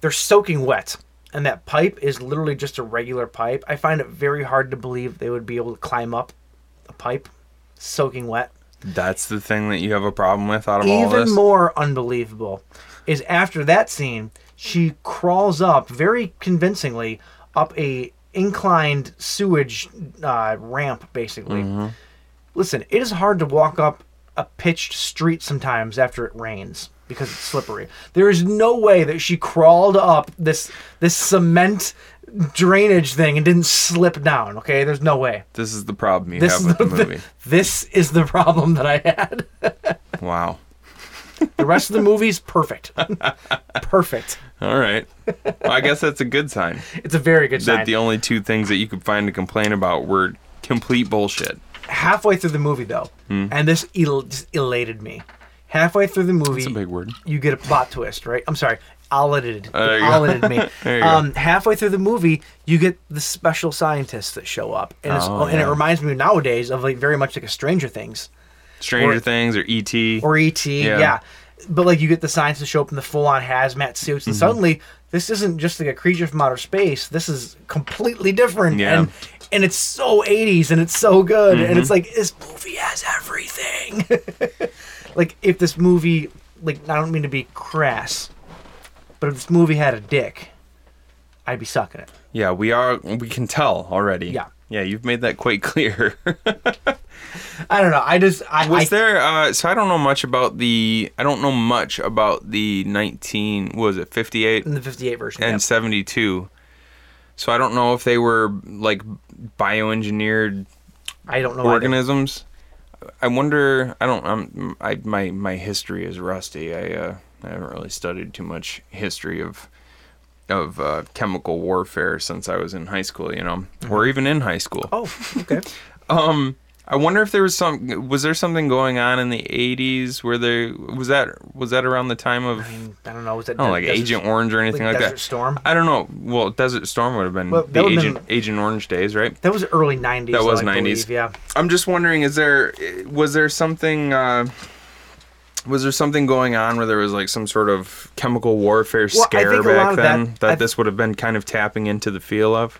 [SPEAKER 5] They're soaking wet, and that pipe is literally just a regular pipe. I find it very hard to believe they would be able to climb up a pipe soaking wet.
[SPEAKER 6] That's the thing that you have a problem with out of all
[SPEAKER 5] Even
[SPEAKER 6] this.
[SPEAKER 5] more unbelievable is after that scene, she crawls up very convincingly up a inclined sewage uh, ramp, basically.
[SPEAKER 6] Mm-hmm.
[SPEAKER 5] Listen, it is hard to walk up a pitched street sometimes after it rains because it's slippery. There is no way that she crawled up this this cement drainage thing and didn't slip down. Okay, there's no way.
[SPEAKER 6] this is the problem you have
[SPEAKER 5] This is
[SPEAKER 6] with
[SPEAKER 5] the,
[SPEAKER 6] the movie.
[SPEAKER 5] this is the problem that I had.
[SPEAKER 6] wow.
[SPEAKER 5] The rest of the movie's perfect. *laughs* perfect.
[SPEAKER 6] All right. Well, I guess that's a good
[SPEAKER 5] *laughs*
[SPEAKER 6] sign
[SPEAKER 5] It's a very good
[SPEAKER 6] that
[SPEAKER 5] sign.
[SPEAKER 6] the only two things that you could find to complain about were complete bullshit.
[SPEAKER 5] Halfway through the movie, though,
[SPEAKER 6] Hmm.
[SPEAKER 5] and this el- just elated me. Halfway through the movie,
[SPEAKER 6] That's a big word.
[SPEAKER 5] you get a plot twist, right? I'm sorry, elated.
[SPEAKER 6] There you go.
[SPEAKER 5] Elated me.
[SPEAKER 6] *laughs* There you go.
[SPEAKER 5] um, halfway through the movie, you get the special scientists that show up, and, it's,
[SPEAKER 6] Oh,
[SPEAKER 5] and it
[SPEAKER 6] yeah.
[SPEAKER 5] reminds me nowadays of like very much like a Stranger Things.
[SPEAKER 6] Stranger
[SPEAKER 5] Or-
[SPEAKER 6] Things or E E.T.
[SPEAKER 5] or ET. Yeah.
[SPEAKER 6] Yeah.
[SPEAKER 5] But like you get the science to show up in the full on hazmat suits,
[SPEAKER 6] Mm-hmm.
[SPEAKER 5] and suddenly this isn't just like a creature from outer space. This is completely different.
[SPEAKER 6] Yeah. Mm-hmm.
[SPEAKER 5] And and it's so 80s and it's so good. And it's like this movie has *laughs* everything. like if this movie like I don't mean to be crass, But if this movie had a dick, I'd be sucking it.
[SPEAKER 6] Yeah, we are. We can tell already.
[SPEAKER 5] Yeah.
[SPEAKER 6] Yeah, you've made that quite *laughs* clear.
[SPEAKER 5] I don't know. I just I
[SPEAKER 6] Was
[SPEAKER 5] I,
[SPEAKER 6] there? Uh, so I don't know much about the. I don't know much about the nineteen. What was it fifty eight
[SPEAKER 5] in
[SPEAKER 6] and
[SPEAKER 5] the '58 version. yeah.
[SPEAKER 6] seventy two? So I don't know if they were like bioengineered
[SPEAKER 5] I don't know. either.
[SPEAKER 6] organisms. I wonder. I don't. I'm. I my my history is rusty. I uh, I haven't really studied too much history of of uh, chemical warfare since I was in high school. You know, or even in high school.
[SPEAKER 5] Mm-hmm. Oh, okay.
[SPEAKER 6] Um, I wonder if there was some. Was there something going on in the '80s where there was that? Was that around the time of?
[SPEAKER 5] I don't know. Was that
[SPEAKER 6] I don't know, Oh, like
[SPEAKER 5] Desert-
[SPEAKER 6] Agent Orange or anything like,
[SPEAKER 5] Desert
[SPEAKER 6] that.
[SPEAKER 5] Storm?
[SPEAKER 6] I don't know. Well, Desert Storm would have been
[SPEAKER 5] Well, that
[SPEAKER 6] the
[SPEAKER 5] would've
[SPEAKER 6] Agent Agent Orange days, right?
[SPEAKER 5] That was early '90s.
[SPEAKER 6] That
[SPEAKER 5] though,
[SPEAKER 6] was
[SPEAKER 5] I
[SPEAKER 6] '90s.
[SPEAKER 5] believe, Yeah.
[SPEAKER 6] I'm just wondering, is there was there something? Uh, was there something going on where there was like some sort of chemical warfare
[SPEAKER 5] Well, I
[SPEAKER 6] scare
[SPEAKER 5] think a lot
[SPEAKER 6] back
[SPEAKER 5] of
[SPEAKER 6] then
[SPEAKER 5] that-
[SPEAKER 6] that,
[SPEAKER 5] I-
[SPEAKER 6] this would have been kind of tapping into the feel of?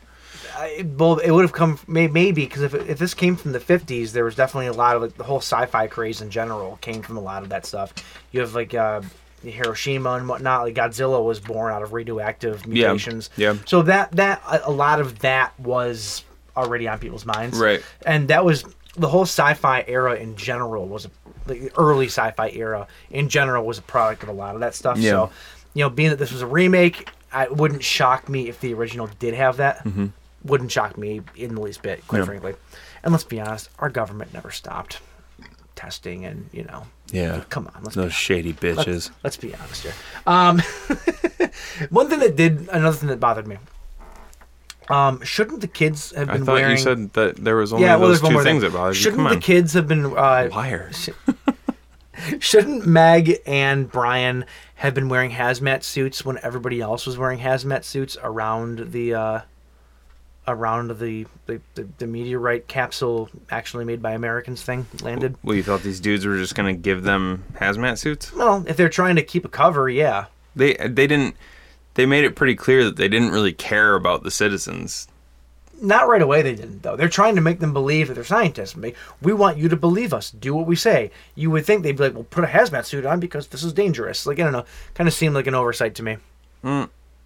[SPEAKER 5] It, well, it would have come may, maybe because if, if this came from the 50s, there was definitely a lot of like, the whole sci-fi craze in general came from a lot of that stuff. You have like uh, Hiroshima and whatnot. Like Godzilla was born out of radioactive mutations.
[SPEAKER 6] yeah.
[SPEAKER 5] So that that a a lot of that was already on people's minds.
[SPEAKER 6] Right.
[SPEAKER 5] And that was the whole sci-fi era in general was a, the early sci-fi era in general was a product of a lot of that stuff.
[SPEAKER 6] Yeah.
[SPEAKER 5] So, you know, being that this was a remake, I it wouldn't shock me if the original did have that.
[SPEAKER 6] Mm-hmm.
[SPEAKER 5] Wouldn't shock me in the least bit, quite
[SPEAKER 6] Yeah.
[SPEAKER 5] frankly. And let's be honest, our government never stopped testing, and you know,
[SPEAKER 6] Yeah.
[SPEAKER 5] come on, let's be
[SPEAKER 6] Those shady bitches.
[SPEAKER 5] Let's be honest here. Um, *laughs* one thing that did, another thing that bothered me. Um, shouldn't the kids have
[SPEAKER 6] I
[SPEAKER 5] been
[SPEAKER 6] thought
[SPEAKER 5] wearing?
[SPEAKER 6] you said that there was only
[SPEAKER 5] yeah, well,
[SPEAKER 6] those
[SPEAKER 5] there's one
[SPEAKER 6] two
[SPEAKER 5] more
[SPEAKER 6] things
[SPEAKER 5] thing.
[SPEAKER 6] that bothered you.
[SPEAKER 5] Shouldn't
[SPEAKER 6] Come
[SPEAKER 5] the
[SPEAKER 6] on.
[SPEAKER 5] kids have been? Uh,
[SPEAKER 6] Liar.
[SPEAKER 5] shouldn't Mag and Brian have been wearing hazmat suits when everybody else was wearing hazmat suits around the uh, around the the, the the meteorite capsule actually made by Americans thing landed?
[SPEAKER 6] Well, you thought these dudes were just gonna give them hazmat suits?
[SPEAKER 5] Well, if they're trying to keep a cover, yeah.
[SPEAKER 6] They they didn't. They made it pretty clear that they didn't really care about the citizens.
[SPEAKER 5] Not right away, they didn't, though. They're trying to make them believe that they're scientists. Make- We want you to believe us. Do what we say. You would think they'd be like, well, put a hazmat suit on because this is dangerous. Like, I don't know. Kind of seemed like an oversight to me.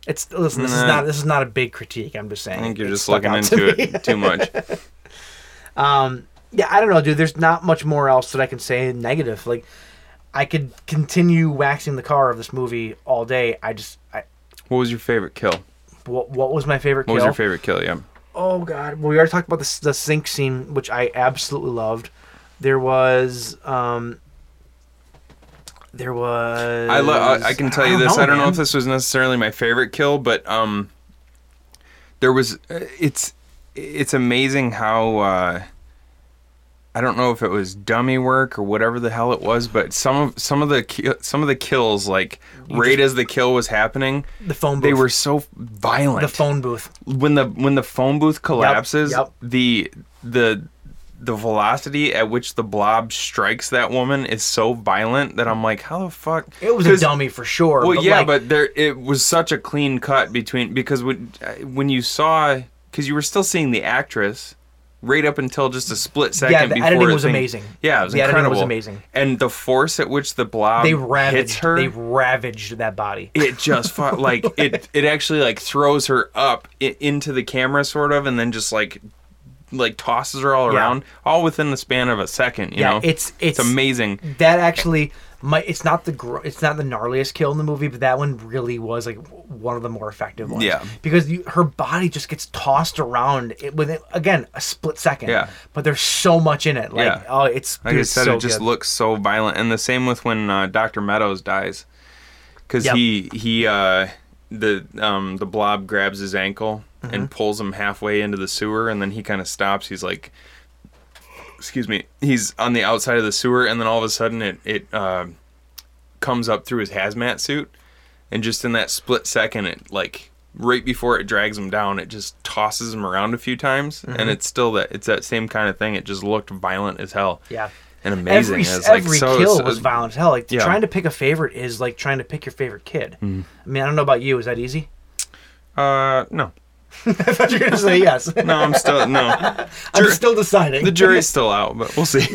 [SPEAKER 5] It's listen. This is
[SPEAKER 6] Hmm. Nah.
[SPEAKER 5] not. This is not a big critique. I'm just saying.
[SPEAKER 6] I think you're
[SPEAKER 5] It
[SPEAKER 6] just
[SPEAKER 5] stuck
[SPEAKER 6] looking
[SPEAKER 5] out to
[SPEAKER 6] into
[SPEAKER 5] me.
[SPEAKER 6] it too much.
[SPEAKER 5] yeah, I don't know, dude. There's not much more else that I can say negative. Like, I could continue waxing the car of this movie all day. I just, I,
[SPEAKER 6] What was your favorite kill? What
[SPEAKER 5] what, what was my favorite?
[SPEAKER 6] was
[SPEAKER 5] kill?
[SPEAKER 6] your favorite kill? Yeah.
[SPEAKER 5] Oh god. Well, we already talked about the s- the sink scene, which I absolutely loved. There was um. There was.
[SPEAKER 6] I, lo- I I can tell you
[SPEAKER 5] don't
[SPEAKER 6] this. I don't know
[SPEAKER 5] man.
[SPEAKER 6] if this was necessarily my favorite kill, but um, there was. uh, It's it's amazing how uh, I don't know if it was dummy work or whatever the hell it was, but some of some of the ki- some of the kills like right as the kill was happening,
[SPEAKER 5] the phone. Booth.
[SPEAKER 6] they were so violent.
[SPEAKER 5] the phone booth.
[SPEAKER 6] when the when the phone booth collapses,
[SPEAKER 5] yep.
[SPEAKER 6] the the the velocity at which the blob strikes that woman is so violent that I'm like, how the fuck?
[SPEAKER 5] It was a
[SPEAKER 6] 'Cause-
[SPEAKER 5] dummy for sure.
[SPEAKER 6] Well,
[SPEAKER 5] but
[SPEAKER 6] yeah,
[SPEAKER 5] like,
[SPEAKER 6] but there it was such a clean cut between because when uh, when you saw because you were still seeing the actress right up until just a split second.
[SPEAKER 5] the
[SPEAKER 6] before
[SPEAKER 5] editing
[SPEAKER 6] the
[SPEAKER 5] was
[SPEAKER 6] thing-
[SPEAKER 5] amazing.
[SPEAKER 6] Yeah, it was
[SPEAKER 5] The editing was
[SPEAKER 6] incredible.
[SPEAKER 5] amazing.
[SPEAKER 6] and the force at which the blob
[SPEAKER 5] they
[SPEAKER 6] um, hits
[SPEAKER 5] ravaged.
[SPEAKER 6] her
[SPEAKER 5] They ravaged that body.
[SPEAKER 6] it just
[SPEAKER 5] *laughs*
[SPEAKER 6] fu- like it it actually like throws her up i into the camera sort of and then just like like tosses her all
[SPEAKER 5] Yeah.
[SPEAKER 6] around all within the span of a second you
[SPEAKER 5] yeah,
[SPEAKER 6] know
[SPEAKER 5] it's it's
[SPEAKER 6] amazing
[SPEAKER 5] That actually, my it's not the gr- it's not the gnarliest kill in the movie, but that one really was like w- one of the more effective ones.
[SPEAKER 6] Yeah.
[SPEAKER 5] because you, her body just gets tossed around it, within again a split second.
[SPEAKER 6] Yeah.
[SPEAKER 5] but there's so much in it. Like
[SPEAKER 6] Yeah.
[SPEAKER 5] oh, it's
[SPEAKER 6] like
[SPEAKER 5] dude,
[SPEAKER 6] i
[SPEAKER 5] it's
[SPEAKER 6] said
[SPEAKER 5] so
[SPEAKER 6] it just
[SPEAKER 5] good.
[SPEAKER 6] looks so violent and the same with when uh, dr meadows dies because
[SPEAKER 5] Yep.
[SPEAKER 6] he he uh the um the blob grabs his ankle
[SPEAKER 5] Mm-hmm.
[SPEAKER 6] and pulls him halfway into the sewer and then he kind of stops he's like excuse me he's on the outside of the sewer and then all of a sudden it it uh, comes up through his hazmat suit and just in that split second it like right before it drags him down it just tosses him around a few times
[SPEAKER 5] Mm-hmm.
[SPEAKER 6] and it's still that it's that same kind of thing it just looked violent as hell
[SPEAKER 5] Yeah.
[SPEAKER 6] and amazing
[SPEAKER 5] Every,
[SPEAKER 6] And it's
[SPEAKER 5] every
[SPEAKER 6] so-
[SPEAKER 5] kill
[SPEAKER 6] so-
[SPEAKER 5] was violent as hell. Like
[SPEAKER 6] Yeah. Mm-hmm.
[SPEAKER 5] trying to pick a favorite is like trying to pick your favorite kid. I mean, I don't know about you. Is that easy? *laughs*
[SPEAKER 6] uh no
[SPEAKER 5] I thought you were
[SPEAKER 6] *laughs*
[SPEAKER 5] gonna say yes.
[SPEAKER 6] no i'm still no
[SPEAKER 5] I'm still deciding. *laughs*
[SPEAKER 6] the jury's still out but we'll see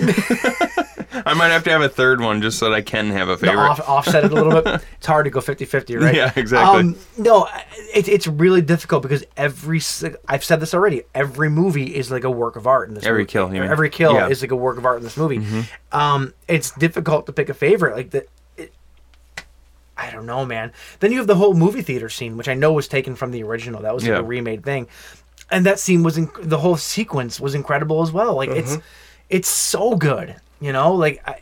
[SPEAKER 6] I might have to have a third one just so that I can have a favorite.
[SPEAKER 5] off, offset it a
[SPEAKER 6] *laughs*
[SPEAKER 5] little bit. It's hard to go 50-50, right? Um,
[SPEAKER 6] Yeah, exactly.
[SPEAKER 5] no, it, it's really difficult because every si- I've said this already. Every movie is like a work of art in this.
[SPEAKER 6] Every
[SPEAKER 5] movie.
[SPEAKER 6] kill, you mean.
[SPEAKER 5] Every kill
[SPEAKER 6] Yeah. Mm-hmm.
[SPEAKER 5] is like a work of art in this movie. Um, it's difficult to pick a favorite. Like the. It, I don't know, man. Then you have the whole movie theater scene, which I know was taken from the original. That was like
[SPEAKER 6] Yeah.
[SPEAKER 5] a remade thing, and that scene was in, the whole sequence was incredible as well. Like it's,
[SPEAKER 6] Mm-hmm.
[SPEAKER 5] it's so good. You know, like I,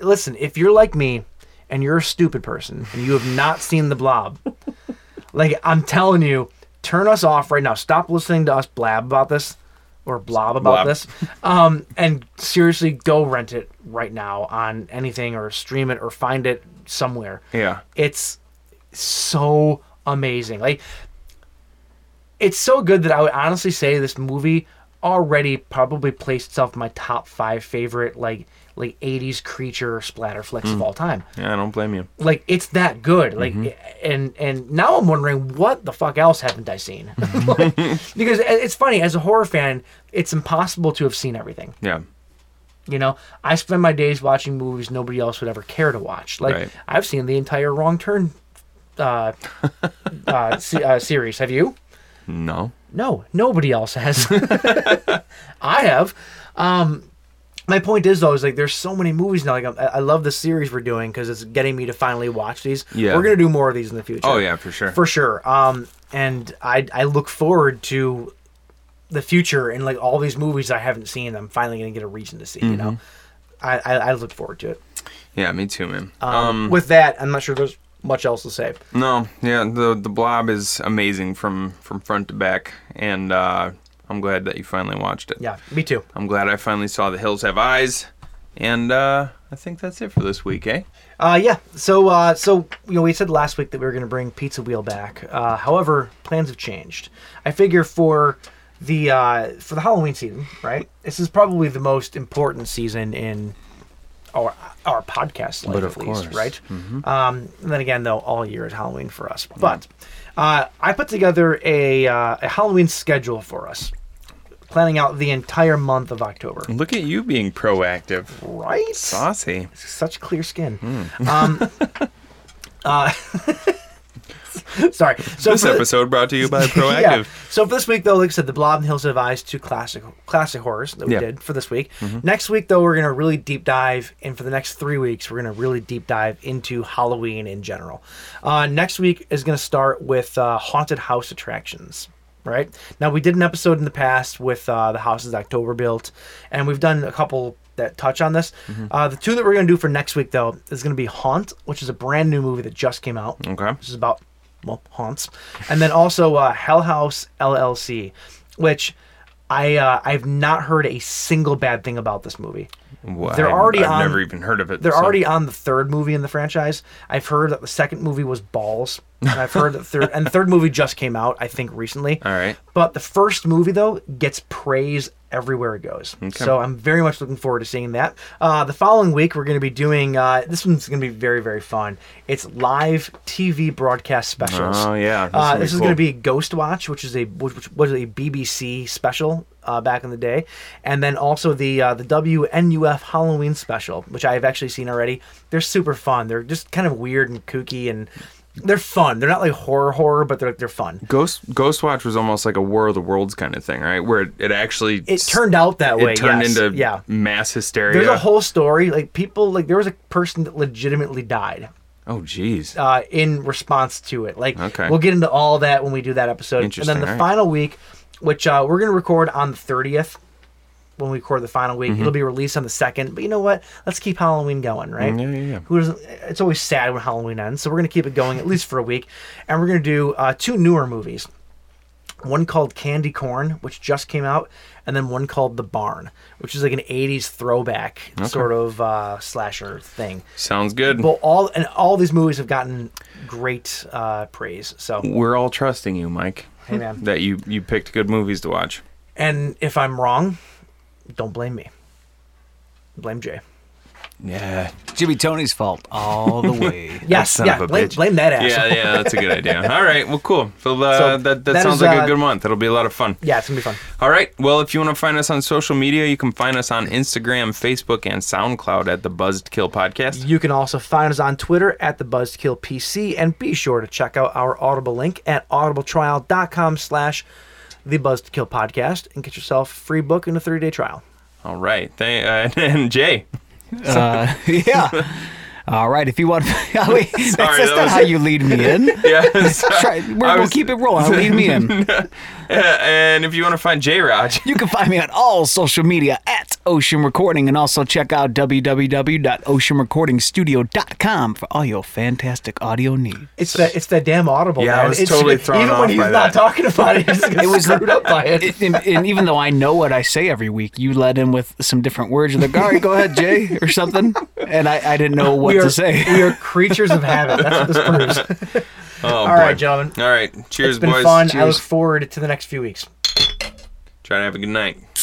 [SPEAKER 5] listen, if you're like me and you're a stupid person and you have not seen the blob, like I'm telling you, turn us off right now. Stop listening to us blab about this or blob
[SPEAKER 6] Blob.
[SPEAKER 5] about this. Um, and seriously go rent it right now on anything or stream it or find it somewhere.
[SPEAKER 6] Yeah.
[SPEAKER 5] It's so amazing. Like it's so good that I would honestly say this movie already probably placed itself in my top five favorite like like 80s creature splatter flicks of all time.
[SPEAKER 6] Yeah, I don't blame you.
[SPEAKER 5] Like it's that good. Like and and now I'm wondering what the fuck else haven't I seen? Like, because it- it's funny as a horror fan, it's impossible to have seen everything.
[SPEAKER 6] Yeah.
[SPEAKER 5] You know, I spend my days watching movies nobody else would ever care to watch. Like
[SPEAKER 6] Right.
[SPEAKER 5] I've seen the entire Wrong Turn
[SPEAKER 6] *laughs*
[SPEAKER 5] uh, uh, se- uh, series. Have you?
[SPEAKER 6] No.
[SPEAKER 5] No, nobody else has. *laughs* I have. Um, my point is though, is like there's so many movies now. Like I'm- I, I love the series we're doing because it's getting me to finally watch these.
[SPEAKER 6] Yeah.
[SPEAKER 5] we're gonna do more of these in the future.
[SPEAKER 6] Oh yeah, for sure.
[SPEAKER 5] for sure. Um, and I I look forward to the future and like all these movies I haven't seen. I'm finally gonna get a reason to see. You know, I, I I look forward to it. Um,
[SPEAKER 6] yeah, me too, man.
[SPEAKER 5] With that, I'm not sure there's much else to say.
[SPEAKER 6] No, yeah, the the blob is amazing from from front to back, and uh, I'm glad that you finally watched it.
[SPEAKER 5] Yeah, me too.
[SPEAKER 6] I'm glad I finally saw The Hills Have Eyes, and uh, I think that's it for this week, eh?
[SPEAKER 5] Uh, yeah. So, uh, so you know, we said last week that we were going to bring Pizza Wheel back. Uh, however, plans have changed. I figure for the uh, for the Halloween season, right? This is probably the most important season in our our podcast life,
[SPEAKER 6] But
[SPEAKER 5] at
[SPEAKER 6] of
[SPEAKER 5] least,
[SPEAKER 6] course. Mm-hmm.
[SPEAKER 5] right? Um, and then again, though, all year is Halloween for us. But uh, I put together a uh, a Halloween schedule for us, planning out the entire month of
[SPEAKER 6] *laughs*
[SPEAKER 5] October.
[SPEAKER 6] Look at you being proactive,
[SPEAKER 5] Right?
[SPEAKER 6] saucy.
[SPEAKER 5] such clear skin.
[SPEAKER 6] Hmm. *laughs*
[SPEAKER 5] Um, uh, *laughs* sorry. So *laughs*
[SPEAKER 6] This
[SPEAKER 5] for the-
[SPEAKER 6] episode brought to you by
[SPEAKER 5] *laughs* yeah.
[SPEAKER 6] Proactive.
[SPEAKER 5] So for this week, though, like I said, the Blob and Hills of Eyes, two classic classic horrors that we
[SPEAKER 6] Yeah. Mm-hmm.
[SPEAKER 5] did for this week. Next week, though, we're gonna really deep dive, and for the next three weeks, we're gonna really deep dive into Halloween in general. Uh, next week is gonna start with uh, haunted house attractions. Right now, we did an episode in the past with uh, the houses October built, and we've done a couple that touch on this.
[SPEAKER 6] Mm-hmm.
[SPEAKER 5] Uh, the two that we're gonna do for next week, though, is gonna be Haunt, which is a brand new movie that just came out
[SPEAKER 6] Okay.
[SPEAKER 5] which is about well haunts, and then also uh, Hell House LLC, which I uh, I've not heard a single bad thing about this movie.
[SPEAKER 6] Well,
[SPEAKER 5] They're
[SPEAKER 6] I-
[SPEAKER 5] already
[SPEAKER 6] I've
[SPEAKER 5] on-
[SPEAKER 6] never even heard of it.
[SPEAKER 5] They're
[SPEAKER 6] so-
[SPEAKER 5] already on the third movie in the franchise. I've heard that the second movie was balls, and I've heard that third and the third movie just came out I think recently.
[SPEAKER 6] All right.
[SPEAKER 5] But the first movie though gets praise everywhere it goes. So I'm very much looking forward to seeing that. Uh, the following week we're going to be doing uh, this one's going to be very very fun. It's live TV broadcast specials.
[SPEAKER 6] Oh yeah.
[SPEAKER 5] Uh,
[SPEAKER 6] gonna be
[SPEAKER 5] this is
[SPEAKER 6] cool.
[SPEAKER 5] going to be Ghost Watch, which is a which, which was a BBC special uh, back in the day, and then also the uh, the WNUF Halloween special, which I have actually seen already. They're super fun. They're just kind of weird and kooky, and they're fun. They're not like horror horror, but they're they're fun.
[SPEAKER 6] Ghost Ghost Watch was almost like a War of the Worlds kind of thing, right? Where it, it actually
[SPEAKER 5] It turned out that
[SPEAKER 6] it
[SPEAKER 5] way.
[SPEAKER 6] turned
[SPEAKER 5] yes.
[SPEAKER 6] into
[SPEAKER 5] yeah.
[SPEAKER 6] mass hysteria.
[SPEAKER 5] There's a whole story. Like people, like there was a person that legitimately died.
[SPEAKER 6] oh jeez.
[SPEAKER 5] uh, in response to it. Like,
[SPEAKER 6] Okay.
[SPEAKER 5] we'll get into all that when we do that episode. And
[SPEAKER 6] Interesting,
[SPEAKER 5] then the
[SPEAKER 6] all right.
[SPEAKER 5] final week, which uh, we're going to record on the 30th, when we record the final week,
[SPEAKER 6] Mm-hmm.
[SPEAKER 5] it'll be released on the 2nd. But you know what? Let's keep Halloween going, right?
[SPEAKER 6] Mm, yeah, yeah, yeah.
[SPEAKER 5] Who doesn't, it's always sad when Halloween ends. So we're going to keep it going at least for a week. And we're going to do uh, two newer movies. One called Candy Corn, which just came out, and then one called The Barn, which is like an '80s throwback sort of uh, slasher thing.
[SPEAKER 6] Sounds good.
[SPEAKER 5] Well, all and all these movies have gotten great uh, praise. So,
[SPEAKER 6] We're all trusting you, Mike.
[SPEAKER 5] hey man.
[SPEAKER 6] That you you picked good movies to watch.
[SPEAKER 5] And if I'm wrong, don't blame me. Blame Jay.
[SPEAKER 6] Yeah.
[SPEAKER 11] Jimmy Tony's fault all
[SPEAKER 7] *laughs*
[SPEAKER 11] the way.
[SPEAKER 5] Yes,
[SPEAKER 6] son
[SPEAKER 5] yeah.
[SPEAKER 6] of a
[SPEAKER 5] Blame,
[SPEAKER 6] bitch.
[SPEAKER 5] blame that ass.
[SPEAKER 6] Yeah, yeah, that's a good
[SPEAKER 5] *laughs*
[SPEAKER 6] idea. All right, well, cool. So, uh,
[SPEAKER 5] So
[SPEAKER 6] that, that,
[SPEAKER 5] that
[SPEAKER 6] sounds
[SPEAKER 5] is,
[SPEAKER 6] like a
[SPEAKER 5] uh,
[SPEAKER 6] good month. It'll be a lot of fun.
[SPEAKER 5] Yeah, it's gonna be fun.
[SPEAKER 6] All right. Well, if you want to find us on social media, you can find us on Instagram, Facebook, and SoundCloud at the Buzzed Kill Podcast.
[SPEAKER 5] You can also find us on Twitter at the Buzzkill PC, and be sure to check out our Audible link at audibletrial.com slash the Buzzkill Podcast and get yourself a free book and a 30-day trial.
[SPEAKER 6] All right. Thank, uh, *laughs* and Jay.
[SPEAKER 7] Uh, *laughs* yeah. All right. If you want, *laughs* oh, wait, that's,
[SPEAKER 6] *laughs* Sorry,
[SPEAKER 7] that's
[SPEAKER 6] that
[SPEAKER 7] not
[SPEAKER 6] was-
[SPEAKER 7] how you lead me in.
[SPEAKER 6] *laughs*
[SPEAKER 7] *laughs*
[SPEAKER 6] Yeah.
[SPEAKER 7] That's right. We're,
[SPEAKER 6] I
[SPEAKER 7] we'll
[SPEAKER 6] was-
[SPEAKER 7] keep it rolling. Lead me in.
[SPEAKER 6] *laughs* and if you want to find J Raj, *laughs*
[SPEAKER 7] You can find me on all social media at Ocean Recording, and also check out www.oceanrecordingstudio.com for all your fantastic audio needs.
[SPEAKER 5] It's that it's that damn Audible.
[SPEAKER 6] Yeah, I
[SPEAKER 5] man.
[SPEAKER 6] was
[SPEAKER 5] It's- *laughs*
[SPEAKER 6] totally thrown
[SPEAKER 5] Even
[SPEAKER 6] off
[SPEAKER 5] when he's
[SPEAKER 6] by
[SPEAKER 5] not
[SPEAKER 6] that.
[SPEAKER 5] talking about it, he's it was screwed up by it.
[SPEAKER 7] *laughs* and, and even though I know what I say every week, you led in with some different words. You're like, all right, go ahead, Jay, or something. And I, I didn't know what
[SPEAKER 5] we are,
[SPEAKER 7] to say.
[SPEAKER 5] we are creatures of habit. That's what this proves.
[SPEAKER 6] *laughs* Oh,
[SPEAKER 5] All right, gentlemen.
[SPEAKER 6] All right. Cheers,
[SPEAKER 5] it's been
[SPEAKER 6] boys.
[SPEAKER 5] fun. I
[SPEAKER 6] Cheers.
[SPEAKER 5] look forward to the next few weeks.
[SPEAKER 6] Try to have a good night.